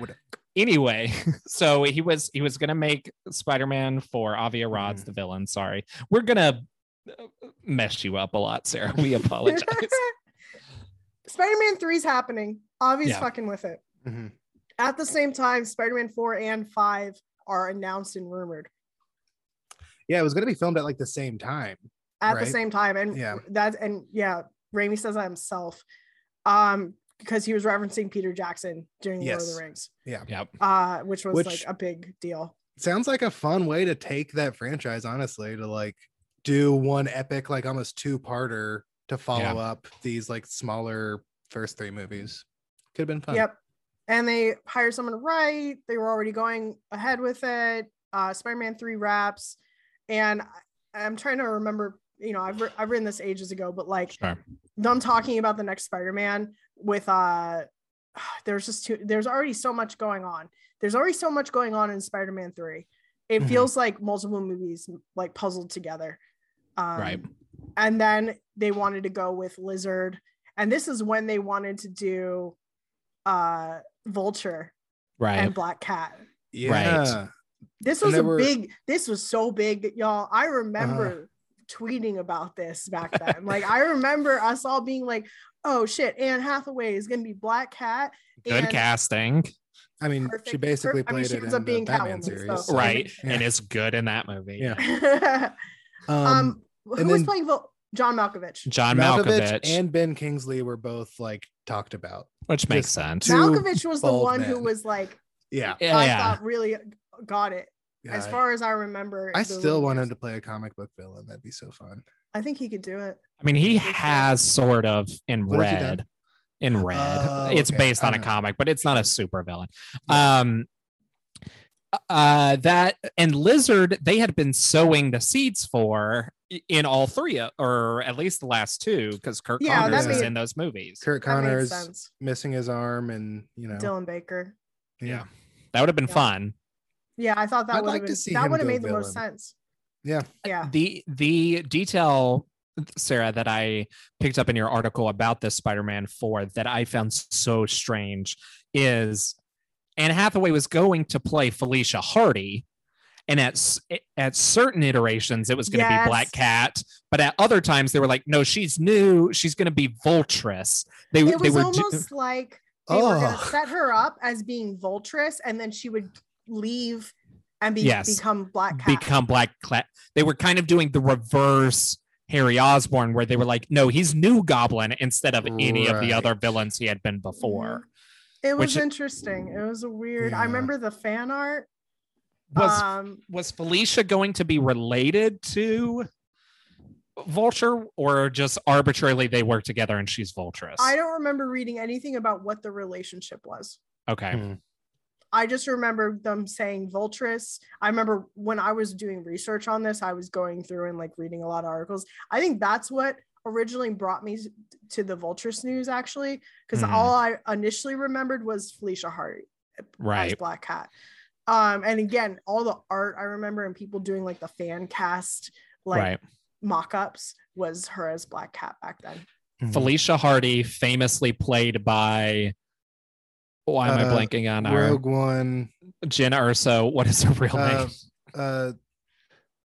Speaker 2: Wooduk.
Speaker 1: Anyway, (laughs) so he was he was gonna make Spider-Man for Avi Arad's
Speaker 2: Mm-hmm.
Speaker 1: the villain. Sorry, we're gonna uh, mess you up a lot, Sarah.
Speaker 2: (laughs)
Speaker 1: We apologize.
Speaker 4: (laughs) Spider-Man 3 is happening. Avi's
Speaker 1: Yeah.
Speaker 4: fucking with it.
Speaker 2: Mhm.
Speaker 4: At the same time, Spider-Man 4 and 5 are announced and rumored
Speaker 2: yeah it was gonna be filmed at like the same time
Speaker 4: at
Speaker 2: Right.
Speaker 4: the same time. And
Speaker 2: Yeah.
Speaker 4: that's and yeah, Raimi says that himself. Um, because he was referencing Peter Jackson during Lord of
Speaker 2: Yes.
Speaker 4: the Rings.
Speaker 1: yep.
Speaker 4: uh, which was
Speaker 2: Which-
Speaker 4: like a big deal.
Speaker 2: sounds like a fun way to take that franchise honestly to like do one epic like almost two parter to follow
Speaker 1: Yeah.
Speaker 2: up these like smaller first three movies could have been fun
Speaker 4: Yep. And they hired someone to write. They were already going ahead with it. Uh, Spider-Man three wraps, and I- I'm trying to remember. You know, I've, wri- I've written this ages ago, but like
Speaker 1: Sure.
Speaker 4: them talking about the next Spider-Man with uh, (sighs) there's just too there's already so much going on. There's already so much going on in Spider-Man three. It
Speaker 1: Mm-hmm.
Speaker 2: Mhm.
Speaker 4: feels like multiple movies like puzzled together. Um,
Speaker 1: Right.
Speaker 4: and then they wanted to go with lizard and this is when they wanted to do uh vulture
Speaker 1: Right.
Speaker 4: and black cat
Speaker 2: yeah
Speaker 4: this
Speaker 2: And
Speaker 4: was
Speaker 2: they
Speaker 4: a
Speaker 2: were- Uh-huh.
Speaker 4: big this was so big that y'all i remember tweeting about this back then like i remember us all being like oh shit anne hathaway is gonna be black cat
Speaker 1: Good
Speaker 4: and-
Speaker 1: casting.
Speaker 2: i mean she
Speaker 4: Perfect-
Speaker 2: basically
Speaker 4: I mean,
Speaker 2: played
Speaker 4: she
Speaker 2: it in
Speaker 4: ends up
Speaker 2: the
Speaker 4: being
Speaker 2: batman
Speaker 4: Catwoman,
Speaker 2: series
Speaker 4: so-
Speaker 1: right
Speaker 2: Yeah.
Speaker 1: and it's good in that movie
Speaker 2: Yeah.
Speaker 4: (laughs) um,
Speaker 2: um,
Speaker 4: who
Speaker 2: and
Speaker 4: was
Speaker 2: then-
Speaker 4: playing Vul- john malkovich
Speaker 1: john
Speaker 2: malkovich,
Speaker 1: malkovich,
Speaker 2: and ben kingsley were both like talked about
Speaker 1: which makes
Speaker 2: just
Speaker 1: sense
Speaker 2: two
Speaker 4: malkovich was the
Speaker 2: bald
Speaker 4: one who
Speaker 2: men.
Speaker 4: was like
Speaker 2: yeah,
Speaker 1: yeah,
Speaker 4: i
Speaker 1: yeah.
Speaker 4: thought really got it as
Speaker 2: yeah.
Speaker 4: far as i remember
Speaker 2: i
Speaker 4: the
Speaker 2: still
Speaker 4: rumors.
Speaker 2: want him to play a comic book villain that'd be so fun
Speaker 4: I think he could do it.
Speaker 1: i mean he has sort of in
Speaker 2: What has he
Speaker 1: red in red
Speaker 2: Oh,
Speaker 1: it's
Speaker 2: okay.
Speaker 1: based on a
Speaker 2: Uh-huh.
Speaker 1: comic but it's not a super villain um uh that and lizard they had been sowing the seeds for i- in all three o- or at least the last two because kurt
Speaker 4: Yeah,
Speaker 1: connors
Speaker 2: that
Speaker 1: is
Speaker 2: made-
Speaker 1: in those movies
Speaker 2: kurt
Speaker 4: That made
Speaker 2: connors
Speaker 4: sense.
Speaker 2: missing his arm and you know
Speaker 4: Dylan Baker.
Speaker 1: yeah that would have been
Speaker 4: Yeah.
Speaker 1: fun
Speaker 4: Yeah, I thought
Speaker 2: I'd
Speaker 4: that would
Speaker 2: like
Speaker 4: have
Speaker 2: to
Speaker 4: been
Speaker 2: see
Speaker 4: that
Speaker 2: him
Speaker 4: would have
Speaker 2: do a
Speaker 4: made the most
Speaker 2: villain.
Speaker 4: sense.
Speaker 2: Yeah.
Speaker 4: Yeah.
Speaker 1: the the detail sarah that i picked up in your article about this spider-man 4 that i found so strange is anne hathaway was going to play felicia hardy and at s- at certain iterations it was going to
Speaker 4: Yes.
Speaker 1: be black cat but at other times they were like no she's new she's going to be vultress they,
Speaker 4: It
Speaker 1: they
Speaker 4: was
Speaker 1: were do-
Speaker 4: almost like they were gonna set her up as being Vultress and then she would leave and be
Speaker 1: Yes.
Speaker 4: become Black Cat.
Speaker 1: become black cat they were kind of doing the reverse harry osborne where they were like no he's new goblin instead of any of the
Speaker 2: Right.
Speaker 1: other villains he had been before
Speaker 4: it was
Speaker 1: which-
Speaker 4: interesting. It was a weird.
Speaker 2: Yeah.
Speaker 4: I remember the fan art.
Speaker 1: was
Speaker 4: um
Speaker 1: was Felicia going to be related to Vulture or just arbitrarily they work together and she's Vulturous?
Speaker 4: I don't remember reading anything about what the relationship was.
Speaker 1: okay.
Speaker 2: Hmm.
Speaker 4: I just remember them saying Voltress. I remember when I was doing research on this, I was going through and like reading a lot of articles. I think that's what originally brought me to the Vulturous news actually, because
Speaker 1: Mhm.
Speaker 4: all I initially remembered was Felicia Hardy as
Speaker 1: Right.
Speaker 4: Black Cat. Um, and again, all the art I remember and people doing like the fan cast like
Speaker 1: right.
Speaker 4: mock-ups was her as Black Cat back then.
Speaker 2: Mhm.
Speaker 1: Felicia Hardy, famously played by. Why am I
Speaker 2: Uh,
Speaker 1: blanking on our
Speaker 2: Rogue One.
Speaker 1: Jenna Urso? What is her real
Speaker 2: Uh,
Speaker 1: name?
Speaker 2: uh,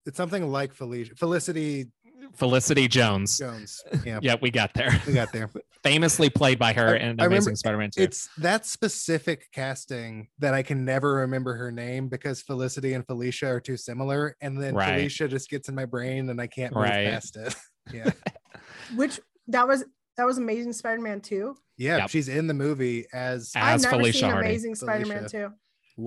Speaker 2: it's something like Felicia Felicity
Speaker 1: Felicity Jones.
Speaker 2: (laughs) Jones. Yeah,
Speaker 1: Yeah, we got there.
Speaker 2: we got there.
Speaker 1: Famously played by her
Speaker 2: I-
Speaker 1: in
Speaker 2: I remember-
Speaker 1: Amazing Spider-Man 2.
Speaker 2: It's that specific casting that I can never remember her name because Felicity and Felicia are too similar, and then
Speaker 1: Right.
Speaker 2: Felicia just gets in my brain and I can't move
Speaker 1: Right.
Speaker 2: past it. (laughs) yeah,
Speaker 4: Which that was that was Amazing Spider-Man 2.
Speaker 2: yeah,
Speaker 1: Yep.
Speaker 2: she's in the movie as
Speaker 1: As
Speaker 4: I've never
Speaker 1: Felicia
Speaker 4: seen
Speaker 1: Hardy.
Speaker 4: Amazing Spider-Man 2.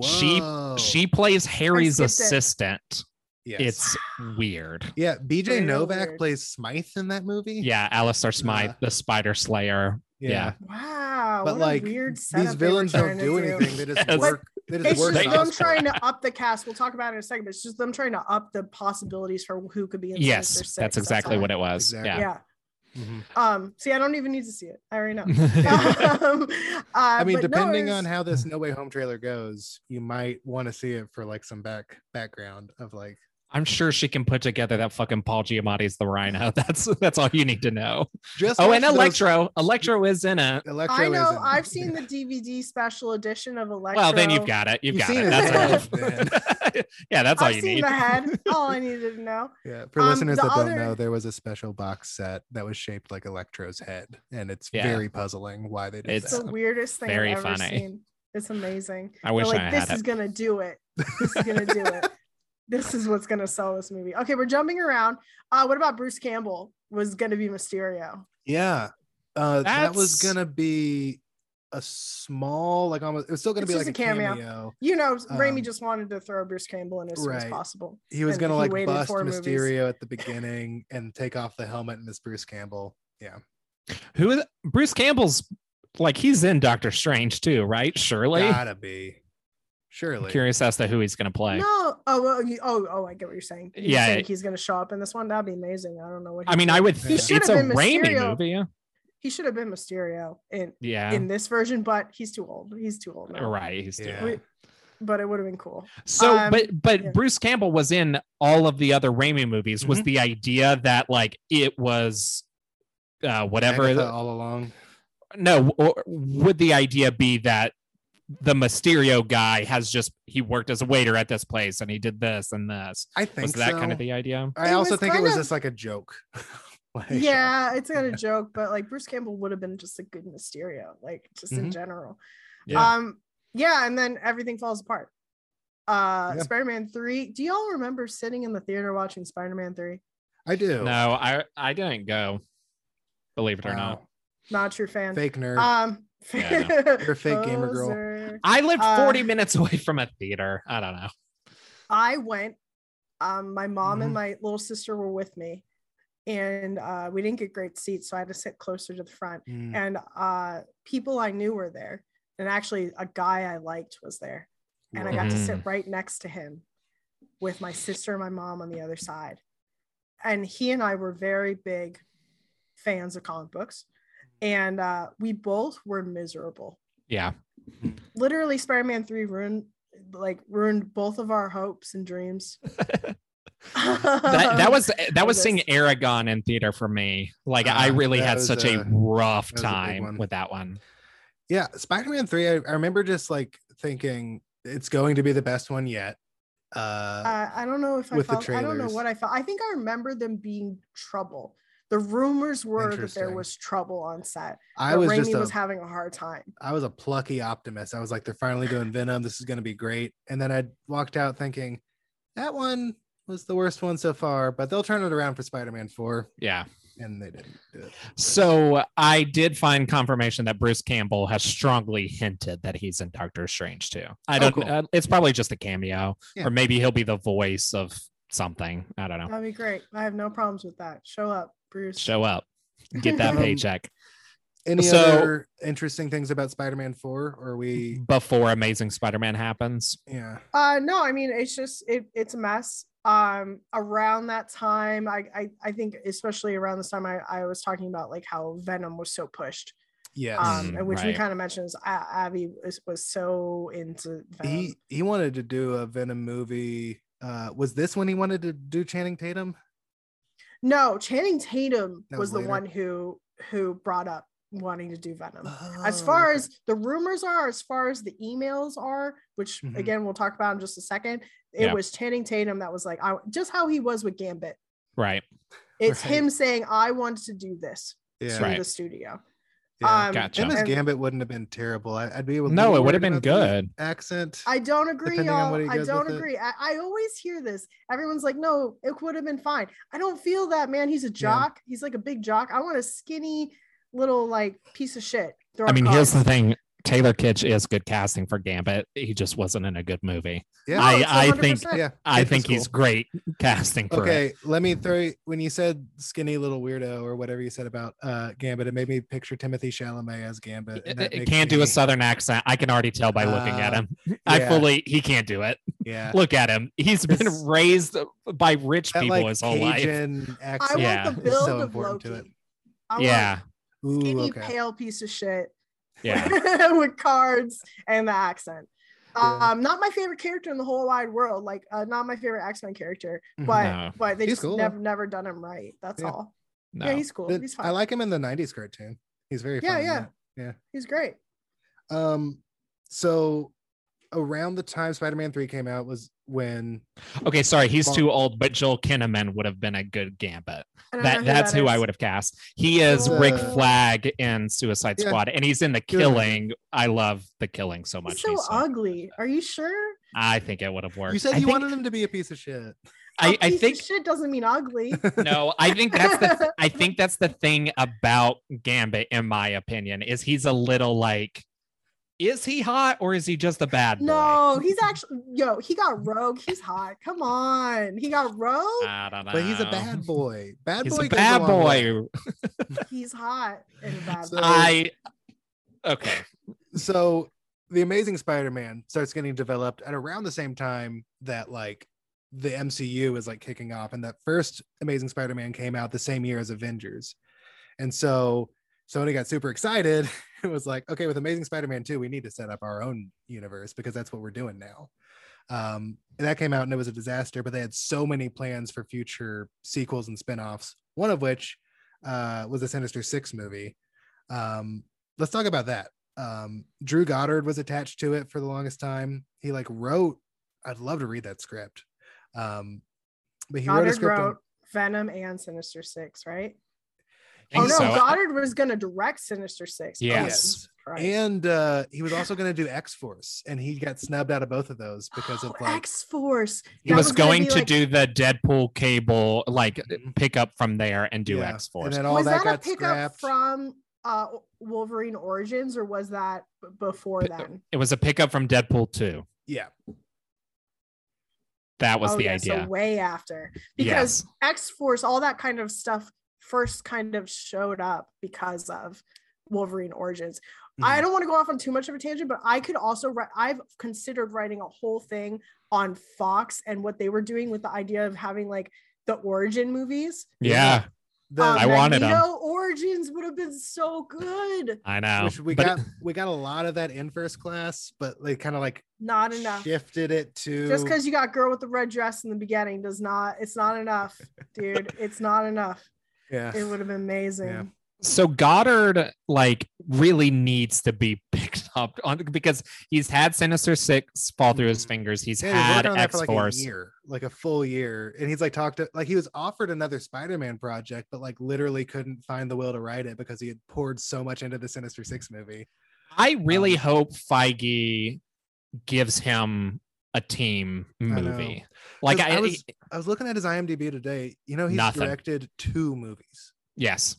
Speaker 1: She-
Speaker 2: Whoa.
Speaker 1: She plays Harry's
Speaker 4: skipped it.
Speaker 1: assistant.
Speaker 2: Oh. Yes.
Speaker 1: It's weird.
Speaker 2: yeah. BJ
Speaker 4: Real
Speaker 2: Novak
Speaker 4: weird.
Speaker 2: plays Smythe in that movie.
Speaker 1: Yeah, Alistair Smythe,
Speaker 2: Uh,
Speaker 1: the Spider Slayer. yeah.
Speaker 4: Wow.
Speaker 2: but
Speaker 4: what
Speaker 2: like
Speaker 4: a weird
Speaker 2: these
Speaker 4: setup they were
Speaker 2: villains
Speaker 4: trying
Speaker 2: don't
Speaker 4: to
Speaker 2: do anything. They
Speaker 1: (laughs)
Speaker 2: just
Speaker 1: Yes.
Speaker 2: work. They just
Speaker 4: It's
Speaker 2: work.
Speaker 4: just
Speaker 1: They-
Speaker 4: them
Speaker 2: soft for
Speaker 4: trying
Speaker 2: it.
Speaker 4: to up the cast. We'll talk about it in a second, but it's just them trying to up the possibilities for who could be in
Speaker 1: Yes,
Speaker 4: Sinister Six.
Speaker 1: that's exactly
Speaker 4: all.
Speaker 1: what it was.
Speaker 2: Exactly.
Speaker 4: Yeah.
Speaker 1: Yeah.
Speaker 2: Mhm.
Speaker 4: Um. See, I don't even need to see it. I already
Speaker 1: (laughs)
Speaker 4: know. (laughs) um, uh,
Speaker 2: I mean,
Speaker 4: but no,
Speaker 2: depending
Speaker 4: it
Speaker 2: on
Speaker 4: was-
Speaker 2: how this No Way Home trailer goes, you might want to see it for like some back background of like
Speaker 1: I'm sure she can put together that fucking Paul Giamatti's the Rhino. (laughs) That's that's all you need to know.
Speaker 2: just.
Speaker 1: Oh, and
Speaker 2: watch those-
Speaker 1: Electro. Electro is in it.
Speaker 2: Electro.
Speaker 4: I
Speaker 2: is
Speaker 4: know.
Speaker 2: in- (laughs)
Speaker 4: I've seen the DVD special edition of Electro.
Speaker 1: (laughs) Well, then you've got it. You've,
Speaker 2: You've
Speaker 1: got
Speaker 2: seen
Speaker 1: it.
Speaker 2: it
Speaker 1: That's
Speaker 2: then.
Speaker 1: enough. (laughs) yeah, that's all
Speaker 4: I've
Speaker 1: you
Speaker 4: seen
Speaker 1: need. (laughs)
Speaker 4: the head. All I needed to know.
Speaker 2: Yeah, for
Speaker 4: Um,
Speaker 2: listeners
Speaker 4: the
Speaker 2: that
Speaker 4: other-
Speaker 2: don't know, there was a special box set that was shaped like Electro's head, and it's
Speaker 1: Yeah.
Speaker 2: very puzzling why they did
Speaker 4: It's
Speaker 1: It's-
Speaker 2: that.
Speaker 4: the weirdest thing
Speaker 1: very
Speaker 4: I've ever
Speaker 1: funny.
Speaker 4: seen. It's amazing.
Speaker 1: I
Speaker 4: They're
Speaker 1: wish I
Speaker 4: like,
Speaker 1: had
Speaker 4: this
Speaker 1: it.
Speaker 4: is gonna do it. This is gonna do
Speaker 1: (laughs)
Speaker 4: it. This is what's gonna sell this movie. Okay, we're jumping around. Uh, what about Bruce Campbell was gonna be Mysterio?
Speaker 2: Yeah, uh, that was
Speaker 1: That's-
Speaker 2: gonna be a small, like almost. It was still gonna
Speaker 4: It's
Speaker 2: be
Speaker 4: just
Speaker 2: like a
Speaker 4: a cameo.
Speaker 2: cameo.
Speaker 4: You know, Raimi
Speaker 2: Um,
Speaker 4: just wanted to throw Bruce Campbell in as soon as
Speaker 2: right.
Speaker 4: possible.
Speaker 2: He was
Speaker 4: And
Speaker 2: gonna
Speaker 4: he
Speaker 2: like
Speaker 4: waited
Speaker 2: bust
Speaker 4: four movies.
Speaker 2: Mysterio at the beginning and take off the helmet, and Miss Bruce Campbell. Yeah,
Speaker 1: Who is Bruce Campbell's like he's in Doctor Strange too, right? Surely.
Speaker 2: gotta be.
Speaker 1: I'm
Speaker 2: Surely,
Speaker 1: curious as to who he's gonna play.
Speaker 4: No, oh, well, you, oh, oh, I get what you're saying. You're
Speaker 1: Yeah,
Speaker 4: saying
Speaker 1: it-
Speaker 4: he's gonna show up in this one. That'd be amazing. I don't know what.
Speaker 1: I mean, I would
Speaker 2: He
Speaker 1: think
Speaker 4: should
Speaker 1: it's a
Speaker 4: have been
Speaker 1: Raimi
Speaker 4: Mysterio.
Speaker 1: movie. yeah.
Speaker 4: He should have been Mysterio in
Speaker 1: Yeah.
Speaker 4: in this version, but he's too old. He's too old. Now.
Speaker 1: right. He's doing
Speaker 2: Yeah.
Speaker 4: We- but it would have
Speaker 2: (laughs)
Speaker 4: been cool.
Speaker 1: So,
Speaker 4: Um,
Speaker 1: but but
Speaker 4: yeah.
Speaker 1: Bruce Campbell was in all of the other Raimi movies.
Speaker 2: Mm-hmm.
Speaker 1: Was the idea that like it was uh, whatever?
Speaker 2: Agatha all along.
Speaker 1: No, or would the idea be that the Mysterio guy has just he worked as a waiter at this place and he did this and this?
Speaker 2: I think
Speaker 1: Was that
Speaker 2: so.
Speaker 1: kind of the idea?
Speaker 2: I
Speaker 4: It
Speaker 2: also
Speaker 4: was
Speaker 2: think it
Speaker 4: kind
Speaker 2: was
Speaker 4: of-
Speaker 2: just like a joke. (laughs) Like-
Speaker 4: yeah, it's not a joke, but like Bruce Campbell would have been just a good Mysterio, like just in
Speaker 2: Mhm.
Speaker 4: general.
Speaker 1: Mm-hmm. Yeah.
Speaker 4: Um, yeah, and then everything falls apart. Uh
Speaker 2: Yeah.
Speaker 4: Spider-Man 3. Do y'all remember sitting in the theater watching Spider-Man 3?
Speaker 2: I do.
Speaker 1: No, I I didn't go. Believe it or not,
Speaker 2: Wow.
Speaker 4: Not your fan.
Speaker 2: Fake nerd.
Speaker 4: Um (laughs)
Speaker 1: Yeah,
Speaker 2: You're a fake gamer girl.
Speaker 4: Poser.
Speaker 1: I lived
Speaker 4: Uh,
Speaker 1: forty minutes (laughs) away from a theater. I don't know.
Speaker 4: I went. Um, my mom and
Speaker 2: Mhm.
Speaker 4: my little sister were with me, and uh, we didn't get great seats, so I had to sit closer to the front.
Speaker 2: Mm.
Speaker 4: and uh people i knew were there and actually a guy i liked was there and i got to
Speaker 1: Mm.
Speaker 4: sit right next to him with my sister and my mom on the other side and he and i were very big fans of comic books and uh, we both were miserable
Speaker 1: Yeah.
Speaker 4: literally spider-man 3 ruined like ruined both of our hopes and dreams
Speaker 1: (laughs) that, that (laughs) was that was
Speaker 4: this.
Speaker 1: seeing Aragon in theater for me. Like I
Speaker 2: Uh,
Speaker 1: really
Speaker 2: that
Speaker 1: had
Speaker 2: was
Speaker 1: such a,
Speaker 2: a-
Speaker 1: rough
Speaker 2: that was a big
Speaker 1: time
Speaker 2: one.
Speaker 1: with that one.
Speaker 2: Yeah, Spider-Man 3, I, I remember just like thinking it's going to be the best one yet. Uh,
Speaker 4: uh, I don't know if I
Speaker 2: with the
Speaker 4: felt. I don't know
Speaker 2: trailers.
Speaker 4: what I felt. I think I remember them being trouble. The rumors were that there
Speaker 2: Interesting.
Speaker 4: was trouble on set.
Speaker 2: I
Speaker 4: That
Speaker 2: was
Speaker 4: Raimi
Speaker 2: just a,
Speaker 4: was having a hard time.
Speaker 2: I was a plucky optimist. I was like, they're finally doing Venom. This is going to be great. And then I walked out thinking that one was the worst one so far, but they'll turn it around for Spider-Man 4.
Speaker 1: Yeah.
Speaker 2: And they didn't do it.
Speaker 1: So I did find confirmation that Bruce Campbell has strongly hinted that he's in Doctor Strange too. I
Speaker 2: Oh,
Speaker 1: don't.
Speaker 2: cool.
Speaker 1: uh, it's probably just a cameo,
Speaker 2: Yeah.
Speaker 1: or maybe he'll be the voice of something. I don't know.
Speaker 4: That'd be great. I have no problems with that. Show up,
Speaker 1: (laughs)
Speaker 4: Bruce.
Speaker 1: Show up, get that
Speaker 2: Um,
Speaker 1: paycheck.
Speaker 2: Any
Speaker 1: So-
Speaker 2: other interesting things about Spider-Man 4? Or are we
Speaker 1: before Amazing Spider-Man happens.
Speaker 2: yeah.
Speaker 4: Uh, no, I mean it's just it, it's a mess. Um, around that time, I, I I think especially around this time, I I was talking about like how Venom was so pushed,
Speaker 2: Yes.
Speaker 4: um, and which we
Speaker 1: right.
Speaker 4: kind of mentioned is A- Abby was, was so into Venom.
Speaker 2: he he wanted to do a Venom movie. Uh was this when he wanted to do Channing Tatum?
Speaker 4: no, Channing Tatum
Speaker 2: That
Speaker 4: was,
Speaker 2: was
Speaker 4: the
Speaker 2: later.
Speaker 4: one who who brought up wanting to do Venom.
Speaker 2: Oh,
Speaker 1: Oh,
Speaker 4: as far as the rumors are, as far as the emails are, which
Speaker 2: Mhm.
Speaker 4: again we'll talk about in just a second, it
Speaker 1: Yeah.
Speaker 4: was Channing Tatum that was like, I just how he was with Gambit.
Speaker 1: Right.
Speaker 4: It's
Speaker 2: Right.
Speaker 4: him saying, I wanted to do this
Speaker 2: yeah,
Speaker 4: to
Speaker 1: Right.
Speaker 4: the studio.
Speaker 2: yeah.
Speaker 4: Um,
Speaker 1: Gotcha.
Speaker 2: Emma's
Speaker 4: and
Speaker 2: Gambit wouldn't have been terrible. I, I'd be a
Speaker 1: No,
Speaker 2: little
Speaker 1: it would have
Speaker 2: worried
Speaker 1: been
Speaker 2: about the
Speaker 1: good.
Speaker 2: Accent.
Speaker 4: I don't agree,
Speaker 2: Depending on
Speaker 4: y'all.
Speaker 2: what he
Speaker 4: I
Speaker 2: goes
Speaker 4: don't
Speaker 2: with it.
Speaker 4: agree. I, I always hear this. Everyone's like, no, it would have been fine. I don't feel that, man. He's a jock. He's like a big jock. I want a skinny little like piece of shit.
Speaker 1: I
Speaker 4: throwing
Speaker 1: mean, here's the
Speaker 4: cards.
Speaker 1: thing. Taylor Kitsch is good casting for Gambit. He just wasn't in a good movie.
Speaker 2: yeah.
Speaker 1: I-
Speaker 4: it's
Speaker 1: I think-
Speaker 4: (laughs) 100%.
Speaker 2: yeah.
Speaker 1: I
Speaker 2: Kitsch was
Speaker 1: think he's
Speaker 2: cool.
Speaker 1: great casting for it.
Speaker 2: Okay, let me throw you- when you said skinny little weirdo or whatever you said about uh Gambit, it made me picture Timothy Chalamet as Gambit. and that
Speaker 1: It
Speaker 2: makes
Speaker 1: can't do
Speaker 2: me-
Speaker 1: a southern accent. I can already tell by looking at
Speaker 2: Uh,
Speaker 1: him. I
Speaker 2: yeah.
Speaker 1: fully he can't do it.
Speaker 2: (laughs)
Speaker 1: (laughs)
Speaker 2: Yeah.
Speaker 1: Look at him. He's been
Speaker 2: It's-
Speaker 1: raised by rich
Speaker 2: That
Speaker 1: people
Speaker 2: like
Speaker 1: his whole life.
Speaker 2: Cajun
Speaker 4: I
Speaker 2: accent.
Speaker 4: want
Speaker 1: Yeah,
Speaker 2: it's
Speaker 4: the build
Speaker 2: so
Speaker 4: of
Speaker 2: important
Speaker 4: Loki.
Speaker 2: to
Speaker 4: I
Speaker 2: (laughs)
Speaker 4: want
Speaker 1: Yeah.
Speaker 2: Ooh,
Speaker 4: skinny,
Speaker 2: okay.
Speaker 4: pale piece of shit
Speaker 1: Yeah.
Speaker 4: (laughs) with cards and the accent.
Speaker 2: Yeah.
Speaker 4: Um, not my favorite character in the whole wide world. Like, uh, not my favorite X Men character,
Speaker 2: Mhm.
Speaker 4: but
Speaker 1: No.
Speaker 4: but they
Speaker 2: He's
Speaker 4: just
Speaker 2: cool, though.
Speaker 4: never never done him right. That's
Speaker 2: Yeah.
Speaker 4: all.
Speaker 1: No.
Speaker 4: Yeah, he's cool.
Speaker 2: But
Speaker 4: he's fine.
Speaker 2: I like him in the 90s cartoon. He's very
Speaker 4: Yeah,
Speaker 2: fun in
Speaker 4: yeah.
Speaker 2: that.
Speaker 4: he's great.
Speaker 2: Um so around the time Spider-Man 3 came out was when
Speaker 1: okay, sorry, he's
Speaker 2: Well-
Speaker 1: too old, but Joel Kinnaman would have been a good Gambit.
Speaker 4: I don't know
Speaker 1: That that's who
Speaker 4: is.
Speaker 1: I would have cast. He is
Speaker 2: He's,
Speaker 1: Rick
Speaker 2: uh,
Speaker 1: Flag in Suicide
Speaker 2: Yeah.
Speaker 1: Squad, and he's in The
Speaker 2: Good.
Speaker 1: Killing. I love The Killing so much.
Speaker 4: He's so
Speaker 1: He's so-
Speaker 4: ugly. Are you sure?
Speaker 1: I think it would have worked.
Speaker 2: you said
Speaker 1: I
Speaker 2: you
Speaker 1: think-
Speaker 2: wanted him to be a piece of shit.
Speaker 1: I,
Speaker 4: A
Speaker 1: I
Speaker 4: piece of
Speaker 1: think
Speaker 4: shit doesn't mean ugly.
Speaker 1: no i think
Speaker 2: (laughs)
Speaker 1: that's
Speaker 4: (laughs)
Speaker 1: the th- i think that's the thing about gambit in my opinion is he's a little like is he hot or is he just a bad boy
Speaker 4: no, he's actually yo. He got rogue. He's hot. Come on, he got rogue.
Speaker 1: i don't know
Speaker 2: But he's a bad boy. Bad
Speaker 1: he's
Speaker 2: boy.
Speaker 1: a
Speaker 2: goes
Speaker 1: bad
Speaker 2: long way.
Speaker 1: boy
Speaker 4: He's hot and a bad.
Speaker 2: So-
Speaker 4: boy.
Speaker 1: (laughs) i okay
Speaker 2: so the amazing spider-man starts getting developed at around the same time that like the mcu is like kicking off and that first amazing spider-man came out the same year as avengers and so sony got super excited (laughs) it was like okay with amazing spider-man 2 we need to set up our own universe because that's what we're doing now um and that came out and it was a disaster but they had so many plans for future sequels and spin-offs one of which uh was a sinister six movie um let's talk about that um drew goddard was attached to it for the longest time he like wrote i'd love to read that script um but he wrote a
Speaker 4: Goddard
Speaker 2: script on-
Speaker 4: wrote Venom and Sinister Six, right?
Speaker 1: I
Speaker 4: Oh
Speaker 1: think
Speaker 4: no,
Speaker 1: so.
Speaker 4: Goddard was gonna direct Sinister Six. Oh,
Speaker 1: Yes.
Speaker 4: Jesus Christ.
Speaker 2: and uh he was also going to do x-force and he got snubbed out of both of those because of
Speaker 4: Oh,
Speaker 2: like
Speaker 4: X Force.
Speaker 1: he
Speaker 4: That
Speaker 1: was,
Speaker 4: was gonna
Speaker 1: going
Speaker 4: be
Speaker 1: to
Speaker 4: like-
Speaker 1: do the deadpool cable like
Speaker 2: Mhm.
Speaker 1: pick up from there and do
Speaker 2: Yeah,
Speaker 1: x force
Speaker 2: and then all
Speaker 4: was
Speaker 2: that,
Speaker 4: that,
Speaker 2: got
Speaker 4: a pickup
Speaker 2: scrapped
Speaker 4: from uh, Wolverine Origins, or was that b- before
Speaker 1: P-
Speaker 4: then?
Speaker 1: it was a pickup from deadpool 2
Speaker 2: yeah
Speaker 1: that was
Speaker 4: oh
Speaker 1: the
Speaker 4: yeah,
Speaker 1: idea
Speaker 4: so way after because
Speaker 1: yes
Speaker 4: X Force, all that kind of stuff first kind of showed up because of Wolverine Origins. I
Speaker 1: Mm-hmm.
Speaker 2: Mhm.
Speaker 4: don't want to go off on too much of a tangent, but I could also write, I've considered writing a whole thing on Fox and what they were doing with the idea of having like the origin movies.
Speaker 1: yeah
Speaker 2: the,
Speaker 4: Uh,
Speaker 1: I wanted 'em.
Speaker 4: Magneto origins would have been so good.
Speaker 1: i know
Speaker 2: which we
Speaker 1: But-
Speaker 2: got we got a lot of that in first class but they kind of like
Speaker 4: Not enough.
Speaker 2: shifted it to
Speaker 4: Just because you got girl with the red dress in the beginning does not, it's not enough, dude. it's not enough.
Speaker 2: yeah
Speaker 1: (sighs)
Speaker 4: It would have been amazing.
Speaker 2: Yeah.
Speaker 1: so Goddard like really needs to be (laughs) picked up on because he's had Sinister Six fall through his
Speaker 2: Mhm.
Speaker 1: fingers. He's
Speaker 2: Yeah, he
Speaker 1: had
Speaker 2: worked on that
Speaker 1: X
Speaker 2: for like a
Speaker 1: Force.
Speaker 2: year, like a full year, and he's like talked to like he was offered another Spider-Man project, but like literally couldn't find the will to write it because he had poured so much into the Sinister Six movie.
Speaker 1: I really
Speaker 2: Um,
Speaker 1: hope Feige gives him a team
Speaker 2: know.
Speaker 1: movie. Like
Speaker 2: 'Cause
Speaker 1: I,
Speaker 2: I was- I was looking at his IMDb today. You know, he's
Speaker 1: Nothing.
Speaker 2: directed two movies,
Speaker 1: yes,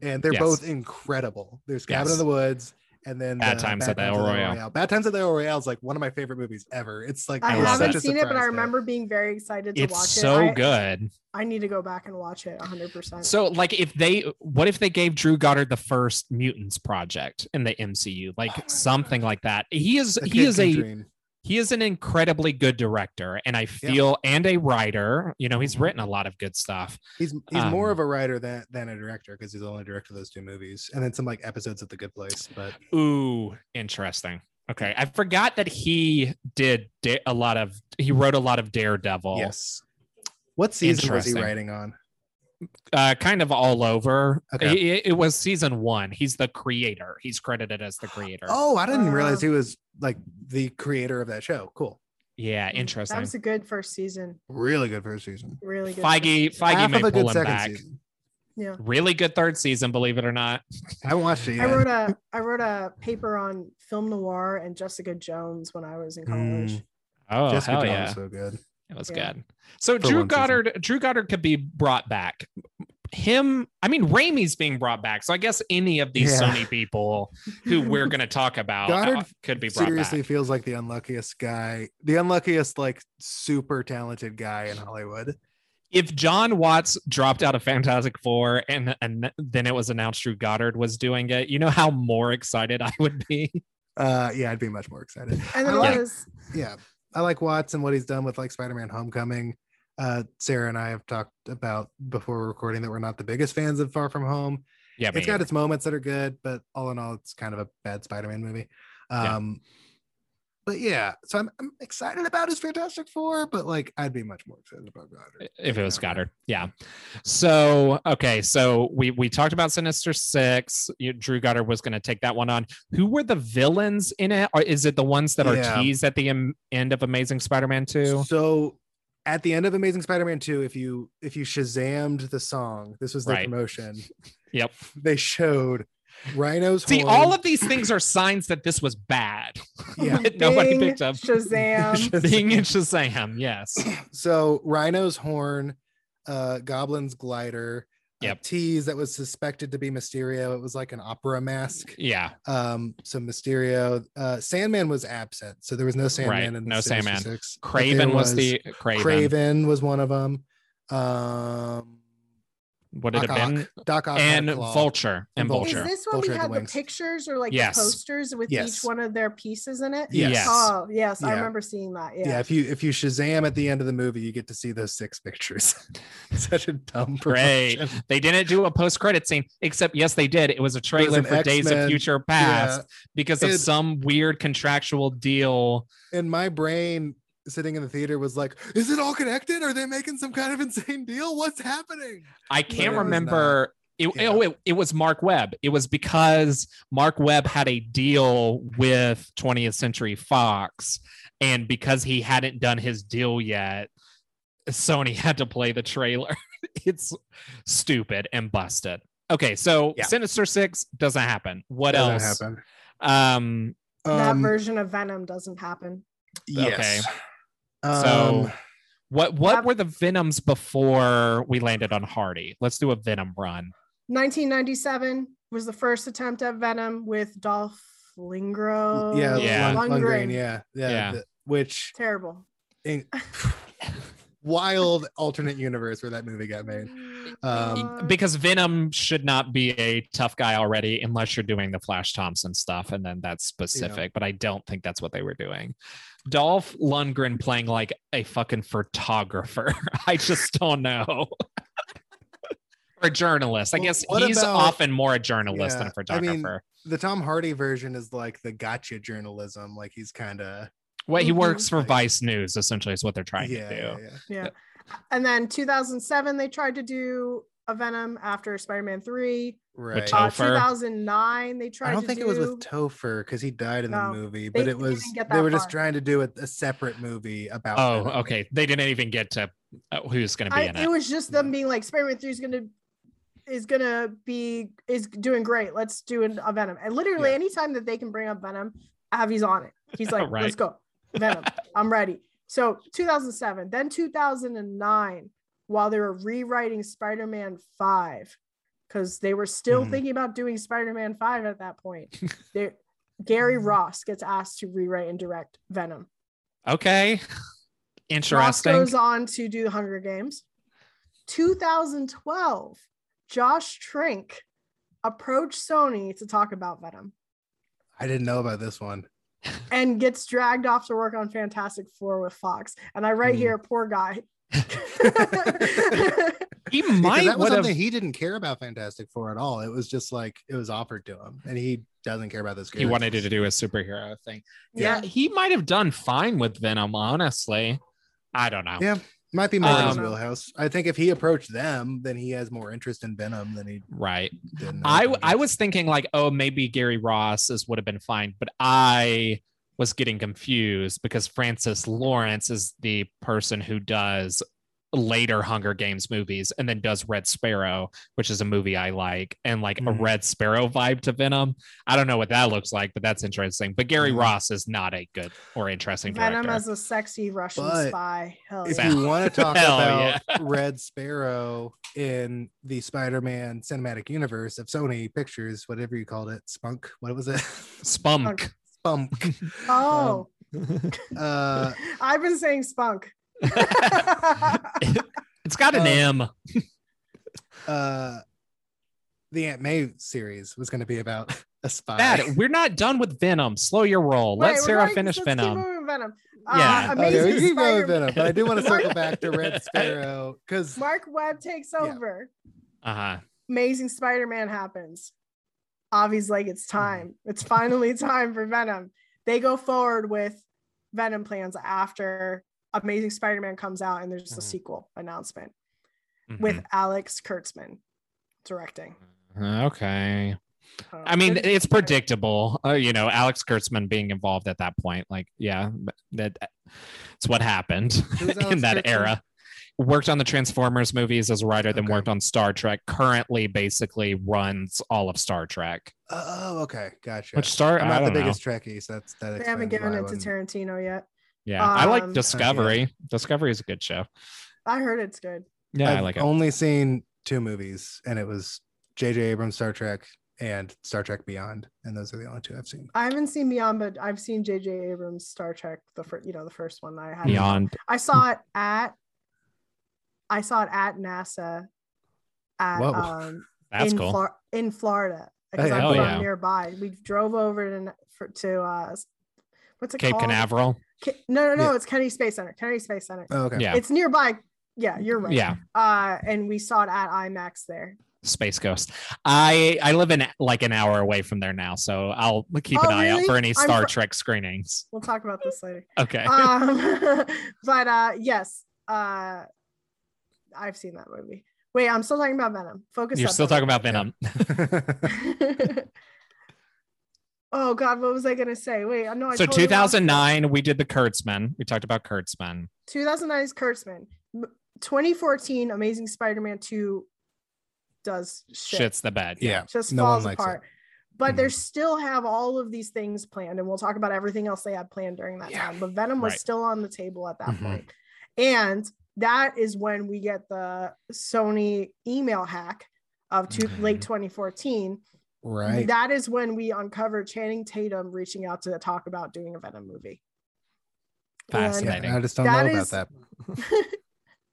Speaker 2: and they're
Speaker 1: Yes.
Speaker 2: both incredible. There's Cabin
Speaker 1: Yes.
Speaker 2: in the Woods and then
Speaker 1: Bad
Speaker 2: uh,
Speaker 1: Times at the El Royale.
Speaker 2: Bad Times at the El Royale is like one of my favorite movies ever. It's like
Speaker 4: I
Speaker 1: I was
Speaker 4: haven't
Speaker 2: such a
Speaker 4: seen it, but I
Speaker 2: surprise
Speaker 4: remember being very excited to watch
Speaker 1: It's
Speaker 4: it.
Speaker 1: so
Speaker 4: I,
Speaker 1: good.
Speaker 4: I need to go back and watch it 100%.
Speaker 1: So, like, if they, what if they gave Drew Goddard the first Mutants project in the MCU, like
Speaker 2: Oh my
Speaker 1: something like that? He is,
Speaker 2: that. The
Speaker 1: he
Speaker 2: kid
Speaker 1: is
Speaker 2: can
Speaker 1: a,
Speaker 2: dream.
Speaker 1: he is an incredibly good director, and I feel, and a writer. You know, he's
Speaker 2: Mm-hmm.
Speaker 1: written a lot of good stuff.
Speaker 2: he's he's more
Speaker 1: um,
Speaker 2: of a writer than than a director because he's the only director of those two movies and then some like episodes of The Good Place. But
Speaker 1: Ooh, interesting. Okay, I forgot that he did da- a lot of. He wrote a lot of Daredevil.
Speaker 2: Mm-hmm. yes, what season was he
Speaker 1: Interesting.
Speaker 2: writing on?
Speaker 1: uh, kind of all over.
Speaker 2: Okay.
Speaker 1: I- I- It, was season one. He's the creator. He's credited as the creator.
Speaker 2: Oh, I didn't
Speaker 4: Uh,
Speaker 2: realize he was like the creator of that show. Cool,
Speaker 1: yeah,
Speaker 4: Mm, That
Speaker 1: interesting.
Speaker 4: was a good first season.
Speaker 2: really good first season.
Speaker 4: Really good. first
Speaker 1: Feige,
Speaker 4: season.
Speaker 1: Feige
Speaker 2: Half
Speaker 1: may
Speaker 2: of a
Speaker 1: pull
Speaker 2: good
Speaker 1: him
Speaker 2: second
Speaker 1: back.
Speaker 2: season.
Speaker 1: Really good third season, believe it or not.
Speaker 2: I haven't watched it yet.
Speaker 4: I wrote a I wrote a paper on film noir and Jessica Jones when I was in college.
Speaker 2: Mm,
Speaker 1: Oh
Speaker 2: Jessica
Speaker 1: hell
Speaker 2: Jones
Speaker 1: yeah,
Speaker 2: is so good.
Speaker 1: it was
Speaker 4: Yeah.
Speaker 1: good. So
Speaker 2: For
Speaker 1: Drew
Speaker 2: one season.
Speaker 1: Goddard, Drew Goddard could be brought back. Him, I mean, Raimi's being brought back. So I guess any of these
Speaker 2: Yeah.
Speaker 1: Sony people who we're going to talk about
Speaker 2: Goddard
Speaker 1: uh, could be brought
Speaker 2: Seriously,
Speaker 1: back.
Speaker 2: feels like the unluckiest guy, the unluckiest like super talented guy in Hollywood.
Speaker 1: If John Watts dropped out of Fantastic Four and, and then it was announced Drew Goddard was doing it, you know how more excited I would be.
Speaker 2: Uh, yeah, I'd be much more excited.
Speaker 4: And
Speaker 2: I
Speaker 4: it
Speaker 2: like-
Speaker 4: was
Speaker 2: yeah, I like Watts and what he's done with like Spider-Man: Homecoming. Uh, Sarah and I have talked about before we're recording that we're not the biggest fans of Far From Home.
Speaker 1: Yeah,
Speaker 2: It's
Speaker 1: man.
Speaker 2: got its moments that are good, but all in all, it's kind of a bad Spider-Man movie.
Speaker 1: Yeah.
Speaker 2: Um, but yeah, so I'm, I'm excited about his Fantastic Four, but like I'd be much more excited about Goddard.
Speaker 1: if it was
Speaker 2: Yeah.
Speaker 1: Goddard. Yeah. So okay, so we we talked about Sinister Six. You, Drew Goddard was going to take that one on. Who were the villains in it? Or is it the ones that
Speaker 2: Yeah.
Speaker 1: are teased at the am- end of Amazing Spider-Man Two?
Speaker 2: So at the end of Amazing Spider-Man 2, if you if you Shazammed the song, this was the
Speaker 1: Right.
Speaker 2: promotion.
Speaker 1: Yep.
Speaker 2: (laughs) They showed Rhino's
Speaker 1: See,
Speaker 2: horn.
Speaker 1: all of these things are signs that this was bad.
Speaker 2: yeah.
Speaker 1: (laughs) But nobody
Speaker 4: Bing,
Speaker 1: picked up.
Speaker 4: Shazam.
Speaker 1: Being in Shazam, yes.
Speaker 2: so Rhino's horn, uh Goblin's glider, a
Speaker 1: Yep.
Speaker 2: tease that was suspected to be Mysterio. It was like an opera mask.
Speaker 1: Yeah,
Speaker 2: Um, so Mysterio, uh Sandman was absent, so there was no Sandman
Speaker 1: Right,
Speaker 2: in the
Speaker 1: no
Speaker 2: Sinister
Speaker 1: Sandman.
Speaker 2: Six, but there
Speaker 1: Craven was, the Craven.
Speaker 2: Craven. was one of them. Um
Speaker 1: What did it
Speaker 2: Doc
Speaker 1: have been?
Speaker 2: Ock. Doc Ock had a
Speaker 1: And
Speaker 2: claw.
Speaker 1: Vulture. And (laughs)
Speaker 2: And
Speaker 1: Vulture.
Speaker 4: Is this when
Speaker 2: Vulture had
Speaker 4: we
Speaker 2: the
Speaker 4: had the,
Speaker 2: wings.
Speaker 4: pictures or like
Speaker 1: Yes.
Speaker 4: the posters with
Speaker 2: Yes.
Speaker 4: each one of their pieces in it?
Speaker 2: Yes.
Speaker 1: Yes.
Speaker 4: Oh yes, I
Speaker 2: Yeah.
Speaker 4: remember seeing that.
Speaker 2: yeah.
Speaker 4: Yeah.
Speaker 2: if you if you shazam at the end of the movie you get to see those six pictures (laughs) such a dumb
Speaker 1: Great.
Speaker 2: promotion.
Speaker 1: They didn't do a post-credit scene, except yes, they did. It was a trailer
Speaker 2: an
Speaker 1: for Days of
Speaker 2: X-Men.
Speaker 1: Future
Speaker 2: yeah.
Speaker 1: Past because of
Speaker 2: It-
Speaker 1: some weird contractual deal.
Speaker 2: and my brain sitting in the theater was like is it all connected are they making some kind of insane deal what's happening
Speaker 1: I
Speaker 2: it
Speaker 1: can't
Speaker 2: was
Speaker 1: remember. It,
Speaker 2: Yeah.
Speaker 1: Oh, it, it was Mark Webb. It was because Mark Webb had a deal with 20th Century Fox, and because he hadn't done his deal yet, Sony (laughs) had to play the trailer. (laughs) it's stupid and busted. Okay, so
Speaker 2: Yeah.
Speaker 1: Sinister Six doesn't happen. What
Speaker 2: Doesn't
Speaker 1: else?
Speaker 2: happen
Speaker 1: Um,
Speaker 4: That
Speaker 2: Um,
Speaker 4: version of Venom doesn't happen.
Speaker 2: yes.
Speaker 1: So-
Speaker 2: Um,
Speaker 1: What what
Speaker 4: Have-
Speaker 1: were the venoms before we landed on Hardy? Let's do a venom run.
Speaker 4: 1997 was the first attempt at Venom with Dolph Lundgren.
Speaker 2: Um, yeah
Speaker 1: Yeah.
Speaker 2: Lung-
Speaker 4: Lundgren.
Speaker 2: Lundgren, yeah yeah,
Speaker 1: Yeah.
Speaker 2: the- which
Speaker 4: Terrible.
Speaker 1: (laughs)
Speaker 2: in, wild alternate universe where that movie got made Um,
Speaker 1: Because Venom should not be a tough guy already unless you're doing the Flash Thompson stuff and then that's specific, but I don't think that's what they were doing. Dolph Lundgren playing like a fucking photographer. (laughs) I just don't know. (laughs) or a journalist. I
Speaker 2: Well,
Speaker 1: guess
Speaker 2: what
Speaker 1: he's
Speaker 2: about-
Speaker 1: often more a journalist than a
Speaker 2: Yeah, I mean,
Speaker 1: photographer.
Speaker 2: the tom hardy version is like the gotcha journalism like he's kind of
Speaker 1: What he
Speaker 4: Mhm.
Speaker 1: works for
Speaker 2: Like-
Speaker 1: Vice News essentially is what they're
Speaker 2: yeah,
Speaker 1: trying to do.
Speaker 2: yeah, yeah.
Speaker 4: yeah. And then 2007, they tried to do a Venom after Spider Man 3.
Speaker 2: right
Speaker 1: Tom-
Speaker 4: Uh,
Speaker 1: Topher.
Speaker 4: 2009, they tried
Speaker 2: I don't
Speaker 4: to
Speaker 2: think it was
Speaker 4: do-
Speaker 2: with Topher because he died in the
Speaker 4: No,
Speaker 2: movie,
Speaker 4: they
Speaker 2: but it
Speaker 4: didn't
Speaker 2: was
Speaker 4: even get
Speaker 2: they
Speaker 4: that
Speaker 2: were just
Speaker 4: far.
Speaker 2: trying to do a, a separate movie about.
Speaker 1: Oh,
Speaker 2: Venom.
Speaker 1: okay. They didn't even get to uh, who's going to be
Speaker 4: I,
Speaker 1: in
Speaker 4: it
Speaker 1: it.
Speaker 4: was just them being like Spider Man 3 is going to is gonna be is doing great. Let's do an, a Venom. And literally
Speaker 2: Yeah.
Speaker 4: anytime that they can bring up Venom, Avi's on it. He's
Speaker 1: (laughs)
Speaker 4: like,
Speaker 1: Right.
Speaker 4: let's go. Venom. I'm ready. So 2007, then 2009, while they were rewriting Spider Man 5, because they were still
Speaker 2: Mhm.
Speaker 4: thinking about doing Spider Man 5 at that point. they Gary Ross gets asked to rewrite and direct Venom.
Speaker 1: Okay. Interesting.
Speaker 4: Ross goes on to do the Hunger Games. 2012, Josh Trank approached Sony to talk about Venom
Speaker 2: I didn't know about this one.
Speaker 4: and gets dragged off to work on Fantastic Four with Fox. And I write
Speaker 2: Hmm.
Speaker 4: here, poor guy.
Speaker 1: (laughs)
Speaker 4: (laughs)
Speaker 1: he
Speaker 2: Because
Speaker 1: might
Speaker 2: that was
Speaker 1: would have.
Speaker 2: something he didn't care about Fantastic Four at all. It was just like it was offered to him, and he doesn't care about this.
Speaker 1: He wanted to do a superhero thing.
Speaker 4: yeah.
Speaker 1: He might have done fine with Venom, honestly. I don't know.
Speaker 2: Yeah. Might be more in his
Speaker 1: Um,
Speaker 2: wheelhouse. I think if he approached them, then he has more interest in Venom than he
Speaker 1: Right.
Speaker 2: did. in
Speaker 1: I
Speaker 2: other
Speaker 1: I
Speaker 2: things.
Speaker 1: was thinking like, oh, maybe Gary Ross is would have been fine, but I was getting confused because Francis Lawrence is the person who does later Hunger Games movies and then does Red Sparrow, which is a movie I like, and like a
Speaker 2: Mhm.
Speaker 1: Red Sparrow vibe to Venom. I don't know what that looks like, but that's interesting. But Gary
Speaker 2: Mhm.
Speaker 1: Ross is not a good or interesting
Speaker 4: Venom
Speaker 1: director.
Speaker 4: as a sexy Russian
Speaker 2: But
Speaker 4: spy. Hell
Speaker 2: If
Speaker 4: yeah.
Speaker 1: (laughs)
Speaker 2: you want to talk
Speaker 1: Hell
Speaker 2: about
Speaker 1: (laughs)
Speaker 2: Red Sparrow in the Spider-Man cinematic universe of Sony Pictures, whatever you called it, Spunk, what was it? (laughs)
Speaker 1: Spunk.
Speaker 2: Spunk.
Speaker 4: Oh,
Speaker 2: Uh,
Speaker 4: I've been saying spunk.
Speaker 1: (laughs)
Speaker 4: (laughs)
Speaker 1: it's got an
Speaker 2: Uh,
Speaker 1: M.
Speaker 2: uh, the Aunt May series was going to be about a spy. (laughs)
Speaker 1: That we're not done with Venom. Slow your roll.
Speaker 4: Wait,
Speaker 1: Let
Speaker 4: we're
Speaker 1: Sarah
Speaker 4: going-
Speaker 1: finish
Speaker 4: let's keep
Speaker 1: Venom.
Speaker 4: moving Venom.
Speaker 1: Yeah.
Speaker 4: Uh,
Speaker 2: Okay, we
Speaker 4: Amazing
Speaker 2: keep going with
Speaker 4: Spider-
Speaker 2: Venom, but I do want to
Speaker 4: Mark-
Speaker 2: circle back
Speaker 1: (laughs)
Speaker 2: to Red Sparrow because
Speaker 4: Mark Webb takes
Speaker 2: Yeah.
Speaker 4: over.
Speaker 1: Uh huh.
Speaker 4: Amazing Spider-Man happens. Avi's like, it's
Speaker 1: Mm-hmm.
Speaker 4: time. It's finally (laughs) time for Venom. They go forward with Venom plans after Amazing Spider-Man comes out, and there's a
Speaker 1: Mhm.
Speaker 4: sequel announcement
Speaker 1: Mm-hmm.
Speaker 4: with Alex Kurtzman directing.
Speaker 1: Mm-hmm, Okay.
Speaker 4: Um,
Speaker 1: I mean,
Speaker 4: it's-
Speaker 1: it's predictable. Uh, you know, Alex Kurtzman being involved at that point. Like, yeah, but that it's what happened (laughs)
Speaker 2: Who's Alex
Speaker 1: in that
Speaker 2: Kurtzman?
Speaker 1: era. Worked on the Transformers movies as a writer, then
Speaker 2: Okay.
Speaker 1: worked on Star Trek. Currently, basically runs all of Star Trek.
Speaker 2: Oh, okay, gotcha.
Speaker 1: Which Star?
Speaker 2: I'm
Speaker 1: I
Speaker 2: not the
Speaker 1: don't know.
Speaker 2: biggest Trekkie, so that's that.
Speaker 4: they
Speaker 2: explains
Speaker 4: haven't given
Speaker 2: why I
Speaker 4: it to
Speaker 2: wouldn't-
Speaker 4: Tarantino yet.
Speaker 1: Yeah, I like
Speaker 4: Um,
Speaker 1: Discovery. Discovery is a good show.
Speaker 4: I heard it's good.
Speaker 1: Yeah, i
Speaker 2: I've
Speaker 1: like it.
Speaker 2: only seen two movies, and it was J.J. Abrams' Star Trek and Star Trek Beyond, and those are the only two I've seen.
Speaker 4: I haven't seen Beyond, but I've seen J.J. Abrams' Star Trek, the first, you know, the first one. I had
Speaker 1: Beyond.
Speaker 4: I saw it at. I saw it at NASA. At
Speaker 2: Whoa.
Speaker 4: um,
Speaker 1: That's
Speaker 4: in,
Speaker 1: cool.
Speaker 4: Flor- in Florida, because
Speaker 2: Hey,
Speaker 4: I'm
Speaker 1: hell
Speaker 4: from
Speaker 1: yeah.
Speaker 4: nearby. We drove over to n- for, to uh, what's it
Speaker 1: Cape
Speaker 4: called?
Speaker 1: Canaveral.
Speaker 4: Ca- no, no, no.
Speaker 2: Yeah.
Speaker 4: It's Kennedy Space Center. Kennedy Space Center.
Speaker 2: Oh, okay.
Speaker 1: Yeah.
Speaker 4: It's nearby. Yeah, you're right.
Speaker 1: Yeah.
Speaker 4: Uh, and we saw it at IMAX there.
Speaker 1: Space Ghost. I I live in like an hour away from there now, so I'll keep an
Speaker 4: Oh,
Speaker 1: eye out
Speaker 4: really?
Speaker 1: for any
Speaker 4: I'm
Speaker 1: Star
Speaker 4: fr-
Speaker 1: Trek screenings.
Speaker 4: We'll talk about this later.
Speaker 1: (laughs) Okay.
Speaker 4: um (laughs) but uh yes uh i've seen that movie wait i'm still talking about venom focus
Speaker 1: You're
Speaker 4: up,
Speaker 1: still talking about Venom.
Speaker 4: Venom. (laughs) oh god what was i gonna say wait no I
Speaker 1: so
Speaker 4: totally lost it.
Speaker 1: 2009, we did the Kurtzman. We talked about Kurtzman.
Speaker 4: 2009 is kurtzman M- 2014 amazing spider-man 2 does shit.
Speaker 1: Shit's the bed.
Speaker 2: (laughs) yeah.
Speaker 4: just
Speaker 2: No one
Speaker 4: falls
Speaker 2: likes it. Mm-hmm.
Speaker 4: apart but they still have all of these things planned and we'll talk about everything else they had planned during that
Speaker 2: Yeah.
Speaker 4: time but venom was
Speaker 1: Right.
Speaker 4: still on the table at that
Speaker 2: Mhm.
Speaker 4: point. and that is when we get the sony email hack of two, late 2014
Speaker 2: Mm-hmm. Right.
Speaker 4: that is when we uncover channing tatum reaching out to talk about doing a venom movie And
Speaker 2: Yeah,
Speaker 1: Fascinating.
Speaker 2: I just don't
Speaker 4: That
Speaker 2: know about
Speaker 4: is-
Speaker 2: that.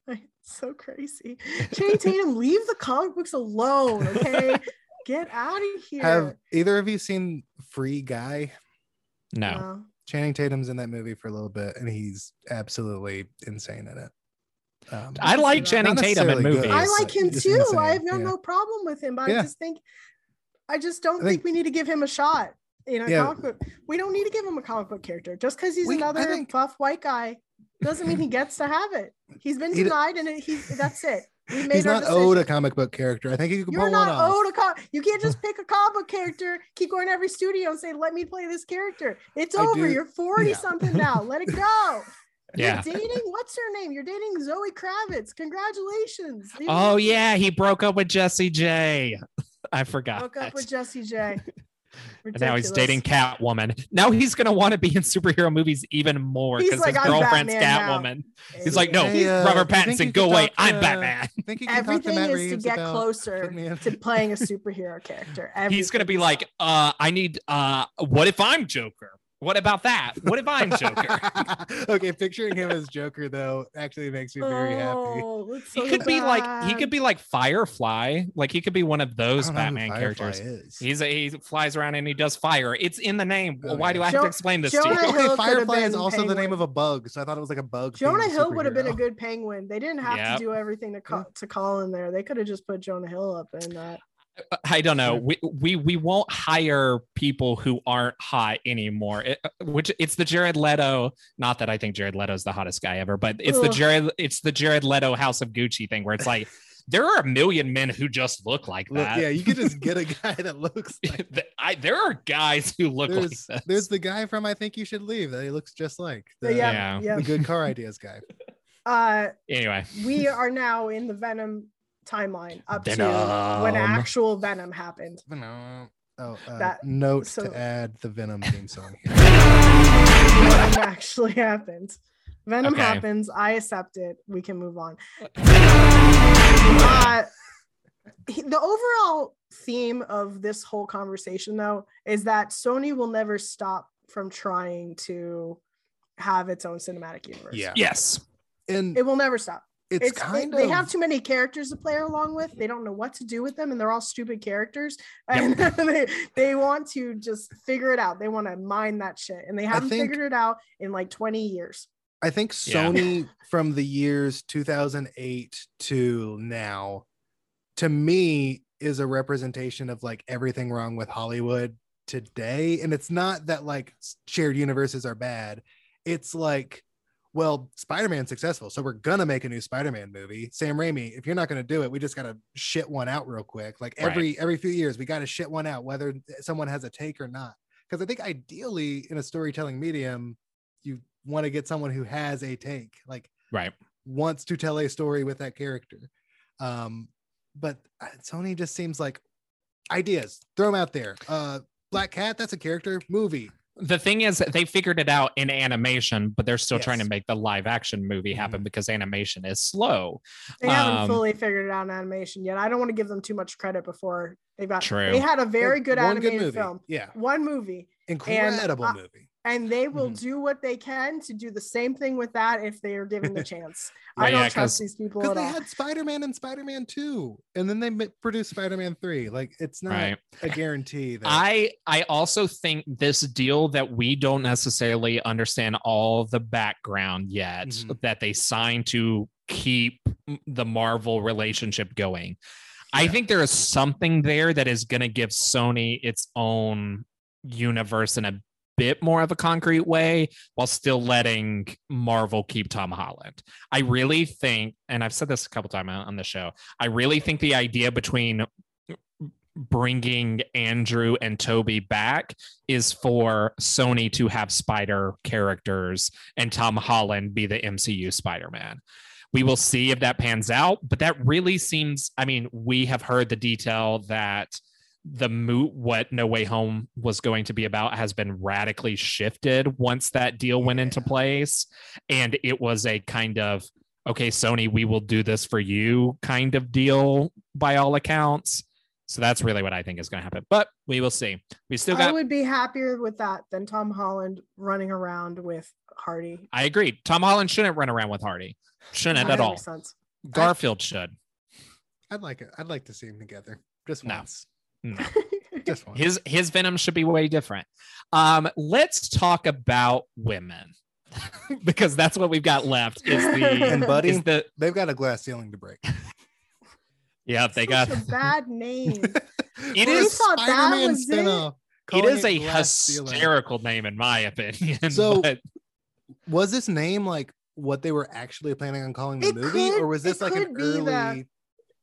Speaker 4: it's (laughs)
Speaker 2: (laughs)
Speaker 4: so crazy. Channing Tatum, leave the comic books
Speaker 2: (laughs)
Speaker 4: alone, okay? Get out of here.
Speaker 2: Have either of you seen Free Guy?
Speaker 1: No.
Speaker 4: No.
Speaker 2: Channing Tatum's in that movie for a little bit, and he's absolutely insane in it. Um,
Speaker 1: I like
Speaker 4: Not
Speaker 1: Channing Tatum in
Speaker 2: necessarily good.
Speaker 1: movies.
Speaker 4: I
Speaker 2: is,
Speaker 4: like
Speaker 2: like,
Speaker 4: him
Speaker 2: just
Speaker 4: too.
Speaker 2: insane,
Speaker 4: I have no,
Speaker 2: yeah.
Speaker 4: no problem with him, but I
Speaker 2: Yeah.
Speaker 4: just think I just don't
Speaker 2: I think-
Speaker 4: think, we need to give him a shot. You know,
Speaker 2: Yeah.
Speaker 4: comic book. we don't need to give him a comic book character just because he's
Speaker 2: We- I
Speaker 4: another
Speaker 2: think-
Speaker 4: buff white guy doesn't mean he gets to have it. He's been
Speaker 2: He d-
Speaker 4: denied, and it, he's that's it. We made
Speaker 2: he's
Speaker 4: our
Speaker 2: not
Speaker 4: decision.
Speaker 2: owed a comic book character. I think you can
Speaker 4: You're
Speaker 2: pull one
Speaker 4: not
Speaker 2: off.
Speaker 4: owed a com- You can't
Speaker 1: (laughs)
Speaker 4: just pick a comic book character, keep going to every studio and say, "Let me play this character." It's
Speaker 2: I
Speaker 4: over.
Speaker 2: do-
Speaker 4: You're forty
Speaker 2: yeah.
Speaker 4: something now. Let it go.
Speaker 1: (laughs) Yeah.
Speaker 4: You're dating what's her name? You're dating Zoe Kravitz. Congratulations. You
Speaker 1: Oh yeah, he broke up with Jesse J. I forgot.
Speaker 4: Broke up with Jesse J.
Speaker 1: (laughs) And now he's
Speaker 4: Ridiculous.
Speaker 1: dating Catwoman. Now he's gonna want to be in superhero movies even more
Speaker 4: He's
Speaker 1: because
Speaker 4: like,
Speaker 1: his
Speaker 4: "I'm
Speaker 1: girlfriend's
Speaker 4: Batman now."
Speaker 1: Catwoman. He's like, no,
Speaker 2: Hey, uh,
Speaker 1: Robert
Speaker 2: you think you
Speaker 1: Pattinson,
Speaker 2: could
Speaker 1: go away.
Speaker 2: talk to-
Speaker 1: I'm Batman. (laughs)
Speaker 2: I think you can talk to
Speaker 4: Everything
Speaker 2: Matt
Speaker 4: is to
Speaker 2: Reeves
Speaker 4: get
Speaker 2: about
Speaker 4: closer
Speaker 2: putting me in-
Speaker 4: (laughs) to playing a superhero character.
Speaker 1: (laughs) He's gonna
Speaker 4: Everything.
Speaker 1: be like, uh, I need uh what if I'm Joker? What about that? What if I'm Joker?
Speaker 2: (laughs) okay, picturing him as Joker though actually makes me very happy.
Speaker 4: Oh, that's
Speaker 1: he
Speaker 4: so
Speaker 1: could be like he
Speaker 4: bad.
Speaker 1: could be like Firefly. Like he could be one of
Speaker 2: I
Speaker 1: those
Speaker 2: don't know who
Speaker 1: Batman
Speaker 2: Firefly
Speaker 1: characters.
Speaker 2: is.
Speaker 1: He's a, he flies around and he does fire. It's in the name.
Speaker 2: Oh,
Speaker 1: Why do I
Speaker 2: yeah.
Speaker 1: have
Speaker 4: Jo-
Speaker 1: to explain this
Speaker 4: Jonah
Speaker 1: to you?
Speaker 4: Hill
Speaker 2: Okay,
Speaker 4: could've
Speaker 2: Firefly is
Speaker 4: been
Speaker 2: also the name
Speaker 4: Penguin.
Speaker 2: of a bug, so I thought it was like a bug. being
Speaker 4: Jonah Hill would have been a
Speaker 2: superhero.
Speaker 4: good penguin. They didn't have
Speaker 1: Yep.
Speaker 4: to do everything to call, to call in there. They could have just put Jonah Hill up in that.
Speaker 1: (laughs) I don't know. We, we we won't hire people who aren't hot anymore. It- uh, which it's the Jared Leto. Not that I think Jared Leto's the hottest guy ever, but it's the
Speaker 4: Ugh.
Speaker 1: Jared it's the Jared Leto House of Gucci thing where it's like (laughs) there are a million men who just look like
Speaker 2: Look,
Speaker 1: that.
Speaker 2: yeah, you could just
Speaker 4: (laughs)
Speaker 2: get a guy that looks like
Speaker 1: (laughs) Th- I, there are guys who look
Speaker 2: there's,
Speaker 1: like
Speaker 2: there's
Speaker 1: this.
Speaker 2: the guy from I Think You Should Leave that he looks just like
Speaker 4: But
Speaker 2: the,
Speaker 1: yeah.
Speaker 4: yeah, yeah.
Speaker 2: the good
Speaker 4: (laughs)
Speaker 2: car ideas guy.
Speaker 4: Uh,
Speaker 1: Anyway,
Speaker 4: we are now in the Venom timeline up to
Speaker 1: Venom.
Speaker 4: when actual Venom happened.
Speaker 2: Venom. Oh, uh,
Speaker 4: That-
Speaker 2: note
Speaker 4: so-
Speaker 2: to add the Venom theme song here.
Speaker 4: Venom actually (laughs) happened. Venom
Speaker 1: Okay.
Speaker 4: happens. I accept it. We can move on.
Speaker 1: Yeah.
Speaker 4: Uh, he- the overall theme of this whole conversation, though, is that Sony will never stop from trying to have its own cinematic universe.
Speaker 2: Yeah.
Speaker 1: yes,
Speaker 2: And
Speaker 4: It will never stop.
Speaker 2: it's,
Speaker 4: It's,
Speaker 2: kind
Speaker 4: it-
Speaker 2: of
Speaker 4: they have too many characters to play along with. They don't know what to do with them, and they're all stupid characters. And (laughs) they, they want to just figure it out. They want to mine that shit, and they haven't
Speaker 2: think-
Speaker 4: figured it out in like twenty years.
Speaker 2: I think
Speaker 1: Yeah.
Speaker 2: Sony from the years 2008 to now, to me, is a representation of like everything wrong with Hollywood today. And it's not that like shared universes are bad. It's like, well, Spider Man's successful. So we're going to make a new Spider Man movie. Sam Raimi, if you're not going to do it, we just got to shit one out real quick. Like
Speaker 1: Right.
Speaker 2: every, every few years, we got to shit one out, whether someone has a take or not. Because I think ideally in a storytelling medium, you want to get someone who has a take like
Speaker 1: right.
Speaker 2: wants to tell a story with that character um but uh, sony just seems like ideas throw them out there uh black cat that's a character movie
Speaker 1: The thing is, that they figured it out in animation, but they're still trying to
Speaker 2: Yes.
Speaker 1: make
Speaker 2: Mm-hmm.
Speaker 1: the live action movie happen because animation is slow.
Speaker 4: They haven't
Speaker 1: Um,
Speaker 4: fully figured it out in animation yet. I don't want to give them too much credit before they've got.
Speaker 1: True.
Speaker 4: They had a very good
Speaker 2: One
Speaker 4: animated
Speaker 2: movie.
Speaker 4: film,
Speaker 2: yeah
Speaker 4: one movie,
Speaker 2: incredible
Speaker 4: uh,
Speaker 2: movie
Speaker 4: and they will
Speaker 2: Mhm.
Speaker 4: do what they can to do the same thing with that if they are given the
Speaker 2: (laughs)
Speaker 4: chance. I
Speaker 1: Right,
Speaker 4: don't
Speaker 1: yeah, 'cause-
Speaker 4: trust these people
Speaker 2: because
Speaker 4: at
Speaker 2: they
Speaker 4: all.
Speaker 2: had spider-man and spider-man 2 and then they ma- produced spider-man 3 like it's not
Speaker 1: Right.
Speaker 2: a guarantee that
Speaker 1: I I also think this deal that we don't necessarily understand all the background yet
Speaker 2: Mhm.
Speaker 1: that they signed to keep the Marvel relationship going. I
Speaker 2: Yeah.
Speaker 1: think there is something there that is going to give Sony its own universe in a bit more of a concrete way while still letting Marvel keep Tom Holland. I really think and I've said this a couple times on on the show. I really think the idea between bringing Andrew and Toby back is for Sony to have Spider characters and Tom Holland be the MCU Spider Man. We will see if that pans out, but that really seems. I mean, we have heard the detail that the moot what No Way Home was going to be about has been radically shifted once that deal went into place. And it was a kind of, okay, Sony, we will do this for you kind of deal by all accounts. So that's really what I think is going to happen. But we will see. We still got
Speaker 4: I would be happier with that than Tom Holland running around with Hardy.
Speaker 1: I agree. Tom Holland shouldn't run around with Hardy. Shouldn't
Speaker 4: That
Speaker 1: at all.
Speaker 4: makes sense.
Speaker 1: Garfield should.
Speaker 2: i'd like it i'd like to see them together just
Speaker 1: No.
Speaker 2: once
Speaker 1: No.
Speaker 2: (laughs) just once
Speaker 1: His his venom should be way different. Um, let's talk about women (laughs) because that's what we've got left. Is the
Speaker 2: and buddy
Speaker 1: is the
Speaker 2: they've got a glass ceiling to break (laughs)
Speaker 1: yeah they
Speaker 4: Such
Speaker 1: got (laughs)
Speaker 4: a
Speaker 2: (laughs)
Speaker 4: bad name.
Speaker 1: It
Speaker 2: It
Speaker 1: Well, is-
Speaker 2: is
Speaker 4: we thought that
Speaker 2: Spider-Man
Speaker 4: was it.
Speaker 2: spinoff.
Speaker 1: it
Speaker 2: Calling
Speaker 1: is a
Speaker 2: Glass Ceiling.
Speaker 1: hysterical name in my opinion.
Speaker 2: So,
Speaker 1: but
Speaker 2: Was this name like what they were actually planning on calling the
Speaker 4: It
Speaker 2: movie,
Speaker 4: could-
Speaker 2: or was
Speaker 4: it
Speaker 2: this like an
Speaker 4: could be
Speaker 2: early,
Speaker 4: that.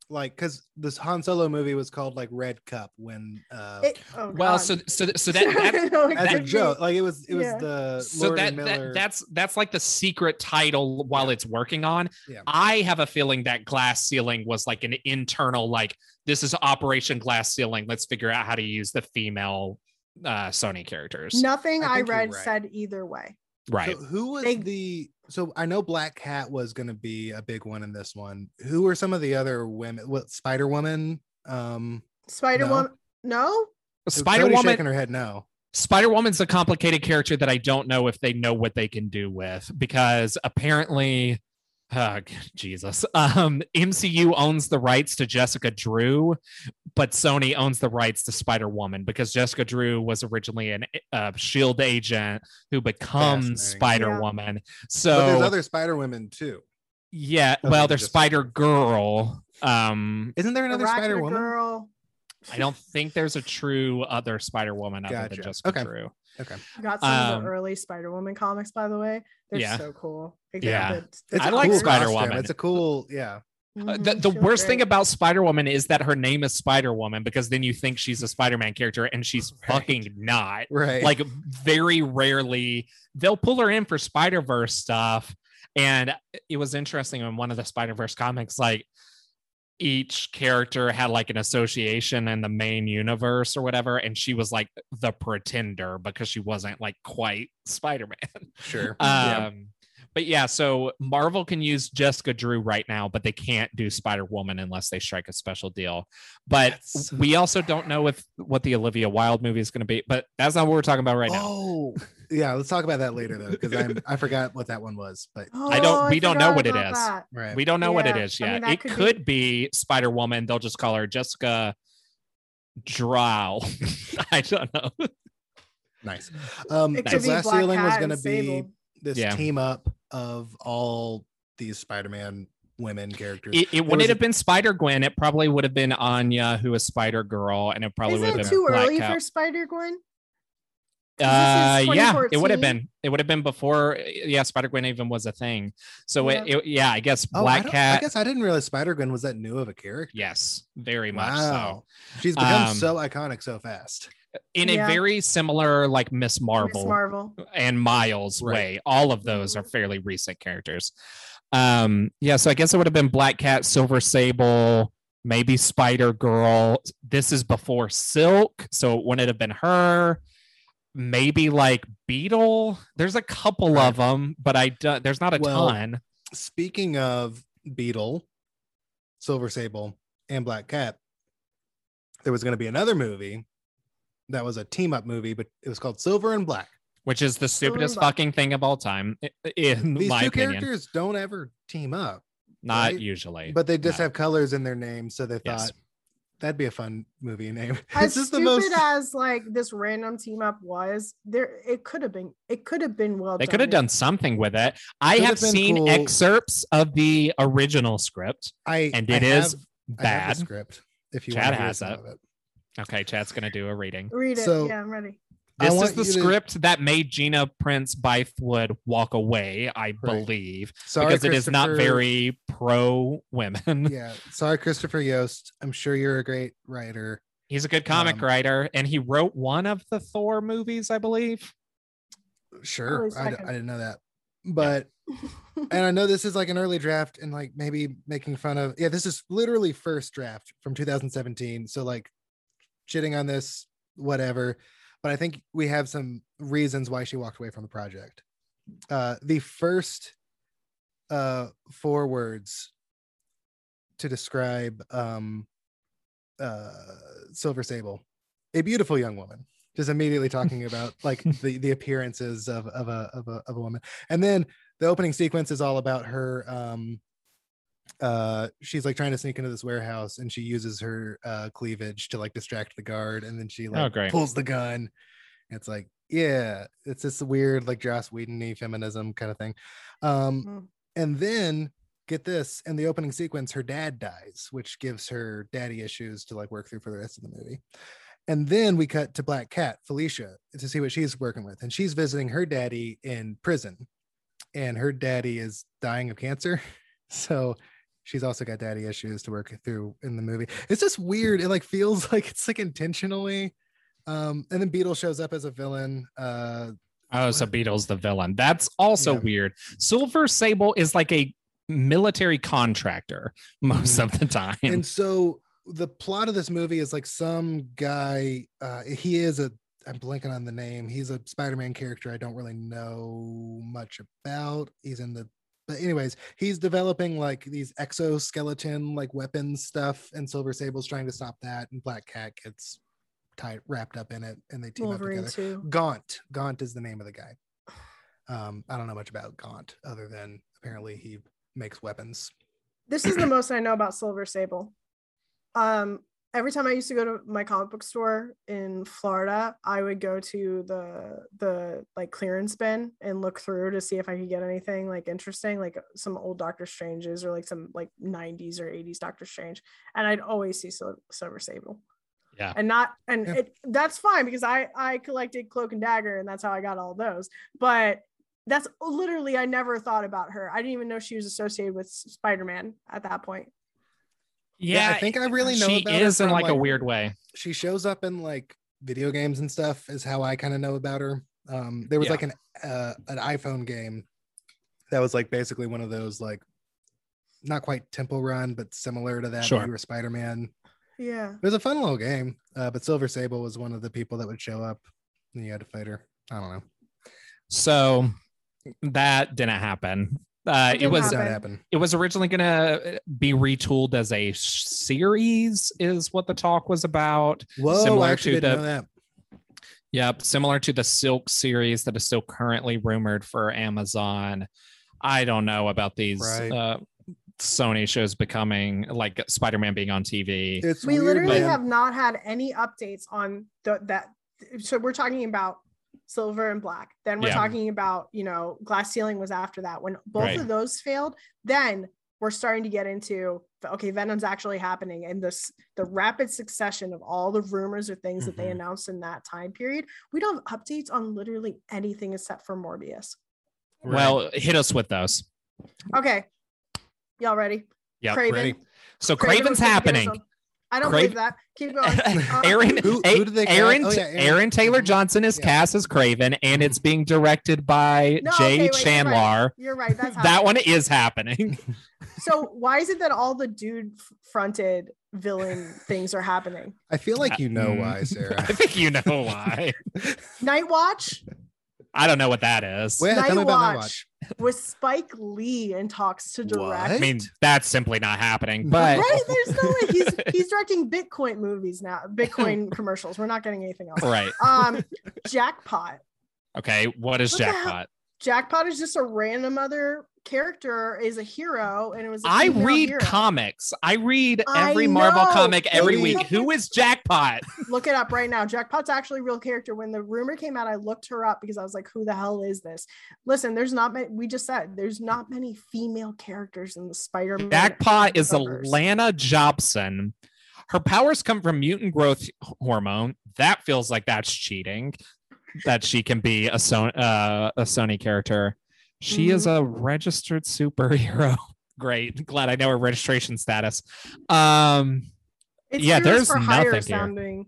Speaker 2: like because this Han Solo movie was called like Red Cup when, uh,
Speaker 4: It- oh,
Speaker 1: well,
Speaker 4: God. (laughs)
Speaker 1: so so so that, that
Speaker 4: No, it
Speaker 2: as a
Speaker 4: could be.
Speaker 2: joke, like it was it was
Speaker 4: yeah.
Speaker 2: the
Speaker 1: so
Speaker 2: Lord
Speaker 1: that,
Speaker 2: and
Speaker 1: that
Speaker 2: Uh, Miller.
Speaker 1: that's that's like the secret title while it's working on
Speaker 2: Yeah.
Speaker 1: i have a feeling that glass ceiling was like an internal like this is operation glass ceiling let's figure out how to use the female uh, Sony characters.
Speaker 4: Nothing
Speaker 2: I
Speaker 4: I,
Speaker 2: think you're
Speaker 4: read
Speaker 2: right.
Speaker 4: said either way.
Speaker 1: Right.
Speaker 2: So who was
Speaker 4: They-
Speaker 2: the? So I know Black Cat was going to be a big one in this one. Who were some of the other women? What Spider Woman? Um,
Speaker 4: Spider
Speaker 2: No.
Speaker 4: Woman. No,
Speaker 1: Spider
Speaker 2: Cody's
Speaker 1: Woman.
Speaker 2: shaking her head no.
Speaker 1: Spider Woman's a complicated character that I don't know if they know what they can do with because apparently, uh, Jesus, um, MCU owns the rights to Jessica Drew, but Sony owns the rights to Spider Woman because Jessica Drew was originally an uh, Shield agent who becomes
Speaker 2: Fascinating.
Speaker 1: Spider Woman.
Speaker 2: but
Speaker 1: So
Speaker 2: there's other Spider Women too.
Speaker 1: yeah,
Speaker 2: Other
Speaker 1: well,
Speaker 2: than
Speaker 1: there's
Speaker 2: just-
Speaker 1: Spider Girl. Um,
Speaker 2: Isn't there another
Speaker 4: Arachna
Speaker 2: Spider Woman?
Speaker 4: Girl.
Speaker 1: I
Speaker 2: (laughs)
Speaker 1: don't think there's a true other Spider Woman other
Speaker 2: Gotcha.
Speaker 1: than Jessica
Speaker 2: Okay.
Speaker 1: Drew.
Speaker 4: Got some of
Speaker 1: Um,
Speaker 4: the early Spider Woman comics, by the way. They're
Speaker 1: Yeah.
Speaker 4: so cool.
Speaker 1: Yeah.
Speaker 2: It's
Speaker 1: I
Speaker 2: a
Speaker 1: like
Speaker 2: cool
Speaker 1: Spider
Speaker 2: costume.
Speaker 1: Woman.
Speaker 2: It's a cool, yeah.
Speaker 1: Uh,
Speaker 4: Mm-hmm.
Speaker 2: Mm-hmm.
Speaker 1: the the worst thing about Spider Woman is that her name is Spider Woman because then you think she's a Spider Man character and she's
Speaker 2: Right.
Speaker 1: fucking not.
Speaker 2: Right.
Speaker 1: Like, very rarely they'll pull her in for Spider Verse stuff. And it was interesting in one of the Spider Verse comics, like, each character had like an association in the main universe or whatever. And she was like the pretender because she wasn't like quite Spider Man.
Speaker 2: sure.
Speaker 1: Um,
Speaker 2: Yeah.
Speaker 1: But yeah, so Marvel can use Jessica Drew right now, but they can't do Spider Woman unless they strike a special deal. But
Speaker 2: That's-
Speaker 1: we also don't know if what the Olivia Wilde movie is going to be. But that's not what we're talking about right now.
Speaker 2: oh, yeah. Let's talk about that later though, because I'm I forgot what that one was, but
Speaker 1: I don't- we don't know
Speaker 4: Oh, forgot
Speaker 1: what it
Speaker 4: about
Speaker 1: is.
Speaker 4: that.
Speaker 2: right.
Speaker 1: We don't know what it
Speaker 4: Yeah,
Speaker 1: is
Speaker 4: I
Speaker 1: yet.
Speaker 4: mean, that
Speaker 1: it
Speaker 4: could
Speaker 1: could,
Speaker 4: be-
Speaker 1: be, Spider Woman. They'll just call her Jessica Drow. (laughs) I don't know.
Speaker 2: nice. Um,
Speaker 4: It could
Speaker 2: because
Speaker 4: be
Speaker 2: last
Speaker 4: Black
Speaker 2: ceiling was
Speaker 4: Cat
Speaker 2: going to
Speaker 4: and
Speaker 2: be
Speaker 4: Sable.
Speaker 2: this
Speaker 1: Yeah.
Speaker 2: team up of all these Spider-Man women characters.
Speaker 1: It, it
Speaker 2: was
Speaker 1: wouldn't
Speaker 2: a-
Speaker 1: have been Spider Gwen. It probably would have been Anya, who is Spider Girl, and it probably would
Speaker 4: Isn't
Speaker 1: have
Speaker 4: it
Speaker 1: been
Speaker 4: too
Speaker 1: Black
Speaker 4: early
Speaker 1: Cat.
Speaker 4: for Spider Gwen?
Speaker 1: uh
Speaker 4: Because this is
Speaker 1: yeah it would have
Speaker 4: 2014.
Speaker 1: been it would have been before yeah spider-gwen even was a thing so it,
Speaker 4: Yeah.
Speaker 1: it- yeah i guess
Speaker 2: Oh, I
Speaker 1: black
Speaker 2: don't- I
Speaker 1: cat
Speaker 2: guess I didn't realize Spider Gwen was that new of a character.
Speaker 1: yes very much so
Speaker 2: Wow, she's become
Speaker 1: Um,
Speaker 2: so iconic so fast.
Speaker 1: in
Speaker 4: Yeah.
Speaker 1: a very similar like miss marvel,
Speaker 4: Miss Marvel.
Speaker 1: and miles
Speaker 2: Right.
Speaker 1: way all of those are fairly recent characters um yeah so i guess it would have been black cat silver sable maybe spider girl this is before silk so it wouldn't have been her maybe like beetle there's a couple
Speaker 2: Right.
Speaker 1: of them but i don't there's not a
Speaker 2: Well,
Speaker 1: ton
Speaker 2: Speaking of Beetle, Silver Sable, and Black Cat, there was going to be another movie that was a team up movie, but it was called Silver and Black.
Speaker 1: which is the
Speaker 4: Silver
Speaker 1: stupidest
Speaker 4: Buck.
Speaker 1: fucking thing of all time, i- in
Speaker 2: These
Speaker 1: my
Speaker 2: two
Speaker 1: opinion.
Speaker 2: characters don't ever team up,
Speaker 1: Not
Speaker 2: right?
Speaker 1: usually.
Speaker 2: but they just
Speaker 1: No.
Speaker 2: have colors in their name, so they
Speaker 1: Yes.
Speaker 2: thought that'd be a fun movie name. (laughs)
Speaker 4: As
Speaker 2: this is the
Speaker 4: stupid
Speaker 2: most.
Speaker 4: as like this random team up was, there it could have been it could have been well
Speaker 1: they could have done something with it. I
Speaker 2: Could
Speaker 1: have
Speaker 2: have been
Speaker 1: seen
Speaker 2: cool.
Speaker 1: exports of the original script.
Speaker 2: I
Speaker 1: and
Speaker 2: I
Speaker 1: it is
Speaker 2: have- I have
Speaker 1: Bad.
Speaker 2: the script. If you
Speaker 1: Chad
Speaker 2: want to hear
Speaker 1: has
Speaker 2: some
Speaker 1: it.
Speaker 2: of it.
Speaker 1: Okay, Chad's gonna do a reading.
Speaker 4: Read it.
Speaker 2: So-
Speaker 4: yeah, I'm ready.
Speaker 2: I
Speaker 1: This is
Speaker 2: want
Speaker 1: the
Speaker 2: you to-
Speaker 1: script that made Gina Prince Bythewood walk away, I believe,
Speaker 2: Sorry,
Speaker 1: because it is not
Speaker 2: Christopher-
Speaker 1: very (laughs) pro women.
Speaker 2: yeah. Sorry, Christopher Yost. I'm sure you're a great writer.
Speaker 1: (laughs) He's a good comic
Speaker 2: Um,
Speaker 1: writer, and he wrote one of the Thor movies, I believe.
Speaker 2: Sure.
Speaker 4: Probably
Speaker 2: I, d-
Speaker 4: second.
Speaker 2: I didn't know that. But, and I know this is like an early draft and like maybe making fun of, yeah, this is literally first draft from 2017. So, like, shitting on this, whatever. But I think we have some reasons why she walked away from the project. Uh, the first uh, four words to describe um, uh, Silver Sable, a beautiful young woman. Just immediately talking about like the the appearances of of a of a of a woman, and then the opening sequence is all about her. Um, uh, she's like trying to sneak into this warehouse, and she uses her uh, cleavage to like distract the guard, and then she like
Speaker 1: Oh, great.
Speaker 2: pulls the gun. It's like yeah, it's this weird like Joss Whedon feminism kind of thing. Um,
Speaker 4: Mm.
Speaker 2: and then get this in the opening sequence, her dad dies, which gives her daddy issues to like work through for the rest of the movie. And then we cut to Black Cat, Felicia, to see what she's working with. And she's visiting her daddy in prison. And her daddy is dying of cancer. (laughs) So she's also got daddy issues to work through in the movie. It's just weird. It like feels (laughs) like it's like intentionally. Um, and then Beetle shows up as a villain. Uh
Speaker 1: Oh, so Beetle's the villain. That's also
Speaker 2: Yeah.
Speaker 1: weird. Silver Sable is like a military contractor most
Speaker 2: Mhm.
Speaker 1: of the time.
Speaker 2: and so the plot of this movie is like some guy uh he is a I'm blanking on the name. He's a Spider-Man character I don't really know much about. He's in the but anyways, he's developing like these exoskeleton like weapons stuff, and Silver Sable's trying to stop that, and Black Cat gets tied wrapped up in it, and they team up
Speaker 4: Wolverine
Speaker 2: together.
Speaker 4: too.
Speaker 2: Gaunt. Gaunt is the name of the guy. Um, I don't know much about Gaunt other than apparently he makes weapons.
Speaker 4: This is the most I know about Silver Sable. Um, every time I used to go to my comic book store in Florida, I would go to the the like clearance bin and look through to see if I could get anything like interesting, like some old Doctor Stranges or like some like 90s or 80s Doctor Strange, and I'd always see Sil- Silver Sable.
Speaker 1: Yeah.
Speaker 4: and not and
Speaker 2: Yeah.
Speaker 4: it, that's fine because I I collected Cloak and Dagger and that's how I got all those, but. That's literally I never thought about her. I didn't even know she was associated with Spider-Man at that point.
Speaker 2: Yeah, I think I really know
Speaker 1: She
Speaker 2: about her
Speaker 1: is in
Speaker 2: from,
Speaker 1: like, a
Speaker 2: like-
Speaker 1: weird way.
Speaker 2: She shows up in like video games and stuff is how I kind of know about her. Um, there was
Speaker 1: Yeah.
Speaker 2: like an uh, an iPhone game that was like basically one of those like not quite Temple Run, but similar to that. but
Speaker 1: Sure.
Speaker 2: You were Spider-Man.
Speaker 4: Yeah.
Speaker 2: It was a fun little game, uh, but Silver Sable was one of the people that would show up and you had to fight her. I don't know.
Speaker 1: So that didn't happen. Uh,
Speaker 4: That
Speaker 1: it
Speaker 4: didn't
Speaker 1: was
Speaker 2: It
Speaker 4: happen.
Speaker 2: don't happen.
Speaker 1: it was originally going to be retooled as a series, is what the talk was about.
Speaker 2: Whoa,
Speaker 1: Similar
Speaker 2: I actually
Speaker 1: to the-
Speaker 2: didn't know that.
Speaker 1: Yep, similar to the Silk series that is still currently rumored for Amazon. I don't know about these
Speaker 2: Right.
Speaker 1: uh, Sony shows becoming like Spider Man being on TV.
Speaker 2: It's
Speaker 4: we
Speaker 2: weird,
Speaker 4: literally
Speaker 2: man.
Speaker 4: have not had any updates on the, that so we're talking about silver and black then we're
Speaker 1: Yeah.
Speaker 4: talking about you know glass ceiling was after that when both
Speaker 1: Right.
Speaker 4: of those failed then we're starting to get into the- okay venom's actually happening and this the rapid succession of all the rumors or things that
Speaker 2: Mm-hmm.
Speaker 4: they
Speaker 1: Mhm.
Speaker 4: announced in that time period we don't have updates on literally anything except for morbius
Speaker 2: Right.
Speaker 1: Well, hit us with those.
Speaker 4: okay y'all ready
Speaker 1: Yep,
Speaker 4: craven
Speaker 2: ready.
Speaker 1: So
Speaker 4: Craven
Speaker 1: Craven's
Speaker 4: was gonna give us
Speaker 1: happening.
Speaker 4: some- i don't
Speaker 1: Cra-
Speaker 4: believe that keep
Speaker 1: (laughs)
Speaker 4: going (laughs) Uh,
Speaker 1: Aaron,
Speaker 2: Who- who did they cast?
Speaker 1: Aaron,
Speaker 2: Oh, yeah,
Speaker 1: Aaron,
Speaker 2: Aaron.
Speaker 1: Taylor
Speaker 2: Mhm.
Speaker 4: Mm-hmm.
Speaker 1: Johnson is
Speaker 2: Yeah.
Speaker 1: cast as Craven, and it's being directed by
Speaker 4: No, okay,
Speaker 1: Jay
Speaker 4: wait, you're right.
Speaker 1: Chanlar.
Speaker 4: you're right that's
Speaker 1: That
Speaker 4: happening.
Speaker 1: one is happening. (laughs)
Speaker 4: so why is it that all the dude f- fronted
Speaker 1: (laughs)
Speaker 4: villain things are happening
Speaker 2: I feel like you know
Speaker 1: Mm.
Speaker 2: why, Sarah. (laughs)
Speaker 4: (laughs)
Speaker 1: I think you know why.
Speaker 4: night watch
Speaker 1: I don't know what that is.
Speaker 2: Well, yeah,
Speaker 4: night
Speaker 2: tell me about Night
Speaker 4: watch with spike lee and talks to direct
Speaker 1: I
Speaker 2: What?
Speaker 1: mean, that's simply not
Speaker 4: (laughs)
Speaker 1: happening. But
Speaker 2: Right?
Speaker 4: right there's no way
Speaker 1: (laughs)
Speaker 4: he's he's directing bitcoin movies now bitcoin commercials we're not getting anything else
Speaker 1: right.
Speaker 4: um jackpot
Speaker 1: Okay. What is
Speaker 4: What the hell?
Speaker 1: jackpot?
Speaker 4: jackpot is just a random other character is a hero and it was a
Speaker 1: I
Speaker 4: female
Speaker 1: read
Speaker 4: hero.
Speaker 1: comics. I read
Speaker 4: I
Speaker 1: every Marvel
Speaker 4: know.
Speaker 1: comic every
Speaker 2: Maybe-
Speaker 1: week. Who is jackpot?
Speaker 4: look it up right now. Jackpot's actually a real character. When the rumor came out, I looked her up because I was like, who the hell is this? Listen, there's not many, we just said there's not many female characters in the Spider Man.
Speaker 1: Jackpot is
Speaker 4: universe.
Speaker 1: Alana Jobson. Her powers come from mutant growth hormone. That feels like that's cheating. That she can be a Sony, uh, a Sony character. She
Speaker 4: Mm-hmm.
Speaker 1: is a registered superhero. (laughs) Great. Glad I know her registration status. Um,
Speaker 4: It's
Speaker 1: yeah, there's
Speaker 4: heroes for hire
Speaker 1: nothing here.
Speaker 4: sounding.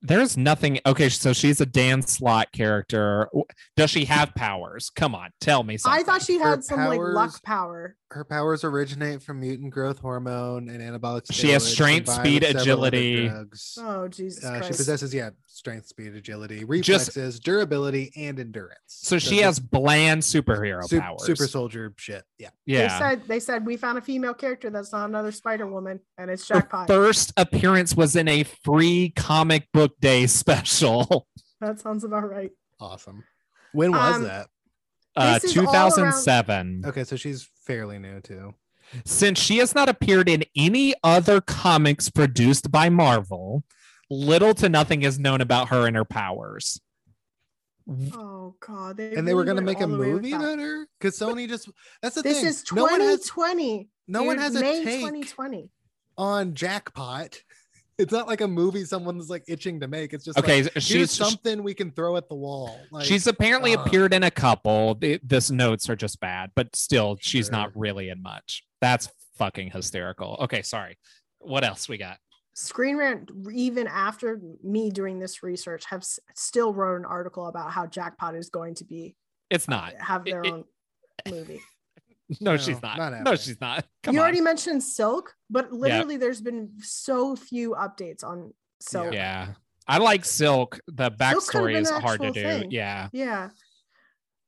Speaker 1: There's nothing. Okay, so she's a Dan Slot character. W- Does she have powers? Come on, tell me something.
Speaker 4: I thought she
Speaker 2: Her
Speaker 4: had some like
Speaker 2: powers-
Speaker 4: luck power.
Speaker 2: Her powers originate from mutant growth hormone and anabolic.
Speaker 1: She has
Speaker 2: steroids
Speaker 1: strength,
Speaker 2: combined
Speaker 1: speed,
Speaker 2: with several other
Speaker 1: agility.
Speaker 2: drugs.
Speaker 4: Oh, Jesus
Speaker 2: Uh, she
Speaker 4: Christ.
Speaker 2: possesses, yeah, strength, speed, agility, reflexes, durability, and endurance.
Speaker 1: so she
Speaker 2: just
Speaker 1: has bland superhero
Speaker 2: sup-
Speaker 1: powers.
Speaker 2: super soldier shit. Yeah.
Speaker 1: yeah.
Speaker 4: They said they said we found a female character that's not another Spider Woman, and it's
Speaker 1: Her
Speaker 4: Jackpot.
Speaker 1: first appearance was in a free comic book day (laughs) special,
Speaker 4: that sounds about right.
Speaker 2: Awesome. When was
Speaker 4: Um,
Speaker 2: that?
Speaker 1: uh,
Speaker 4: This is all around-
Speaker 1: 2007.
Speaker 2: Okay, so she's fairly new too.
Speaker 1: Since she has not appeared in any other comics produced by Marvel, little to nothing is known about her and her powers.
Speaker 4: Oh God! They
Speaker 2: and they were
Speaker 4: really
Speaker 2: going to
Speaker 4: went
Speaker 2: make a
Speaker 4: all the way with
Speaker 2: movie
Speaker 4: that.
Speaker 2: about her because Sony just that's the
Speaker 4: This
Speaker 2: thing.
Speaker 4: is
Speaker 2: no one has
Speaker 4: 2020.
Speaker 2: no one
Speaker 4: dude.
Speaker 2: has a
Speaker 4: May
Speaker 2: take
Speaker 4: 2020.
Speaker 2: on Jackpot. (laughs) It's not like a movie someone's like itching to make. It's just like,
Speaker 1: Okay,
Speaker 2: here's
Speaker 1: she's
Speaker 2: something we can throw at the wall. Like, uh,
Speaker 1: she's apparently
Speaker 2: ugh.
Speaker 1: appeared in a couple. The, this notes are just bad, but still, she's not
Speaker 2: Sure.
Speaker 1: really in much. That's fucking hysterical. Okay, sorry. What else we got?
Speaker 4: Screen Rant, even after me doing this research, have s- still wrote an article about how Jackpot is going to be
Speaker 1: It's not.
Speaker 4: have their
Speaker 1: it- it-
Speaker 4: own movie.
Speaker 1: No,
Speaker 2: No,
Speaker 1: she's not.
Speaker 2: not
Speaker 1: no,
Speaker 2: happening.
Speaker 1: she's not. (laughs) Come
Speaker 4: you
Speaker 1: on.
Speaker 4: already mentioned Silk, but literally, there's been so few updates on Silk.
Speaker 1: yeah. I like Silk. The
Speaker 4: could've
Speaker 1: backstory
Speaker 4: been
Speaker 1: is
Speaker 4: an
Speaker 1: hard to
Speaker 4: actual
Speaker 1: do.
Speaker 4: thing.
Speaker 1: Yeah.
Speaker 4: Yeah.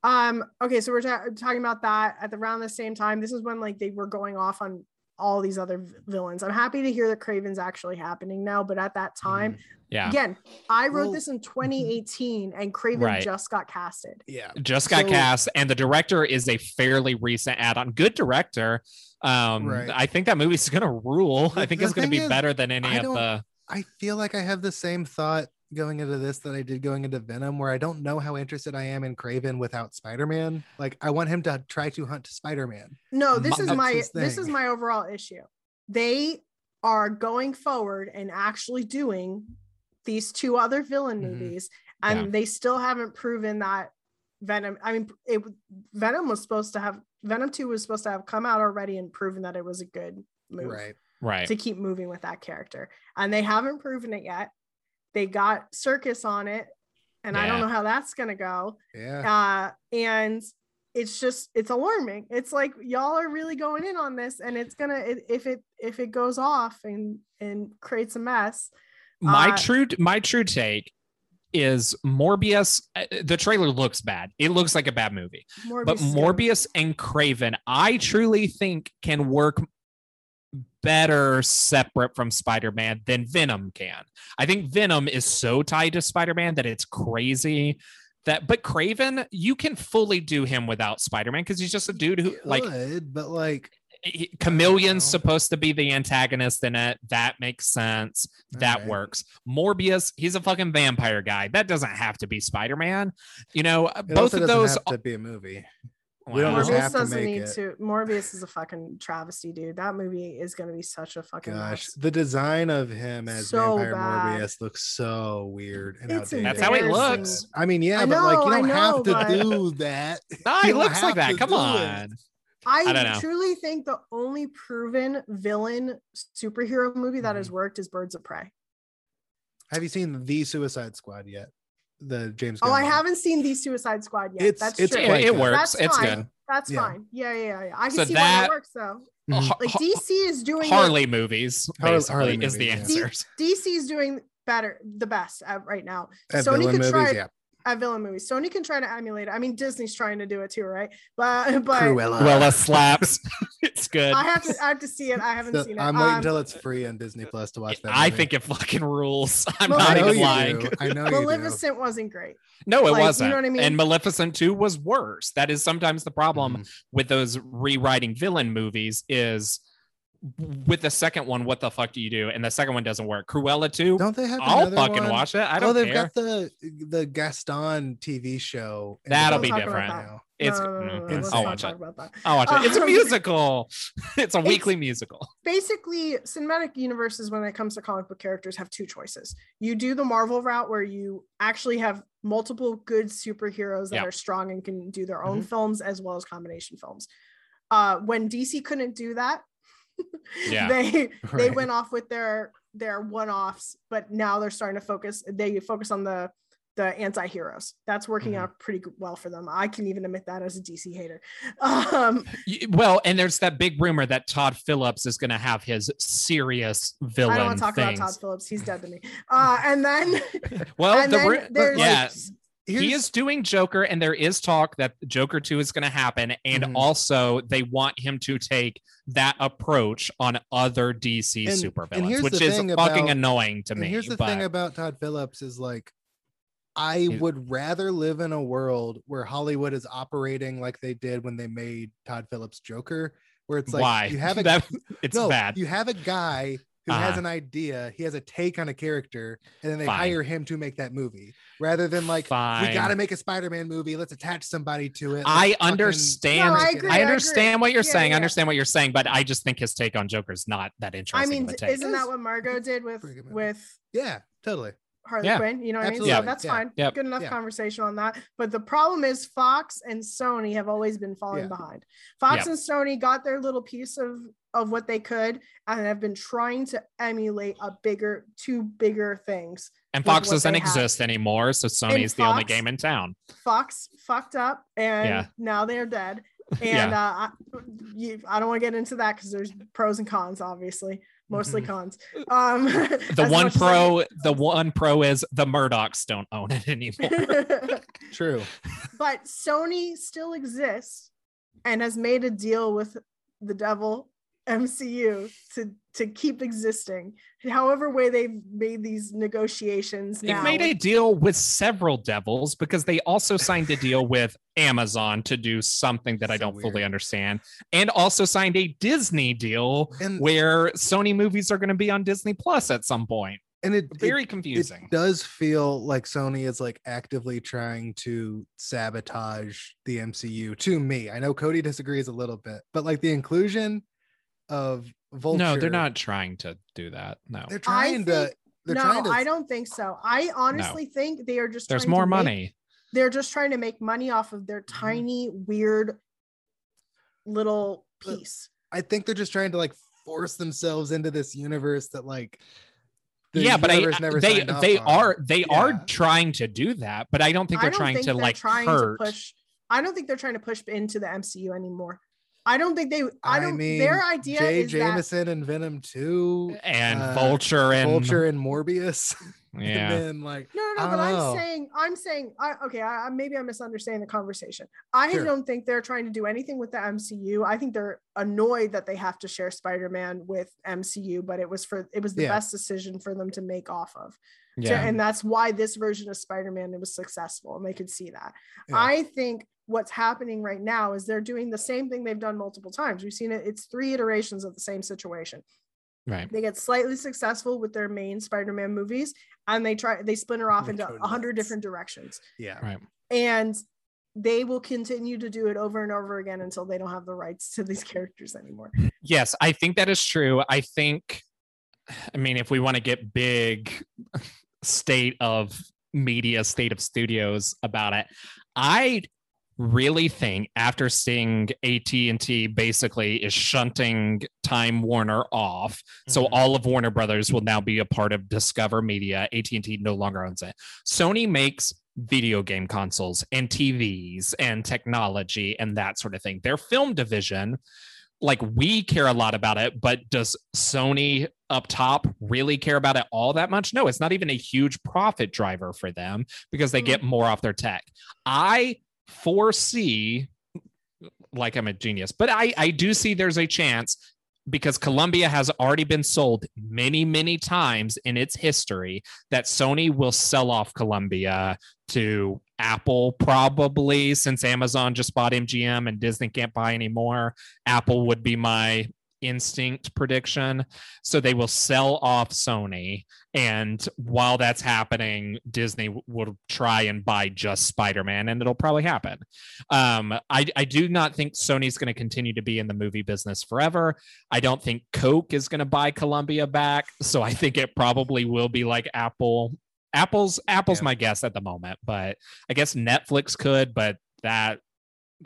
Speaker 4: Um, okay, so we're ta- talking about that at the, around the same time. This is when like they were going off on all these other v- villains. I'm happy to hear that Craven's actually happening now, but at that time,
Speaker 1: Mm-hmm. Yeah.
Speaker 4: again, I wrote
Speaker 2: Well-
Speaker 4: this in 2018 and Craven
Speaker 1: Right.
Speaker 4: just got casted.
Speaker 2: Yeah.
Speaker 1: Just got
Speaker 2: So-
Speaker 1: cast, and the director is a fairly recent add on. Good director. Um,
Speaker 2: Right.
Speaker 1: I think that movie's (laughs) going to rule.
Speaker 2: The-
Speaker 1: I think
Speaker 2: the
Speaker 1: it's going to be
Speaker 2: thing is,
Speaker 1: better than any
Speaker 2: I
Speaker 1: of
Speaker 2: don't-
Speaker 1: the.
Speaker 2: I feel like I have the same thought going into this that I did going into Venom, where I don't know how interested I am in Craven without Spider Man. Like, I want him to try to hunt Spider Man.
Speaker 4: No, this
Speaker 1: Mo-
Speaker 4: is
Speaker 2: that's
Speaker 4: my
Speaker 2: his
Speaker 4: this is
Speaker 2: thing.
Speaker 4: my overall issue. They are going forward and actually doing these two other villain
Speaker 2: Mhm.
Speaker 4: movies,
Speaker 1: Yeah.
Speaker 4: and they still haven't proven that Venom. I mean, it Venom was supposed to have Venom Two was supposed to have come out already and proven that it was a good move
Speaker 2: Right.
Speaker 1: Right.
Speaker 4: to keep moving with that character, and they haven't proven it yet. They got Circus on it, and I don't
Speaker 1: Yeah.
Speaker 4: know how that's gonna go
Speaker 1: (laughs)
Speaker 2: Yeah.
Speaker 4: uh and it's just it's alarming it's like y'all are really going in on this and it's gonna i- if it if it goes off and and creates a mess
Speaker 1: my
Speaker 4: Uh,
Speaker 1: true my true take is Morbius. uh, The trailer looks bad. It looks like a bad movie.
Speaker 4: morbius
Speaker 1: But
Speaker 4: is gonna-
Speaker 1: Morbius and Craven, I truly think can work better separate from Spider-Man than Venom can. I think Venom is so tied to Spider-Man that it's crazy. That but Craven, you can fully do him without Spider-Man because he's just a dude who like
Speaker 2: Good, but like,
Speaker 1: he- Chameleon's
Speaker 2: know.
Speaker 1: supposed to be the antagonist in it. That makes sense. That
Speaker 2: Alright.
Speaker 1: works. Morbius, he's a fucking vampire guy. That doesn't have to be Spider Man. You know,
Speaker 2: it
Speaker 1: both
Speaker 2: also
Speaker 1: of
Speaker 2: doesn't
Speaker 1: those.
Speaker 2: have to be a movie. we
Speaker 1: Wow.
Speaker 2: don't just
Speaker 4: morbius
Speaker 2: have to
Speaker 4: doesn't
Speaker 2: make
Speaker 4: need
Speaker 2: it.
Speaker 4: to morbius is a fucking travesty dude that movie is gonna be such a fucking
Speaker 2: Gosh,
Speaker 4: mess.
Speaker 2: the design of him as
Speaker 4: So
Speaker 2: Vampire
Speaker 4: bad.
Speaker 2: Morbius looks so weird. And
Speaker 4: It's
Speaker 2: outdated.
Speaker 1: That's how he
Speaker 4: embarrassing.
Speaker 1: looks.
Speaker 2: I mean, yeah,
Speaker 4: I
Speaker 2: but like,
Speaker 4: know,
Speaker 2: you
Speaker 4: I
Speaker 2: don't have
Speaker 4: know,
Speaker 2: to
Speaker 4: but-
Speaker 2: do that.
Speaker 1: No,
Speaker 2: You
Speaker 1: he
Speaker 2: don't
Speaker 1: looks like
Speaker 2: have
Speaker 1: that.
Speaker 2: to
Speaker 1: Come
Speaker 2: do it.
Speaker 1: on.
Speaker 4: I,
Speaker 1: I don't know.
Speaker 4: truly think the only proven villain superhero movie that
Speaker 2: Mm-hmm.
Speaker 4: has worked is Birds of Prey.
Speaker 2: Have you seen the Suicide Squad yet? The James.
Speaker 4: Oh,
Speaker 2: Gunn
Speaker 4: I
Speaker 2: one?
Speaker 4: haven't seen the Suicide Squad yet.
Speaker 2: It's-
Speaker 4: That's
Speaker 2: it's
Speaker 4: true.
Speaker 1: It,
Speaker 2: quite
Speaker 1: it
Speaker 2: good.
Speaker 1: works.
Speaker 4: That's
Speaker 1: it's
Speaker 4: fine.
Speaker 1: good.
Speaker 4: That's
Speaker 2: Yeah.
Speaker 4: fine. Yeah, yeah, yeah, yeah. I can
Speaker 1: So
Speaker 4: see why
Speaker 1: that-
Speaker 4: that works though.
Speaker 2: Mhm.
Speaker 1: Har-
Speaker 4: Like
Speaker 1: Har-
Speaker 4: DC is doing it-
Speaker 1: Harley movies,
Speaker 2: Harley-
Speaker 1: basically,
Speaker 2: Harley
Speaker 1: is the
Speaker 2: movies,
Speaker 4: yeah.
Speaker 1: answer.
Speaker 4: DC is doing better, the best at right now.
Speaker 2: At
Speaker 4: Sony
Speaker 2: villain
Speaker 4: could
Speaker 2: movies,
Speaker 4: try
Speaker 2: yeah.
Speaker 4: at villain movies. Sony can try to emulate it. I mean, Disney's trying to do it too, right? But but
Speaker 2: Cruella.
Speaker 1: Well,
Speaker 4: (laughs)
Speaker 1: that slaps. it's good.
Speaker 4: I
Speaker 1: I,
Speaker 4: have to I have to see it. I haven't
Speaker 2: So
Speaker 4: seen it.
Speaker 2: I'm waiting
Speaker 4: Um,
Speaker 2: until it's free on Disney Plus to watch that. movie.
Speaker 1: think it fucking rules. (laughs) I'm
Speaker 4: Well,
Speaker 1: not
Speaker 4: I know
Speaker 1: even
Speaker 2: you
Speaker 1: lying.
Speaker 2: do. I know you do.
Speaker 4: Maleficent wasn't great.
Speaker 1: No, it
Speaker 4: Like, you know
Speaker 1: wasn't.
Speaker 4: what I mean?
Speaker 1: And Maleficent 2 was worse. That is sometimes the problem
Speaker 2: Mhm.
Speaker 4: Mm-hmm.
Speaker 1: with those rewriting villain movies is with the second one, what the fuck do you do? And the second one doesn't work. Cruella 2,
Speaker 2: Don't they have?
Speaker 1: I'll
Speaker 2: another
Speaker 1: fucking
Speaker 2: one?
Speaker 1: watch it. I
Speaker 2: oh,
Speaker 1: don't
Speaker 2: they've
Speaker 1: care.
Speaker 2: got the the Gaston TV show. in
Speaker 1: That'll
Speaker 4: be
Speaker 2: Disney Plus
Speaker 4: different.
Speaker 2: now.
Speaker 1: it's
Speaker 4: No, no, no, no, no,
Speaker 1: mm,
Speaker 4: let's
Speaker 1: I'll
Speaker 4: not
Speaker 1: watch
Speaker 4: talk
Speaker 1: it.
Speaker 4: about that.
Speaker 1: I'll watch it. It's a
Speaker 4: Um,
Speaker 1: musical. (laughs) it's a weekly musical.
Speaker 4: basically cinematic universes when it comes to comic book characters have two choices you do the marvel route where you actually have multiple good superheroes that
Speaker 1: Yeah. Mm-hmm.
Speaker 4: are strong and can do their own films as well as combination films uh when dc couldn't do that (laughs)
Speaker 1: Yeah.
Speaker 4: they they
Speaker 2: Right.
Speaker 4: went off with their their one-offs but now they're starting to focus they focus on the the anti-heroes that's working
Speaker 1: Mhm.
Speaker 4: out pretty g- well for them i can even admit that as a dc hater (laughs) um
Speaker 1: Y- Well, and there's that big rumor that Todd Phillips is going to have his serious
Speaker 4: i don't
Speaker 1: villain
Speaker 4: want to talk
Speaker 1: things.
Speaker 4: about todd phillips he's dead to me uh
Speaker 1: (laughs)
Speaker 4: and then
Speaker 1: well,
Speaker 4: and
Speaker 1: the
Speaker 4: then
Speaker 1: ru-
Speaker 4: there's
Speaker 1: yeah, he
Speaker 2: Here's-
Speaker 1: is doing Joker, and there is talk that Joker 2 is going to happen. And
Speaker 2: Mhm.
Speaker 1: also, they want him to take that approach on other DC
Speaker 2: And- and
Speaker 1: supervillains,
Speaker 2: here's
Speaker 1: which
Speaker 2: the
Speaker 1: is fucking
Speaker 2: thing about-
Speaker 1: annoying to
Speaker 2: and
Speaker 1: me.
Speaker 2: Here's the
Speaker 1: but
Speaker 2: thing about Todd Phillips is like, I
Speaker 1: He's-
Speaker 2: would rather live in a world where Hollywood is operating like they did when they made Todd Phillips Joker, where it's like
Speaker 1: why? (laughs)
Speaker 2: you have a (laughs)
Speaker 1: That- it's
Speaker 2: no,
Speaker 1: bad.
Speaker 2: You have a guy who has
Speaker 1: Uh-huh.
Speaker 2: an idea, he has a take on a character, and then they
Speaker 1: Fine.
Speaker 2: hire him to make that movie rather than like
Speaker 1: Fine.
Speaker 2: we got to make a Spider-Man movie. Let's attach somebody to it.
Speaker 1: I
Speaker 2: let's fucking-"
Speaker 1: understand.
Speaker 4: No, I
Speaker 1: I,
Speaker 4: agree, I
Speaker 1: understand what you're
Speaker 4: Yeah,
Speaker 1: saying. I
Speaker 4: yeah.
Speaker 1: understand what you're saying, but I just think his take on Joker is not that
Speaker 4: I
Speaker 1: interesting.
Speaker 4: mean,
Speaker 1: of a
Speaker 4: d-
Speaker 1: take.
Speaker 4: isn't that what Margot did with
Speaker 2: Pretty good movie.
Speaker 4: with
Speaker 2: Yeah, totally.
Speaker 4: Harley
Speaker 1: Yeah,
Speaker 4: Quinn? You know what I mean? So
Speaker 2: absolutely,
Speaker 4: that's
Speaker 2: yeah,
Speaker 4: fine.
Speaker 1: yep.
Speaker 4: Good enough
Speaker 2: Yeah.
Speaker 4: conversation on that. But the problem is Fox and Sony have always been falling
Speaker 2: Yeah.
Speaker 4: behind. Fox
Speaker 1: Yeah.
Speaker 4: and Sony got their little piece of of what they could and have been trying to emulate a bigger two bigger things.
Speaker 1: and
Speaker 4: with
Speaker 1: Fox
Speaker 4: what
Speaker 1: doesn't
Speaker 4: they have.
Speaker 1: exist anymore, so Sony's the only
Speaker 4: Fox-
Speaker 1: game in town.
Speaker 4: Fox fucked up and
Speaker 1: Yeah.
Speaker 4: now they're dead. And
Speaker 1: (laughs) Yeah.
Speaker 4: uh, I, you, I don't want to get into that because there's pros and cons, obviously. mostly cons. Um,
Speaker 1: Mm-hmm. (laughs) The
Speaker 4: as
Speaker 1: one
Speaker 4: much as I-
Speaker 1: pro, the one pro is the Murdochs don't own it (laughs)
Speaker 4: (laughs)
Speaker 1: anymore.
Speaker 2: True.
Speaker 4: but Sony still exists and has made a deal with the devil MCU to to keep existing. However way they've made these negotiations
Speaker 1: They've
Speaker 4: now.
Speaker 1: made a deal with several devils because they also signed a deal with Amazon to do something that I
Speaker 2: So
Speaker 1: don't fully
Speaker 2: weird.
Speaker 1: understand, and also signed a Disney deal
Speaker 2: And
Speaker 1: where Sony movies are going to be on Disney Plus at some point.
Speaker 2: and it, it
Speaker 1: Very confusing.
Speaker 2: It does feel like Sony is like actively trying to sabotage the MCU to me. I know Cody disagrees a little bit, but like the inclusion of Vulture.
Speaker 1: No, they're not trying to do that. No,
Speaker 2: They're trying to.
Speaker 4: think-
Speaker 2: They're
Speaker 4: no,
Speaker 2: trying to.
Speaker 4: I don't think so. I honestly think they are just
Speaker 1: there's
Speaker 4: trying to
Speaker 1: more
Speaker 4: make-
Speaker 1: money.
Speaker 4: they're just trying to make money off of their
Speaker 2: Mm-hmm.
Speaker 4: tiny weird little
Speaker 2: But-
Speaker 4: piece.
Speaker 2: I think they're just trying to like force themselves into this universe that like. the
Speaker 1: Yeah, but I,
Speaker 2: universe never
Speaker 1: they
Speaker 2: signed off
Speaker 1: they
Speaker 2: on.
Speaker 1: are they are
Speaker 2: Yeah.
Speaker 1: trying to do that, but I don't think
Speaker 4: I
Speaker 1: they're
Speaker 4: don't
Speaker 1: trying
Speaker 4: think
Speaker 1: to
Speaker 4: they're
Speaker 1: like
Speaker 4: trying
Speaker 1: hurt.
Speaker 4: to push. I don't think they're trying to push into the MCU anymore. I don't think they. I
Speaker 2: I
Speaker 4: don't.
Speaker 2: mean,
Speaker 4: their idea
Speaker 2: Jay
Speaker 4: is
Speaker 2: Jameson and Venom Two,
Speaker 1: and
Speaker 2: uh,
Speaker 1: Vulture and
Speaker 2: Vulture and Morbius, (laughs)
Speaker 1: yeah.
Speaker 2: and then like
Speaker 4: that. No, no,
Speaker 2: I
Speaker 4: no. But
Speaker 2: don't
Speaker 4: I'm
Speaker 2: know.
Speaker 4: saying, I'm saying, I, okay, I, I- maybe I'm misunderstanding the conversation. I
Speaker 2: Sure.
Speaker 4: don't think they're trying to do anything with the MCU. I think they're annoyed that they have to share Spider-Man with MCU, but it was for it was the
Speaker 2: Yeah.
Speaker 4: best decision for them to make off of. So-
Speaker 1: yeah.
Speaker 4: and that's why this version of spider-man was successful and they could see that
Speaker 2: Yeah.
Speaker 4: i think what's happening right now is they're doing the same thing they've done multiple times we've seen it it's three iterations of the same situation
Speaker 1: Right.
Speaker 4: they get slightly successful with their main spider-man movies and they try they splinter off
Speaker 2: They
Speaker 4: into
Speaker 2: go
Speaker 4: a hundred
Speaker 2: nuts.
Speaker 4: different directions
Speaker 2: yeah,
Speaker 1: Right.
Speaker 4: and they will continue to do it over and over again until they don't have the rights to these characters anymore
Speaker 1: Yes, I think that is true. I think, I mean, if we want to get big state of media, state of studios about it, I really think after seeing AT&T basically is shunting Time Warner off, so
Speaker 2: Mhm.
Speaker 1: all of Warner Brothers will now be a part of Discover Media. AT&T no longer owns it. Sony makes video game consoles and TVs and technology and that sort of thing. Their film division, like we care a lot about it, but does Sony up top really care about it all that much? No, it's not even a huge profit driver for them because they get more off their tech. I foresee like I'm a genius, but I I do see there's a chance because Columbia has already been sold many many times in its history that Sony will sell off Columbia to Apple probably since Amazon just bought MGM and Disney can't buy anymore. Apple would be my instinct prediction. So they will sell off Sony and while that's happening, Disney w- will try and buy just Spider-Man and it'll probably happen. Um, I, I do not think Sony's going to continue to be in the movie business forever. I don't think Coke is going to buy Columbia back. So I think it probably will be like Apple. Apple's Apple's
Speaker 2: Yeah.
Speaker 1: my guess at the moment, but I guess Netflix could, but that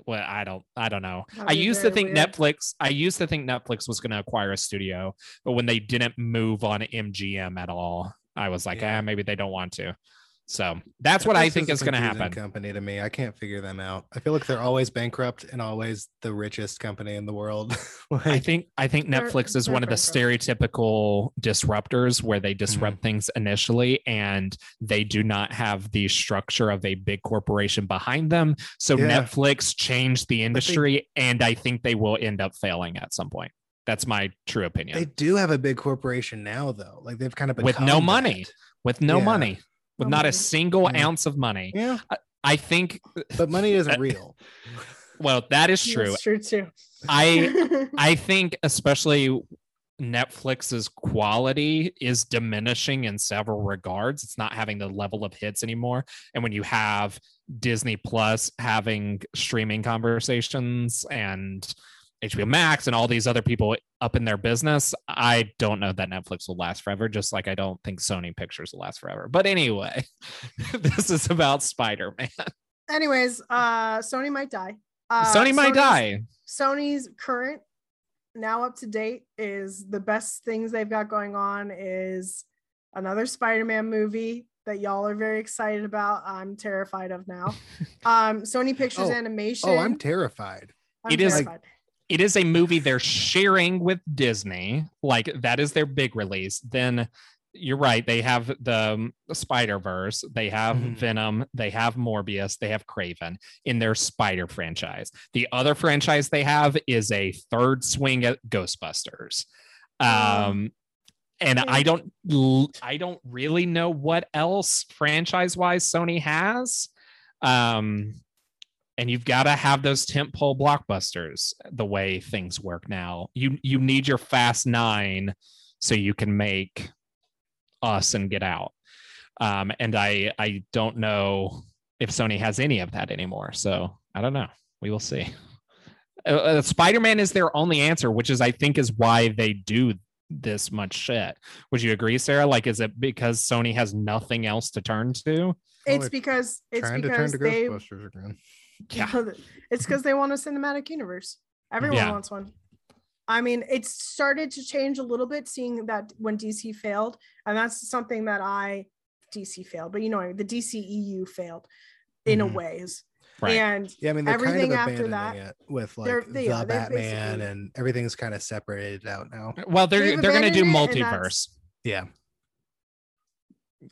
Speaker 1: well, I don't I don't know.
Speaker 4: That would
Speaker 1: I
Speaker 4: be
Speaker 1: used to
Speaker 4: very
Speaker 1: think
Speaker 4: weird.
Speaker 1: Netflix I used to think Netflix was going to acquire a studio, but when they didn't move on MGM at all, I was like,
Speaker 2: Yeah.
Speaker 1: ah, maybe they don't want to. So that's what I
Speaker 2: Netflix
Speaker 1: think
Speaker 2: a
Speaker 1: is going to
Speaker 2: confusing
Speaker 1: happen.
Speaker 2: Company to me, I can't figure them out. I feel like they're always bankrupt and always the richest company in the world. (laughs) like,
Speaker 1: I think I think
Speaker 4: They're-
Speaker 1: Netflix is
Speaker 4: they're
Speaker 1: one of the
Speaker 4: bankrupt.
Speaker 1: stereotypical disruptors where they disrupt things initially and they do not have the structure of a big corporation behind them. So
Speaker 2: Yeah.
Speaker 1: Netflix changed the industry and I think they will end up failing at some point. That's my true opinion.
Speaker 2: they do have a big corporation now, though. Like they've kind of
Speaker 1: With no
Speaker 2: become
Speaker 1: money.
Speaker 2: that.
Speaker 1: with no
Speaker 2: Yeah.
Speaker 1: money, with
Speaker 4: No
Speaker 1: not a
Speaker 4: money.
Speaker 1: single
Speaker 2: Mm.
Speaker 1: ounce of money. (laughs)
Speaker 2: Yeah,
Speaker 1: I think
Speaker 2: but money
Speaker 1: (laughs)
Speaker 2: isn't
Speaker 4: (laughs)
Speaker 2: real.
Speaker 1: well, that is true.
Speaker 4: That's true too
Speaker 1: I I think especially Netflix's quality is diminishing in several regards. It's not having the level of hits anymore. And when you have Disney Plus having streaming conversations and HBO Max and all these other people up in their business, I don't know that Netflix will last forever, just like I don't think Sony Pictures will last forever. But anyway, (laughs) this is about Spider Man.
Speaker 4: (laughs) anyways uh sony might die uh,
Speaker 1: Sony might
Speaker 4: Sony's-
Speaker 1: die.
Speaker 4: sony's current now up to date is the best things they've got going on is another spider-man movie that y'all are very excited about
Speaker 2: (laughs)
Speaker 4: i'm terrified of now um sony pictures
Speaker 2: Oh.
Speaker 4: animation
Speaker 2: Oh, I'm terrified.
Speaker 4: I'm
Speaker 1: It is-
Speaker 4: terrified.
Speaker 1: it is a movie they're sharing with Disney. Like that is their big release. Then you're right. They have the Spider Verse. They have
Speaker 2: Mhm.
Speaker 1: Venom. They have Morbius. They have Craven in their Spider franchise. The other franchise they have is a third swing at Ghostbusters. Um, and I don't, l- I don't really know what else franchise wise Sony has. Um, and you've got to have those tentpole blockbusters the way things work now. You you need your Fast Nine so you can make us and get out. Um, and I I don't know if Sony has any of that anymore. So I don't know. We will see. Uh, uh, Spider-Man is their only answer, which is I think is why they do this much shit. Would you agree, Sarah? Like, is it because Sony has nothing else to turn to?
Speaker 4: It's
Speaker 2: Totally
Speaker 4: because it's
Speaker 2: Oh, Trying to turn
Speaker 4: because
Speaker 2: to
Speaker 4: they
Speaker 2: Ghostbusters again.
Speaker 4: it's because they want a cinematic universe. Everyone
Speaker 1: Yeah.
Speaker 4: wants one. I mean, it's started to change a little bit, seeing that when DC failed, and that's something that I DC failed, but you know, the DCEU failed in
Speaker 2: Mhm.
Speaker 4: a ways.
Speaker 1: Mm-hmm. Right.
Speaker 4: And
Speaker 2: Yeah, I mean they're
Speaker 4: Everything
Speaker 2: kind of
Speaker 4: after
Speaker 2: abandoning
Speaker 4: that,
Speaker 2: it with
Speaker 4: they're-
Speaker 2: like
Speaker 4: they
Speaker 2: the
Speaker 4: are, they're
Speaker 2: Batman
Speaker 4: basically-
Speaker 2: and everything's kind of separated out now.
Speaker 1: Well, they're
Speaker 4: They've
Speaker 1: they're gonna do
Speaker 4: abandoned it, and that's-
Speaker 1: multiverse.
Speaker 2: Yeah,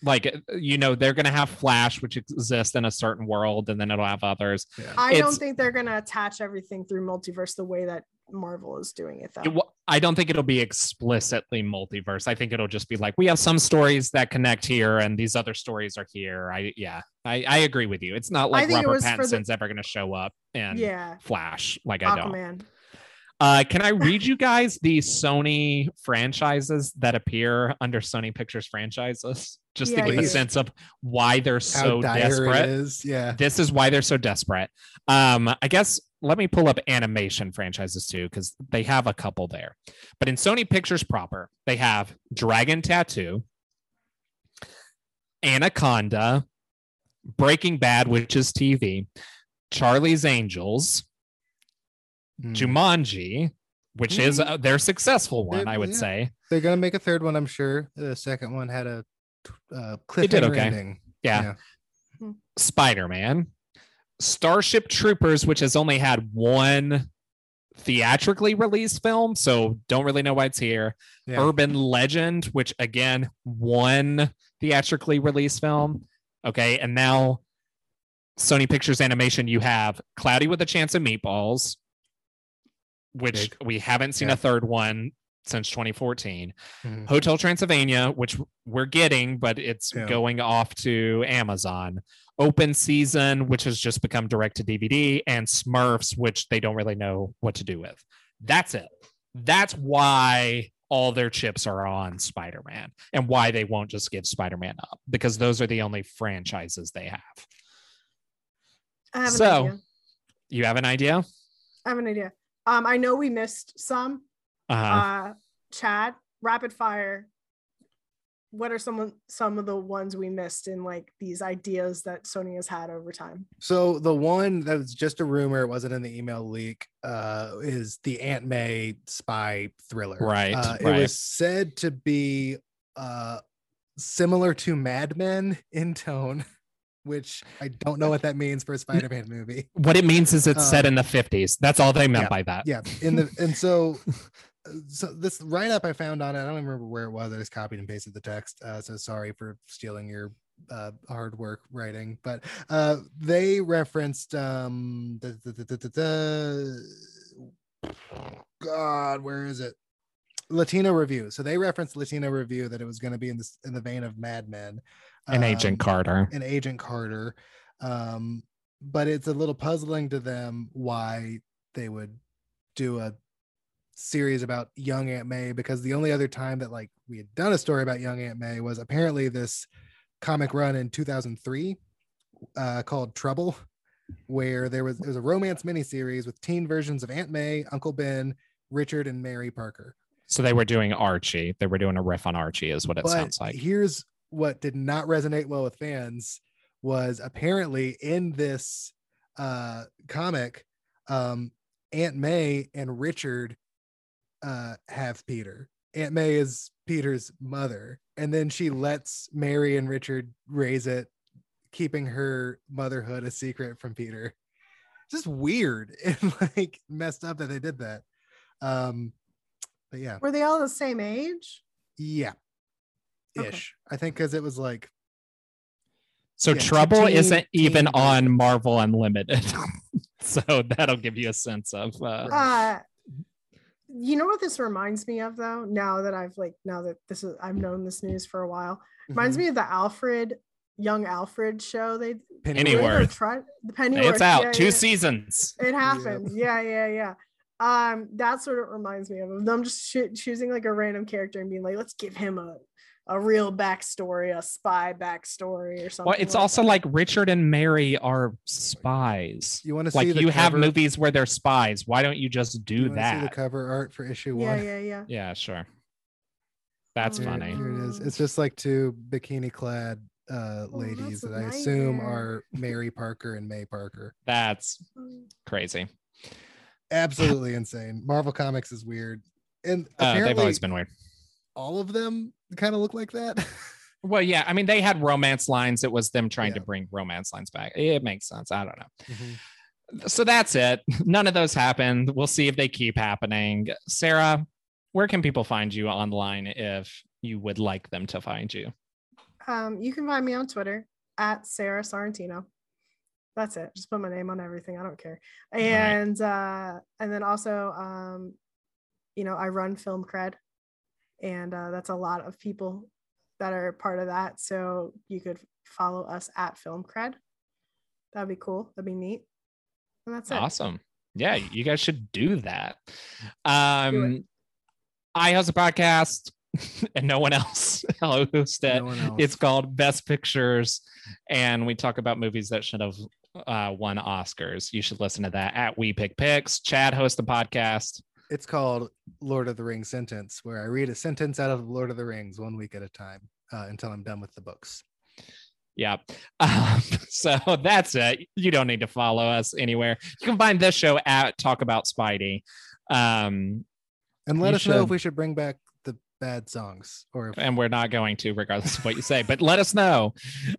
Speaker 1: like you know they're gonna have flash which exists in a certain world and then it'll have others
Speaker 2: yeah.
Speaker 4: I don't
Speaker 1: It's-
Speaker 4: think they're gonna attach everything through multiverse the way that Marvel is doing it though.
Speaker 1: It wa- i don't think it'll be explicitly multiverse i think it'll just be like we have some stories that connect here and these other stories are here i yeah i, I agree with you it's not like
Speaker 4: think it
Speaker 1: robert
Speaker 4: was for the-
Speaker 1: pattinson's ever gonna show up and
Speaker 4: yeah.
Speaker 1: flash like i don't
Speaker 4: Aquaman.
Speaker 1: uh can i read you guys the sony franchises that appear under sony pictures franchises just
Speaker 4: Yeah,
Speaker 1: to get a
Speaker 2: please.
Speaker 1: sense of why they're so
Speaker 2: it
Speaker 1: desperate
Speaker 2: is. Yeah,
Speaker 1: this is why they're so desperate. Um, I guess let me pull up animation franchises too, because they have a couple there. But in Sony Pictures proper, they have Dragon Tattoo, Anaconda, Breaking Bad, which is TV, Charlie's Angels,
Speaker 2: Mm.
Speaker 1: Jumanji, which is
Speaker 2: Mhm.
Speaker 1: uh, their successful one,
Speaker 2: They-
Speaker 1: I would
Speaker 2: yeah.
Speaker 1: say.
Speaker 2: they're gonna make a third one. I'm sure the second one had a t- uh,
Speaker 1: It did
Speaker 2: cliffhanger
Speaker 1: okay.
Speaker 2: ending.
Speaker 1: Yeah.
Speaker 2: Yeah.
Speaker 1: Spider Man, Starship Troopers, which has only had one theatrically released film, so don't really know why it's here.
Speaker 2: Yeah.
Speaker 1: Urban Legend, which again, one theatrically released film. Okay. And now Sony Pictures Animation, you have Cloudy with a Chance of Meatballs, which
Speaker 2: Big.
Speaker 1: we haven't seen
Speaker 2: Yeah.
Speaker 1: a third one since 2014.
Speaker 2: Mhm.
Speaker 1: Hotel Transylvania, which we're getting, but it's
Speaker 2: Yeah.
Speaker 1: going off to Amazon. Open Season, which has just become direct to DVD, and Smurfs, which they don't really know what to do with. That's it. That's why all their chips are on Spider Man and why they won't just give Spider Man up because those are the only franchises they have.
Speaker 4: I have an
Speaker 1: So-
Speaker 4: idea.
Speaker 1: You have an idea?
Speaker 4: I have an idea. Um, I know we missed some,
Speaker 1: Uh,
Speaker 4: uh chad rapid fire what are some some of the ones we missed in like these ideas that sony has had over time
Speaker 2: So the one that was just a rumor, it wasn't in the email leak, uh, is the Aunt May spy thriller.
Speaker 1: Right,
Speaker 2: Uh,
Speaker 1: right.
Speaker 2: It was said to be uh, similar to Mad Men in tone, (laughs) which I don't know what that means for a Spider-Man movie.
Speaker 1: what it means is it's
Speaker 2: uh,
Speaker 1: set in the 50s. That's all they meant by that.
Speaker 2: Yeah. In the and so. uh, So this write-up I found on it, I don't even remember where it was. I just copied and pasted the text. Uh, so sorry for stealing your uh, hard work writing, but uh, they referenced um, the, the, the, the, the- God, where is it? Latino review. So they referenced Latino review that it was going to be in this in the vein of Mad Men,
Speaker 1: And Agent
Speaker 2: Um,
Speaker 1: Carter.
Speaker 2: and Agent Carter. Um, but it's a little puzzling to them why they would do a series about young Aunt May because the only other time that like we had done a story about young Aunt May was apparently this comic run in 2003 uh, called Trouble, where there was it was a romance miniseries with teen versions of Aunt May, Uncle Ben, Richard, and Mary Parker.
Speaker 1: So they were doing Archie. They were doing a riff on Archie, is what it sounds like.
Speaker 2: Here's what did not resonate well with fans was apparently in this uh comic, um, Aunt May and Richard uh have Peter. Aunt May is Peter's mother, and then she lets Mary and Richard raise it, keeping her motherhood a secret from Peter. just weird (laughs) and like messed up that they did that. Um, but yeah,
Speaker 4: Were they all the same age?
Speaker 2: yeah,
Speaker 4: Okay.
Speaker 2: ish. I think because it was like
Speaker 1: So
Speaker 2: Yeah,
Speaker 1: Trouble
Speaker 2: 15,
Speaker 1: isn't even
Speaker 2: 15.
Speaker 1: on Marvel Unlimited. (laughs) so that'll give you a sense of uh,
Speaker 4: Uh,
Speaker 1: Mm-hmm.
Speaker 4: you know what this reminds me of though? Now that I've like now that this is I've known this news for a while,
Speaker 1: Mm-hmm.
Speaker 2: mm-hmm.
Speaker 4: reminds me of the Alfred, young Alfred show. They
Speaker 1: Pennyworth.
Speaker 4: They were try- the Pennyworth.
Speaker 1: it's out
Speaker 4: yeah,
Speaker 1: two
Speaker 4: yeah.
Speaker 1: seasons.
Speaker 4: It happened. Yeah, yeah, yeah. Um, that's what it reminds me of. Of them just choo- choosing like a random character and being like, let's give him a a real backstory, a spy backstory or something.
Speaker 1: Well, it's
Speaker 4: like
Speaker 1: also
Speaker 4: that.
Speaker 1: like Richard and Mary are spies.
Speaker 2: You want to
Speaker 1: Like
Speaker 2: see the
Speaker 1: you have
Speaker 2: cover?
Speaker 1: movies where they're spies. Why don't you just do
Speaker 2: you wanna See the
Speaker 1: that?
Speaker 2: cover Oh, art for issue one.
Speaker 4: yeah, yeah, yeah.
Speaker 1: yeah, sure. That's
Speaker 4: Oh,
Speaker 2: Here-
Speaker 1: funny.
Speaker 2: Here it is. It's just like two bikini clad uh
Speaker 4: Oh,
Speaker 2: ladies
Speaker 4: that's a
Speaker 2: that I assume
Speaker 4: nightmare.
Speaker 2: are Mary Parker and May Parker.
Speaker 1: That's crazy. (laughs)
Speaker 2: Absolutely insane. Marvel Comics is weird. And
Speaker 1: Uh, they've
Speaker 2: apparently
Speaker 1: always been weird.
Speaker 2: all of them kind of look like that.
Speaker 1: Well, yeah. I mean, they had romance lines. It was them trying to
Speaker 2: Yeah.
Speaker 1: bring romance lines back. It makes sense. I don't know.
Speaker 2: (laughs)
Speaker 1: so that's it. (laughs) None of those happened. We'll see if they keep happening. Sarah, where can people find you online if you would like them to find you?
Speaker 4: Um, you can find me on Twitter at Sarah Sorrentino. That's it. Just put my name on everything. I don't care.
Speaker 1: Right.
Speaker 4: And uh, and then also, um, you know, I run Film Cred, and uh, that's a lot of people that are part of that. So you could follow us at Film Cred. That'd be cool. That'd be neat. And that's it.
Speaker 1: Awesome. Yeah, you guys should do that. Um, I host a podcast (laughs) and no one else (laughs) hosts it.
Speaker 2: No one else.
Speaker 1: It's called Best Pictures, and we talk about movies that should have uh, won Oscars. You should listen to that at We Pick Picks. Chad hosts the podcast.
Speaker 2: It's called Lord of the Rings sentence, where I read a sentence out of Lord of the Rings one week at a time uh, until I'm done with the books.
Speaker 1: Yeah. (laughs) Um, so that's it. You don't need to follow us anywhere. You can find this show at Talk About Spidey. Um,
Speaker 2: And let
Speaker 1: You
Speaker 2: us know
Speaker 1: should.
Speaker 2: if we should bring back the bad songs or if
Speaker 1: and we're not going to, regardless of what you say, but let us know.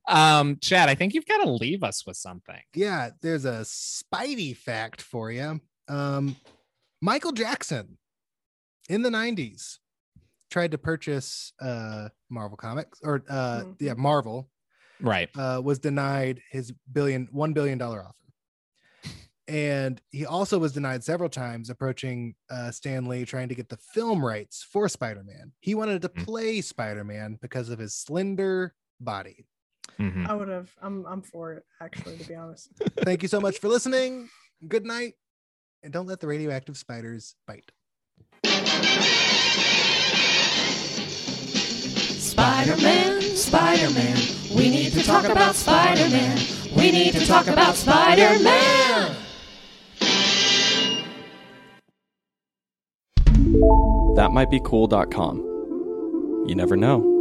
Speaker 1: Um, Chad, I think you've got to leave us with something.
Speaker 2: yeah, there's a Spidey fact for you. Um, Michael Jackson in the 90s tried to purchase uh, Marvel Comics or, uh,
Speaker 4: Mhm.
Speaker 2: yeah, Marvel,
Speaker 1: Right.
Speaker 2: uh, was denied his billion, $1 billion offer. And he also was denied several times approaching uh, Stan Lee trying to get the film rights for Spider Man. He wanted to
Speaker 1: Mhm.
Speaker 2: play Spider Man because of his slender body.
Speaker 1: Mhm.
Speaker 4: I would have. I'm I'm for it actually, to be honest.
Speaker 2: Thank you so much for listening. Good night. And don't let the radioactive spiders bite.
Speaker 3: Spider-Man, Spider-Man, we need to talk about Spider-Man. We need to talk about Spider-Man.
Speaker 5: That might be cool.com. You never know.